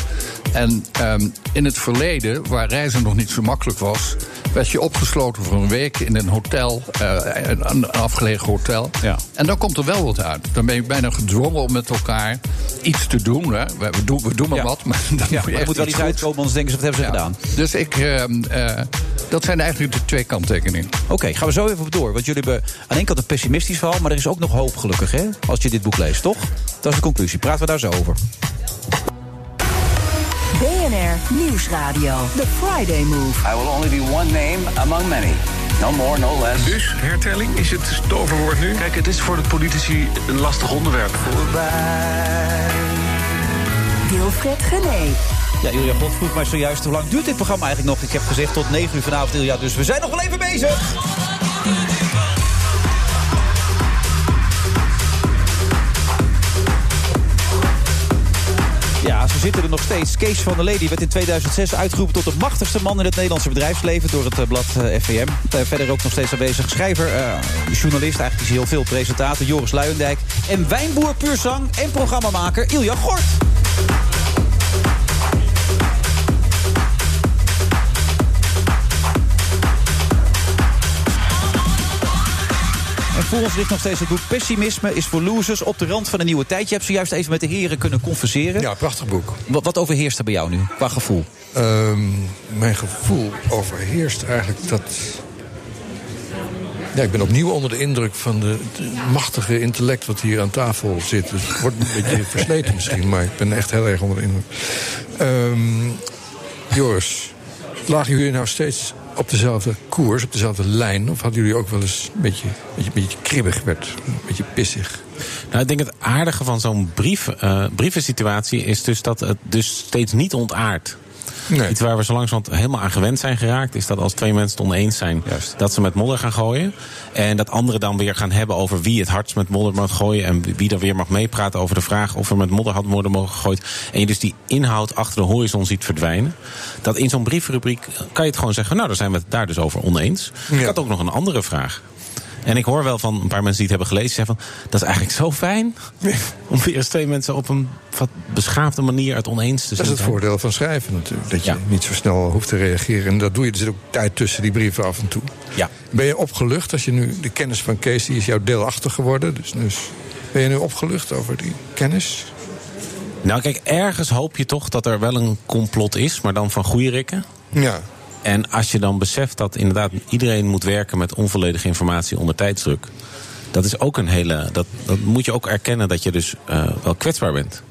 En ehm, in het verleden, waar reizen nog niet zo makkelijk was. werd je opgesloten voor een week in een hotel, eh, een, een afgelegen hotel. En dan komt er wel wat uit. Dan ben je bijna gedwongen om met elkaar iets te doen. Hè. We, we doen, we doen maar wat, maar dan Ja, moet maar je er echt moet wel iets iets uitkomen, anders denken ze, wat hebben ze gedaan? Dus ik, ehm, eh, dat zijn eigenlijk de twee kanttekeningen. Oké, gaan we zo even op door. Want jullie hebben aan één kant een pessimistisch verhaal... maar er is ook nog hoop, gelukkig, hè? Als je dit boek leest, toch? Dat is de conclusie. Praten we daar zo over. BNR Nieuwsradio. The Friday Move. I will only be one name among many. No more, no less. Dus hertelling is het toverwoord nu. Kijk, het is voor de politici een lastig onderwerp. Wilfred Genee. Ja, Ilja God vroeg mij zojuist hoe lang duurt dit programma eigenlijk nog. Ik heb gezegd tot 9 uur vanavond, Ilja, dus we zijn nog wel even bezig. Ja, ze zitten er nog steeds. Kees van der Lady werd in 2006 uitgeroepen tot de machtigste man in het Nederlandse bedrijfsleven door het eh, blad eh, FVM. Eh, Verder ook nog steeds aanwezig schrijver, eh, journalist, eigenlijk is hij heel veel presentator, Joris Luijendijk. En wijnboer puurzang en programmamaker Ilja Gort. En voor ons ligt nog steeds het boek Pessimisme is voor losers op de rand van een nieuwe tijd. Je hebt zojuist even met de heren kunnen converseren. Ja, prachtig boek. Wat, wat overheerst er bij jou nu, qua gevoel? Ehm, mijn gevoel overheerst eigenlijk dat. Ja, ik ben opnieuw onder de indruk van de, de machtige intellect wat hier aan tafel zit. Dus het wordt een beetje versleten misschien, maar ik ben echt heel erg onder de indruk. Ehm, Joris, lagen jullie nou steeds op dezelfde koers, op dezelfde lijn? Of hadden jullie ook wel eens een beetje, een beetje, een beetje kribbig werd, een beetje pissig? Nou, ik denk het aardige van zo'n brief, eh, brievensituatie is dus dat het dus steeds niet ontaart. Iets waar we zo langzamerhand helemaal aan gewend zijn geraakt... is dat als twee mensen het oneens zijn... dat ze met modder gaan gooien. En dat anderen dan weer gaan hebben over wie het hardst met modder mag gooien... en wie dan weer mag meepraten over de vraag... of er met modder had worden mogen gegooid. En je dus die inhoud achter de horizon ziet verdwijnen. Dat in zo'n briefrubriek kan je het gewoon zeggen... nou, daar zijn we het daar dus over oneens. Ik had ook nog een andere vraag. En ik hoor wel van een paar mensen die het hebben gelezen zeggen van... dat is eigenlijk zo fijn om weer eens twee mensen op een wat beschaafde manier het oneens te Dat zijn. is het voordeel van schrijven natuurlijk. Dat je niet zo snel hoeft te reageren. En dat doe je. Er zit ook tijd tussen die brieven af en toe. Ja. Ben je opgelucht als je nu de kennis van Kees... die is jouw deelachtig geworden. Dus, dus ben je nu opgelucht over die kennis? Nou kijk, ergens hoop je toch dat er wel een complot is, maar dan van goede rikken. Ja. En als je dan beseft dat inderdaad iedereen moet werken met onvolledige informatie onder tijdsdruk. Dat is ook een hele. Dat, dat moet je ook erkennen dat je dus eh, wel kwetsbaar bent.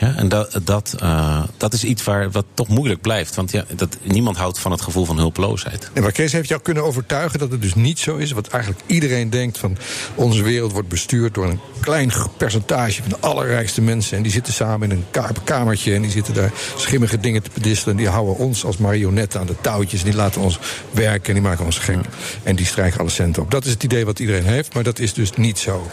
Ja, en dat, dat, eh, dat is iets waar, wat toch moeilijk blijft. Want ja, dat, niemand houdt van het gevoel van hulpeloosheid. Nee, maar Kees heeft jou kunnen overtuigen dat het dus niet zo is... wat eigenlijk iedereen denkt van... onze wereld wordt bestuurd door een klein percentage... van de allerrijkste mensen. En die zitten samen in een ka- kamertje... en die zitten daar schimmige dingen te bedistelen. En die houden ons als marionetten aan de touwtjes. En die laten ons werken en die maken ons gek. En die strijken alle centen op. Dat is het idee wat iedereen heeft, maar dat is dus niet zo.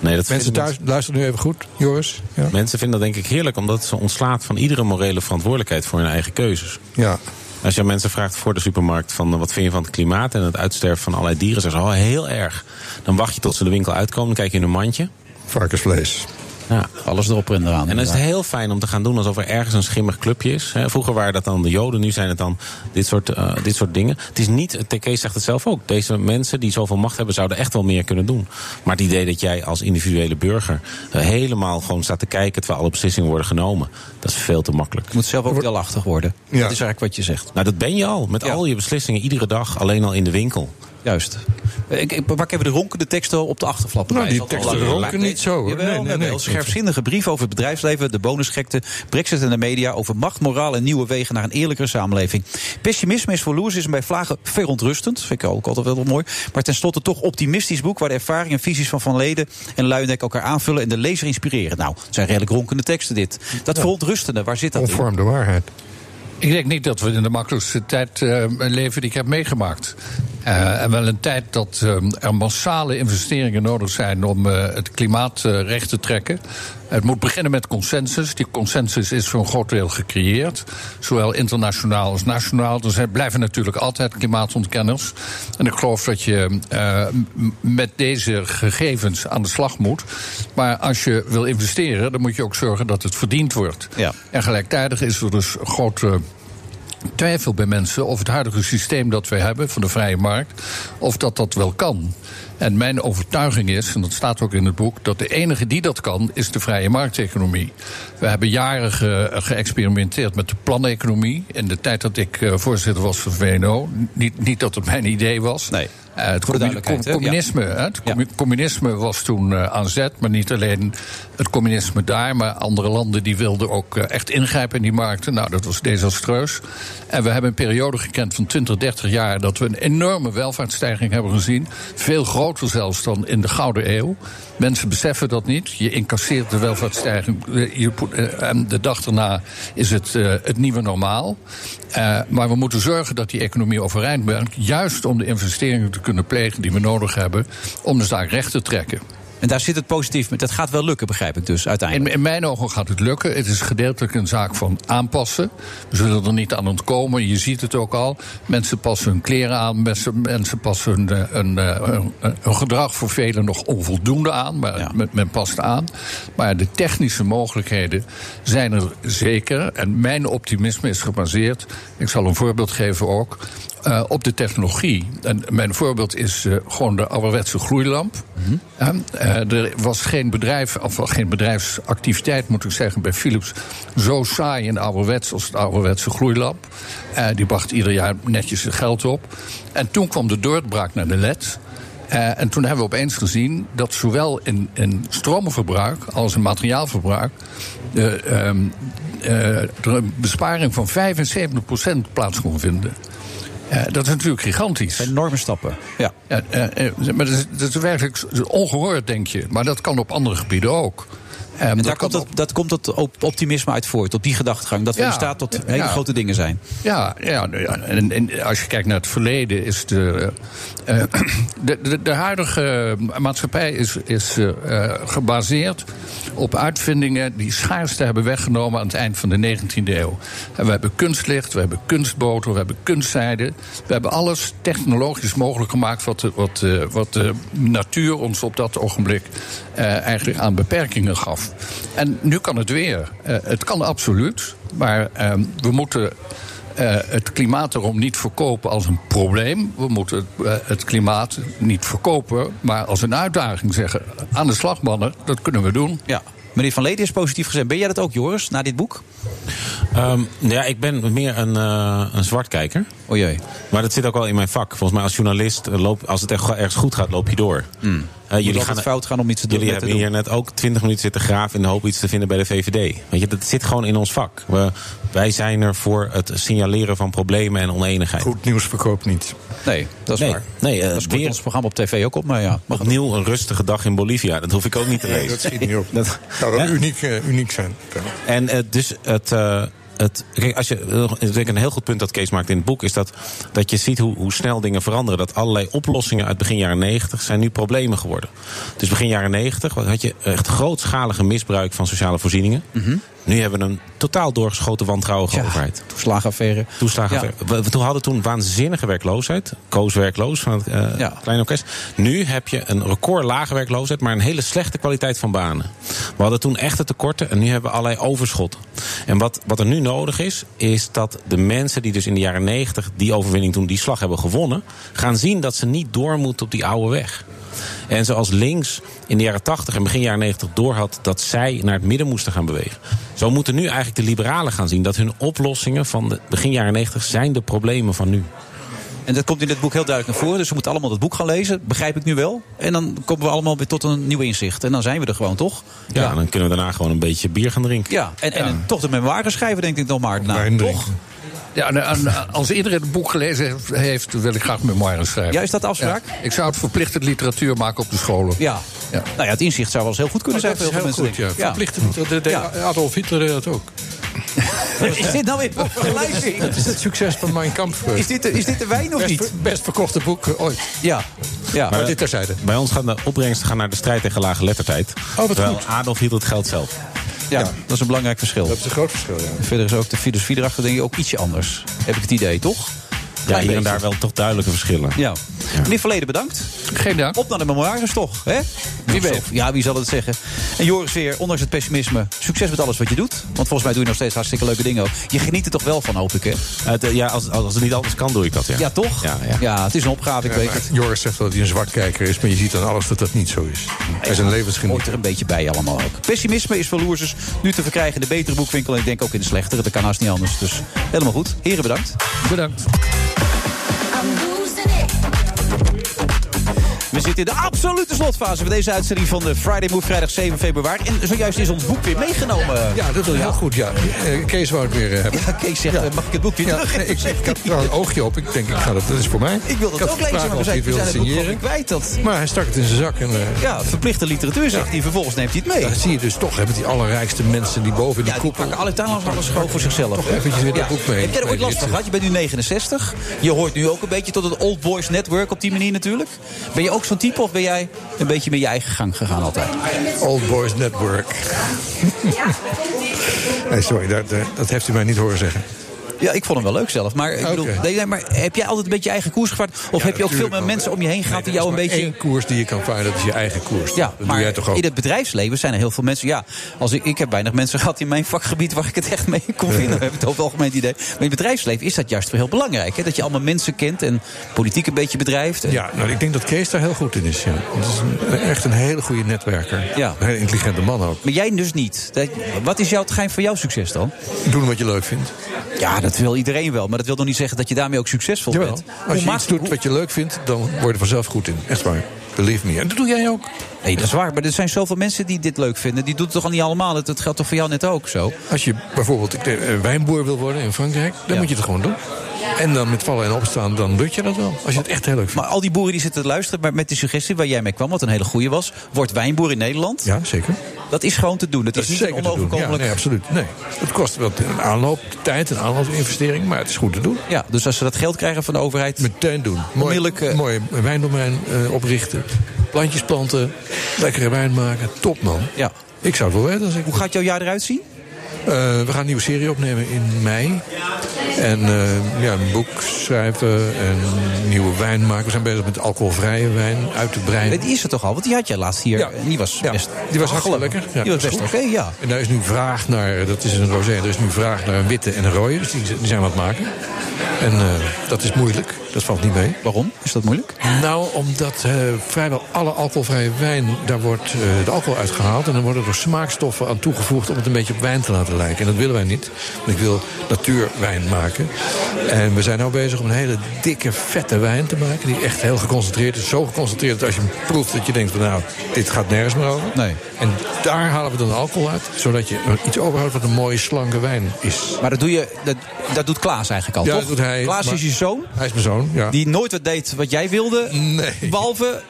Nee, dat mensen vinden thuis, luister nu even goed, Joris. Ja. Mensen vinden dat denk ik heerlijk, omdat ze ontslaat van iedere morele verantwoordelijkheid voor hun eigen keuzes. Ja. Als je aan mensen vraagt voor de supermarkt van eh, wat vind je van het klimaat en het uitsterven van allerlei dieren, zeggen ze oh heel erg. Dan wacht je tot ze de winkel uitkomen, dan kijk je in hun mandje. Varkensvlees. Ja. Alles erop en eraan. En dan is het heel fijn om te gaan doen alsof er ergens een schimmig clubje is. Hè, Vroeger waren dat dan de Joden, nu zijn het dan dit soort, eh, dit soort dingen. Het is niet, TK zegt het zelf ook, deze mensen die zoveel macht hebben zouden echt wel meer kunnen doen. Maar het idee dat jij als individuele burger eh, helemaal gewoon staat te kijken terwijl alle beslissingen worden genomen, dat is veel te makkelijk. Je moet zelf ook deelachtig worden. Ja. Dat is eigenlijk wat je zegt. Nou, dat ben je al, met al je beslissingen iedere dag, alleen al in de winkel. Juist. Eh, Ik, ik, waar hebben de ronkende teksten op de achterflap? Nou, erbij? die Is dat al teksten lang- ronken Nee, niet zo, hoor. Jawel, Nee, nee, we hebben nee, een ik- scherpzinnige brief over het bedrijfsleven, de bonusgekte, Brexit en de media, over macht, moraal en nieuwe wegen naar een eerlijkere samenleving. Pessimisme is voor losers en bij vlagen verontrustend. Vind ik ook altijd wel mooi. Maar tenslotte toch optimistisch boek waar de ervaring en visies van Van Leden en Luijendijk elkaar aanvullen en de lezer inspireren. Nou, het zijn redelijk ronkende teksten dit. Dat verontrustende, waar zit dat in? Conform de waarheid. Ik denk niet dat we in de makkelijkste tijd eh, leven die ik heb meegemaakt. Eh, en wel een tijd dat eh, er massale investeringen nodig zijn om eh, het klimaat eh, recht te trekken. Het moet beginnen met consensus. Die consensus is voor een groot deel gecreëerd. Zowel internationaal als nationaal. Er zijn, blijven natuurlijk altijd klimaatontkenners. En ik geloof dat je eh, m- met deze gegevens aan de slag moet. Maar als je wil investeren, dan moet je ook zorgen dat het verdiend wordt. Ja. En gelijktijdig is er dus een grote twijfel bij mensen of het huidige systeem dat we hebben van de vrije markt, of dat dat wel kan. En mijn overtuiging is, en dat staat ook in het boek, dat de enige die dat kan, is de vrije markteconomie. We hebben jaren ge- geëxperimenteerd met de planeconomie. In de tijd dat ik eh, voorzitter was van VNO. Niet, niet dat het mijn idee was. Eh, het Voor de commu- duidelijkheid, hè? communisme, Ja. hè, het commu- communisme was toen eh, aan zet, maar niet alleen het communisme daar, maar andere landen die wilden ook eh, echt ingrijpen in die markten. Nou, dat was desastreus. En we hebben een periode gekend van 20, 30 jaar dat we een enorme welvaartsstijging hebben gezien. Veel groter zelfs dan in de Gouden Eeuw. Mensen beseffen dat niet. Je incasseert de welvaartsstijging eh, je po- eh, en de dag daarna is het eh, het nieuwe normaal. Eh, maar we moeten zorgen dat die economie overeind blijft. Juist om de investeringen te kunnen plegen die we nodig hebben. Om de zaak recht te trekken. En daar zit het positief met. Dat gaat wel lukken, begrijp ik dus uiteindelijk. In, in mijn ogen gaat het lukken. Het is gedeeltelijk een zaak van aanpassen. We zullen er niet aan ontkomen. Je ziet het ook al. Mensen passen hun kleren aan. Mensen, mensen passen hun, eh, hun, eh, hun, eh, hun gedrag voor velen nog onvoldoende aan. Maar men, men past aan. Maar de technische mogelijkheden zijn er zeker. En mijn optimisme is gebaseerd. Ik zal een voorbeeld geven ook. eh, op de technologie. En mijn voorbeeld is eh, gewoon de ouderwetse gloeilamp. Ja, eh, er was geen bedrijf, of wel geen bedrijfsactiviteit moet ik zeggen, bij Philips zo saai en ouderwets als het ouderwetse gloeilamp. Eh, die bracht ieder jaar netjes zijn geld op. En toen kwam de doorbraak naar de LED. Eh, en toen hebben we opeens gezien dat zowel in, in stroomverbruik als in materiaalverbruik de, ehm, eh, er een besparing van 75% plaats kon vinden. Eh, dat is natuurlijk gigantisch. Enorme stappen. Ja. eh, eh, maar dat is, dat is werkelijk z- ongehoord, denk je. Maar dat kan op andere gebieden ook. Eh, en daar komt dat, dat komt dat op- optimisme uit voort, op die gedachtegang. Dat we Ja. in staat tot Ja. hele Ja. grote dingen zijn. Ja, ja, nou ja, en, en als je kijkt naar het verleden, is de. eh, eh, de, de, de huidige maatschappij is, is eh, eh, gebaseerd op uitvindingen die schaarste hebben weggenomen aan het eind van de 19e eeuw. En we hebben kunstlicht, we hebben kunstboter, we hebben kunstzijde. We hebben alles technologisch mogelijk gemaakt wat de, wat, de- wat de natuur ons op dat ogenblik eh, eigenlijk aan beperkingen gaf. En nu kan het weer. Eh, het kan absoluut, maar eh, we moeten eh, het klimaat erom niet verkopen als een probleem. We moeten het, eh, het klimaat niet verkopen, maar als een uitdaging zeggen. Aan de slag, mannen, dat kunnen we doen. Ja. Meneer Van Leden is positief gezegd. Ben jij dat ook, Joris, na dit boek? Ehm, ja, ik ben meer een, eh een zwartkijker. O jee. Maar dat zit ook wel in mijn vak. Volgens mij als journalist, eh, loop, als het echt go- ergens goed gaat, loop je door. Eh, Moet altijd fout gaan om iets te doen, Jullie net te hebben hier net ook 20 minuten zitten graven in de hoop iets te vinden bij de VVD. Weet je, dat zit gewoon in ons vak. We, wij zijn er voor het signaleren van problemen en oneenigheid. Goed nieuws verkoopt niet. Nee, dat is nee, waar. Nee, eh, dat is weer... ons programma op tv ook op, maar ja. Mag opnieuw een rustige dag in Bolivia. Dat hoef ik ook niet te Nee, lezen. dat schiet niet op. Dat zou uniek, eh, uniek zijn. En eh, dus het. eh, het, kijk, als je, eh, ik denk een heel goed punt dat Kees maakt in het boek... is dat, dat je ziet hoe, hoe snel dingen veranderen. Dat allerlei oplossingen uit begin jaren 90 zijn nu problemen geworden. Dus begin jaren 90 had je echt grootschalige misbruik van sociale voorzieningen. Mhm. Nu hebben we een totaal doorgeschoten wantrouwige overheid. Toeslagenaffaire. Toeslagenaffaire. We, we toen hadden toen waanzinnige werkloosheid. Koos werkloos van het eh, kleine orkest. Nu heb je een record lage werkloosheid, maar een hele slechte kwaliteit van banen. We hadden toen echte tekorten en nu hebben we allerlei overschotten. En wat, wat er nu nodig is, is dat de mensen die dus in de jaren 90 die overwinning toen die slag hebben gewonnen, gaan zien dat ze niet door moeten op die oude weg. En zoals links in de jaren 80 en begin jaren 90 doorhad dat zij naar het midden moesten gaan bewegen. Zo moeten nu eigenlijk de liberalen gaan zien dat hun oplossingen van de begin jaren 90 zijn de problemen van nu. En dat komt in dit boek heel duidelijk naar voren. Dus we moeten allemaal dat boek gaan lezen. Begrijp ik nu wel. En dan komen we allemaal weer tot een nieuw inzicht. En dan zijn we er gewoon, toch? Ja, dan kunnen we daarna gewoon een beetje bier gaan drinken. Ja, en, en, toch de memoires schrijven, denk ik dan maar. Nou, toch? Ja, en, en als iedereen het boek gelezen heeft- heeft, wil ik graag memoires schrijven. Ja, is dat de afspraak? Ja. Ik zou het verplichtend literatuur maken op de scholen. Ja. Nou ja, het inzicht zou wel eens heel goed kunnen Oh, zijn Dat voor is heel heel veel goed, mensen. ja. denk ik. Verplichtend. Dat deed Adolf Hitler deed dat ook. Is dit nou weer een vergelijking? Dat is het succes van Mein Kampf. Is dit de- is dit de wijn of Best niet? ver- Best verkochte boek eh, ooit. Ja. ja. oh, Maar dit terzijde. Bij ons gaan de opbrengsten gaan naar de strijd tegen lage lettertijd. Oh, wat terwijl goed. Adolf hield het geld zelf. Ja, dat is een belangrijk verschil. is een groot verschil, ja. Verder is ook de filosofie erachter denk ik ook ietsje anders. Heb ik het idee, toch? Ja, Klein hier en beetje. daar wel toch duidelijke verschillen. Ja. Meneer Verleden, bedankt. Geen dank. Op naar de memoires toch, hè? Wie weet. Ja, wie zal het zeggen. En Joris weer, ondanks het pessimisme, succes met alles wat je doet. Want volgens mij doe je nog steeds hartstikke leuke dingen ook. Je geniet er toch wel van, hoop ik, hè? Het, eh, ja, als, als het niet anders kan, doe ik dat, ja. Ja, toch? Ja, ja. het is een opgave, ik weet het. Joris zegt dat hij een zwartkijker is, maar je ziet aan alles dat dat niet zo is. Hij is een levensgeniet. Hoort er een beetje bij allemaal ook. Pessimisme is voor loersers nu te verkrijgen in de betere boekwinkel. En ik denk ook in de slechtere. Dat kan haast niet anders. Dus helemaal goed. Heren, bedankt. Bedankt. I'm losing it. We zitten in de absolute slotfase van deze uitzending van de Friday Move, vrijdag 7 februari. En zojuist is ons boek weer meegenomen. Ja, dat is heel goed, ja. Eh, Kees wou het weer eh, hebben. eh, Ja, Kees zegt, eh, mag ik het boek weer Ja, terug? nee, ik, ik had wel een oogje op. Ik denk, ik ga dat, dat is voor mij. Ik wil dat had ook lezen, gevraagd maar we of zijn, hij we zijn het het wilde boek gewoon weer signeren. kwijt. Dat... Maar hij stak het in zijn zak. En, eh, Ja, verplichte literatuur, zegt hij. Vervolgens neemt hij het mee. dat zie je dus toch, hebben die allerrijkste mensen die boven die Ja, die koepel... pakken alle tuinlands alles gewoon voor zichzelf. Toch hè? eventjes weer dat boek mee. Heb jij er ooit Mee last van gehad? Je bent nu 69. Je hoort nu ook een beetje tot het Old Boys Network op die manier natuurlijk. Ben je ook zo'n type of ben jij een beetje met je eigen gang gegaan altijd? Old Boys Network. nee, sorry, dat, eh, dat heeft u mij niet horen zeggen. Ja, ik vond hem wel leuk zelf. Maar, ik bedoel, nee, nee, maar heb jij altijd een beetje je eigen koers gevaart? Of heb je ook veel natuurlijk meer wel. mensen om je heen gehad die Er is jou een maar beetje... één koers die je kan varen, dat is je eigen koers. Ja, dat maar doe jij toch ook? in het bedrijfsleven zijn er heel veel mensen. Ja, als ik, ik heb weinig mensen gehad in mijn vakgebied waar ik het echt mee kon vinden. We hebben het over het algemeen idee. Maar in het bedrijfsleven is dat juist weer heel belangrijk. Hè? Dat je allemaal mensen kent en politiek een beetje bedrijft. En... Ja, nou, ik denk dat Kees daar heel goed in is. Ja. Dat is een- echt een hele goede netwerker. Ja. Een hele intelligente man ook. Maar jij dus niet. Dat- Wat is jouw het geheim van jouw succes dan? Doen wat je leuk vindt. Ja, dat wil iedereen wel. Maar dat wil nog niet zeggen dat je daarmee ook succesvol Jawel. bent. Als je maak- iets doet wat je leuk vindt, dan word je er vanzelf goed in. Echt waar. Believe me. En dat doe jij ook. Nee, dat is waar. Maar er zijn zoveel mensen die dit leuk vinden. Die doen het toch al niet allemaal. Dat- Dat geldt toch voor jou net ook zo? Als je bijvoorbeeld ik denk, eh, wijnboer wil worden in Frankrijk, dan moet je het gewoon doen. En dan met vallen en opstaan, dan lukt je dat wel. Als je het echt heel leuk vindt. Maar al die boeren die zitten te luisteren maar met die suggestie waar jij mee kwam, wat een hele goeie was. Wordt wijnboer in Nederland? Ja, zeker. Dat is gewoon te doen. Dat, is niet zeker een te doen. Ja, onoverkomelijk. nee, absoluut. Nee. Het kost wel een aanloop, tijd, een aanloopinvestering, maar het is goed te doen. Ja, dus als ze dat geld krijgen van de overheid. Meteen doen. Mooi, mooi wijndomein eh, oprichten. Plantjes planten. Lekkere wijn maken. Top man. Ja. Ik zou het wel weten als ik. Hoe gaat jouw jaar eruit zien? Eh, we gaan een nieuwe serie opnemen in mei. En eh, ja, een boek schrijven en nieuwe wijn maken. We zijn bezig met alcoholvrije wijn uit te breiden. Die is er toch al? Want die had jij laatst hier. Ja. En Die was best Die was hachelijk. hartstikke lekker. Ja, die was dat best is oké, goed. ja. En daar is nu vraag naar, dat is een rosé, er is nu vraag naar een witte en een rode. Dus die, die zijn we aan het maken. En eh, dat is moeilijk, dat valt niet mee. Waarom? Is dat moeilijk? Nou, omdat eh, vrijwel alle alcoholvrije wijn, daar wordt eh, de alcohol uitgehaald. En dan worden er smaakstoffen aan toegevoegd om het een beetje op wijn te laten lijken. En dat willen wij niet, want ik wil natuurwijn maken. En we zijn nou bezig om een hele dikke, vette wijn te maken. Die echt heel geconcentreerd is. Zo geconcentreerd dat als je hem proeft, dat je denkt van nou, dit gaat nergens meer over. Nee. En daar halen we dan alcohol uit, zodat je iets overhoudt wat een mooie, slanke wijn is. Maar dat, doe je, dat, dat doet Klaas eigenlijk al, Ja, toch? dat doet hij, Klaas maar- is je zoon, Hij is mijn zoon, ja. die nooit wat deed wat jij wilde. Behalve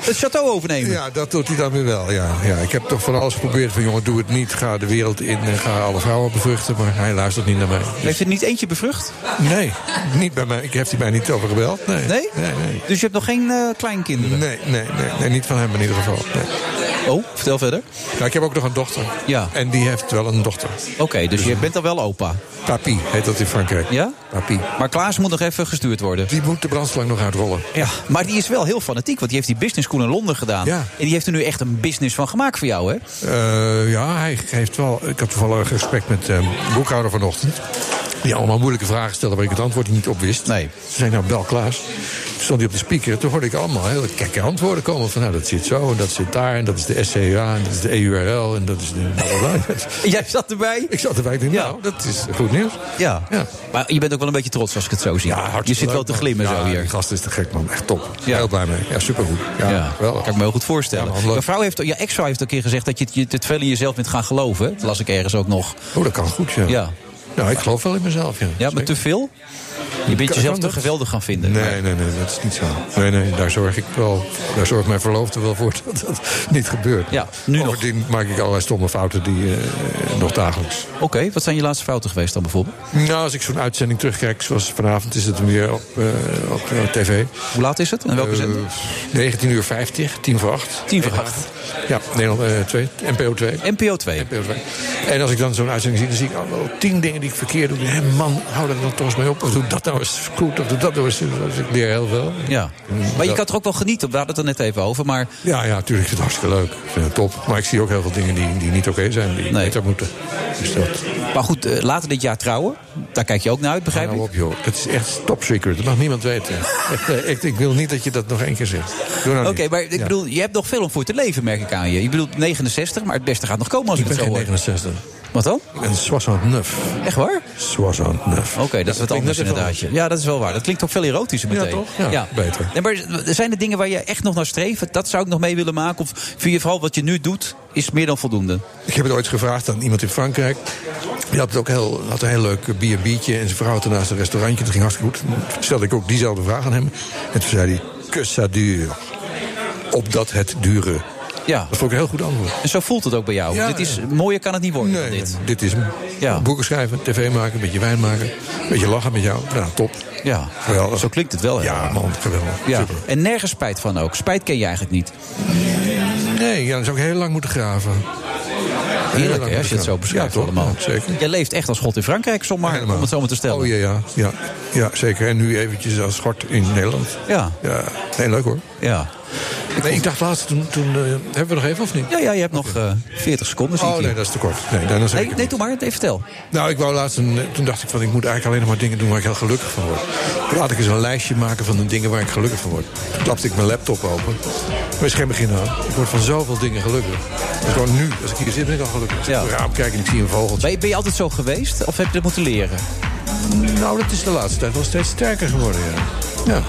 het château overnemen. Ja, dat doet hij dan weer wel. Ja, ja. Ik heb toch van alles geprobeerd van jongen, doe het niet. Ga de wereld in en ga alle vrouwen bevruchten. Maar hij luistert niet naar mij. Dus- Heeft er niet eentje bevrucht? Nee, niet bij mij. Ik heb hij mij niet over gebeld. Nee? Nee? Nee, nee. Dus je hebt nog geen eh, kleinkinderen? Nee, nee, nee, nee, niet van hem in ieder geval. Nee. Oh, vertel verder. Nou, ik heb ook nog een dochter. Ja. En die heeft wel een dochter. Oké, dus je bent al wel opa. Papi heet dat in Frankrijk. Ja? Papi. Maar Klaas moet nog even gestuurd worden. Die moet de brandslang nog uitrollen. Ja, maar die is wel heel fanatiek, want die heeft die business school in Londen gedaan. Ja. En die heeft er nu echt een business van gemaakt voor jou, hè? Eh, ja, hij heeft wel. Ik had toevallig een gesprek met eh, een boekhouder vanochtend. Die allemaal moeilijke vragen stelde waar ik het antwoord niet op wist. Nee. Ze zei nou, bel Klaas. Toen stond hij op de speaker. Toen hoorde ik allemaal hele kekke antwoorden komen. Van nou, dat zit zo en dat zit daar. En dat is de SCA en dat is de E EURL en dat is de... Jij zat erbij? Ik zat erbij. Ik dacht, nou, dat is goed nieuws. Ja. Maar je bent ook wel een beetje trots als ik het zo zie. je zit wel te glimmen zo hier. Die gast is te gek, man. Echt top. Heel blij mee. Ja, supergoed. Ja, Ja, wel. Kan ik me heel goed voorstellen. Ja, man, leuk. Mevrouw heeft, ja, ex-vrouw heeft ook een keer gezegd dat je het- je het veel in jezelf bent gaan geloven. hè? Dat las ik ergens ook nog. Oh, dat kan goed, ja. Ja, Nou, ik geloof wel in mezelf, ja. ja maar te veel? Je bent Kan- jezelf kan te dat? geweldig gaan vinden. Nee, nee, nee, dat is niet zo. Nee, nee, daar zorg ik wel. Daar zorgt mijn verloofde wel voor dat dat niet gebeurt. Ja, nu nog. Bovendien maak ik allerlei stomme fouten die eh, nog dagelijks. Oké, wat zijn je laatste fouten geweest dan bijvoorbeeld? Nou, als ik zo'n uitzending terugkijk, zoals vanavond is het hem weer op, eh, op eh, tv. Hoe laat is het? En welke zender? 19 uur 50, 10 voor 8. 10 voor 8. Ja, Nederland eh 2, NPO 2. NPO 2. NPO 2. En als ik dan zo'n uitzending zie, dan zie ik al wel tien dingen die ik verkeerd doe. Hé man, hou daar dan toch eens mee op. Of doe dat nou eens goed, of doe dat nou eens. Dus ik leer heel veel. Ja. Maar je Ja. kan er ook wel genieten. We hadden het er net even over. Maar Ja, ja, natuurlijk is het hartstikke leuk. Ik vind het top. Maar ik zie ook heel veel dingen die, die niet oké zijn, die beter moeten. Dus dat. Maar goed, eh, later dit jaar trouwen. Daar kijk je ook naar uit, begrijp Hou nou ik? op, joh. Het is echt top secret. Dat mag niemand weten. Echt, eh, echt, ik wil niet dat je dat nog één keer zegt. Doe nou Oké, niet. maar ik Ja. bedoel, je hebt nog veel om voor te leven, merk ik aan je. Je bedoelt 69, maar het beste gaat nog komen als Ik ik, ben het zo geen hoor. 69. Wat dan? Een soissant neuf. Echt waar? Soissant neuf. Oké, dat is wat anders inderdaad. ja. Ja, dat is wel waar. Dat klinkt ook veel erotischer Ja, meteen. toch? Ja, beter. Nee, maar zijn er dingen waar je echt nog naar streeft? Dat zou ik nog mee willen maken. Of vind je vooral wat je nu doet, is meer dan voldoende? Ik heb het ooit gevraagd aan iemand in Frankrijk. Die had, het ook heel, had een heel leuk B&B'tje. En zijn vrouw had daarnaast een restaurantje. Dat ging hartstikke goed. Toen stelde ik ook diezelfde vraag aan hem. En toen zei hij, que ça dure. Opdat het dure. Ja. Dat vond ik een heel goed antwoord. En zo voelt het ook bij jou. Ja, dit is, Mooier kan het niet worden. dan dit. Dit is boeken schrijven, tv maken, een beetje wijn maken. Een beetje lachen met jou. Nou, top. Ja, zo klinkt het wel. Ja, man, geweldig. Ja. En nergens spijt van ook. Spijt ken je eigenlijk niet. Nee, ja, dan zou ik heel lang moeten graven. Heel Heerlijk, lang hè, als je het zo moeten beschrijft graven. allemaal. Ja, zeker. Jij leeft echt als God in Frankrijk, zomaar, om het zo maar te stellen. Oh ja, ja, ja, ja, zeker. En nu eventjes als schort in Nederland. Ja. ja. Heel leuk hoor. Ja. Nee, ik dacht laatst, toen, toen eh, hebben we nog even of niet? Ja, ja je hebt nog eh 40 seconden. zie ik Oh hier. nee, dat is te kort. Nee, daarna zeg nee, ik- nee, doe maar. Even vertel. Nou, ik wou laatst een, eh, toen dacht ik van ik moet eigenlijk alleen nog maar dingen doen waar ik heel gelukkig van word. Laat ik eens een lijstje maken van de dingen waar ik gelukkig van word. Toen klapte ik mijn laptop open. Maar is geen begin aan. Ik word van zoveel dingen gelukkig. Dus gewoon nu, als ik hier zit, ben ik al gelukkig. Als ik uit het raam kijk en ik zie een vogeltje. Ben je, ben je altijd zo geweest? Of heb je dat moeten leren? Nou, dat is de laatste tijd wel steeds sterker geworden, ja. ja.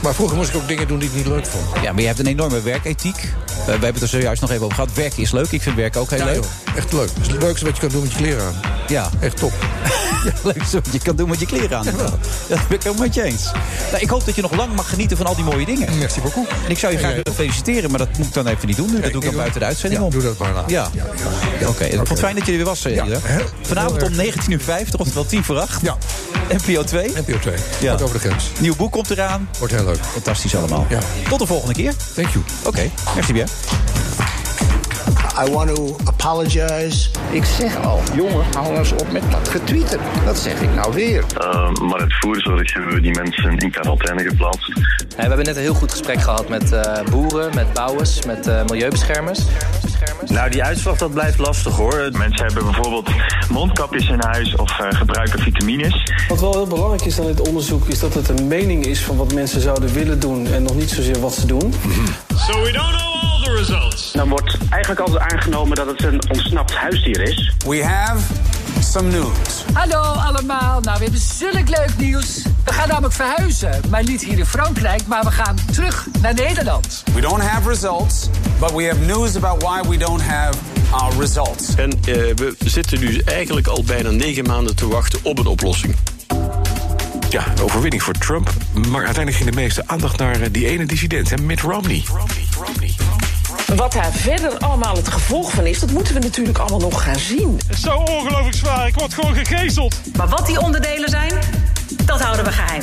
Maar vroeger moest ik ook dingen doen die ik niet leuk vond. Ja, maar je hebt een enorme werkethiek. Eh, we hebben het er zojuist nog even over gehad. Werk is leuk. Ik vind werk ook heel Ja, leuk. Nou, joh, echt leuk. Dat is het leukste wat je kan doen met je kleren aan. Ja. Echt top. ja, leuk zo. Je kan doen met je kleren aan. Ja, dat ben ik helemaal met je eens. Nou, ik hoop dat je nog lang mag genieten van al die mooie dingen. Merci beaucoup. En ik zou je graag willen feliciteren, maar dat moet ik dan even niet doen. nu. Dat doe ik dan buiten de uitzending ja, om. doe dat maar later. Ja. Oké, ik vond het fijn dat je er weer was, eh, Ieder. heel- Vanavond om 19.50 uur, oftewel 10 voor 8. Ja. NPO 2. NPO 2. Wordt over de grens. Nieuw boek komt eraan. Wordt heel leuk. Fantastisch allemaal. Tot de volgende keer. Thank you. Oké, merci bien. I want to apologize. Ik zeg al, jongen, hou nou eens op met dat getwitter. Dat zeg ik nou weer. Eh, maar het voedsel is hebben we die mensen in quarantaine geplaatst. We hebben net een heel goed gesprek gehad met eh, boeren, met bouwers, met eh, milieubeschermers. Nou, die uitslag dat blijft lastig hoor. Mensen hebben bijvoorbeeld mondkapjes in huis of eh, gebruiken vitamines. Wat wel heel belangrijk is aan dit onderzoek is dat het een mening is van wat mensen zouden willen doen en nog niet zozeer wat ze doen. So we don't know all the results. Dan wordt eigenlijk altijd aangenomen dat het een ontsnapt huisdier is. We have some news. Hallo allemaal, nou we hebben zulk leuk nieuws. We gaan namelijk verhuizen, maar niet hier in Frankrijk, maar we gaan terug naar Nederland. We don't have results, but we have news about why we don't have our results. En eh, we zitten nu eigenlijk al bijna negen maanden te wachten op een oplossing. Ja, een overwinning voor Trump. Maar uiteindelijk ging de meeste aandacht naar eh, die ene dissident, hè, Mitt Romney. Wat daar verder allemaal het gevolg van is, dat moeten we natuurlijk allemaal nog gaan zien. Het is zo ongelooflijk zwaar. Ik word gewoon gegezeld. Maar wat die onderdelen zijn, dat houden we geheim.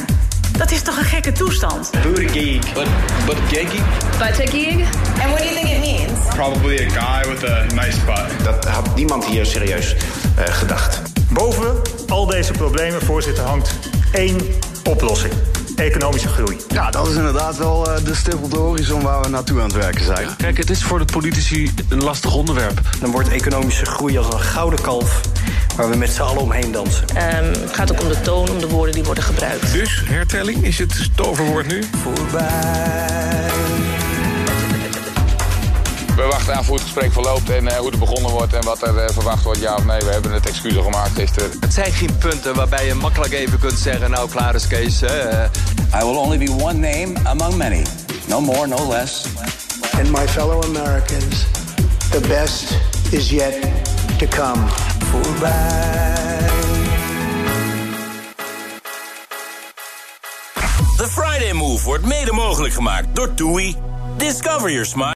Dat is toch een gekke toestand? Booty But, but geeky? And what do you think it means? Probably a guy with a nice butt. Dat had niemand hier serieus eh, gedacht. Boven al deze problemen, voorzitter, hangt één oplossing. Economische groei. Ja, dat is inderdaad wel eh, de stip op de horizon waar we naartoe aan het werken zijn. Kijk, het is voor de politici een lastig onderwerp. Dan wordt economische groei als een gouden kalf waar we met z'n allen omheen dansen. Ehm, het gaat ook om de toon, om de woorden die worden gebruikt. Dus, hertelling, is het toverwoord nu? We wachten aan hoe het gesprek verloopt en eh, hoe het begonnen wordt en wat er eh, verwacht wordt. Ja of nee, we hebben het excuses gemaakt gisteren. Het zijn geen punten waarbij je makkelijk even kunt zeggen, nou klaar is Kees. I will only be one name among many. No more, no less. And my fellow Americans, the best is yet to come. Mhm. The Friday Move wordt mede mogelijk gemaakt door TUI. Discover your smile.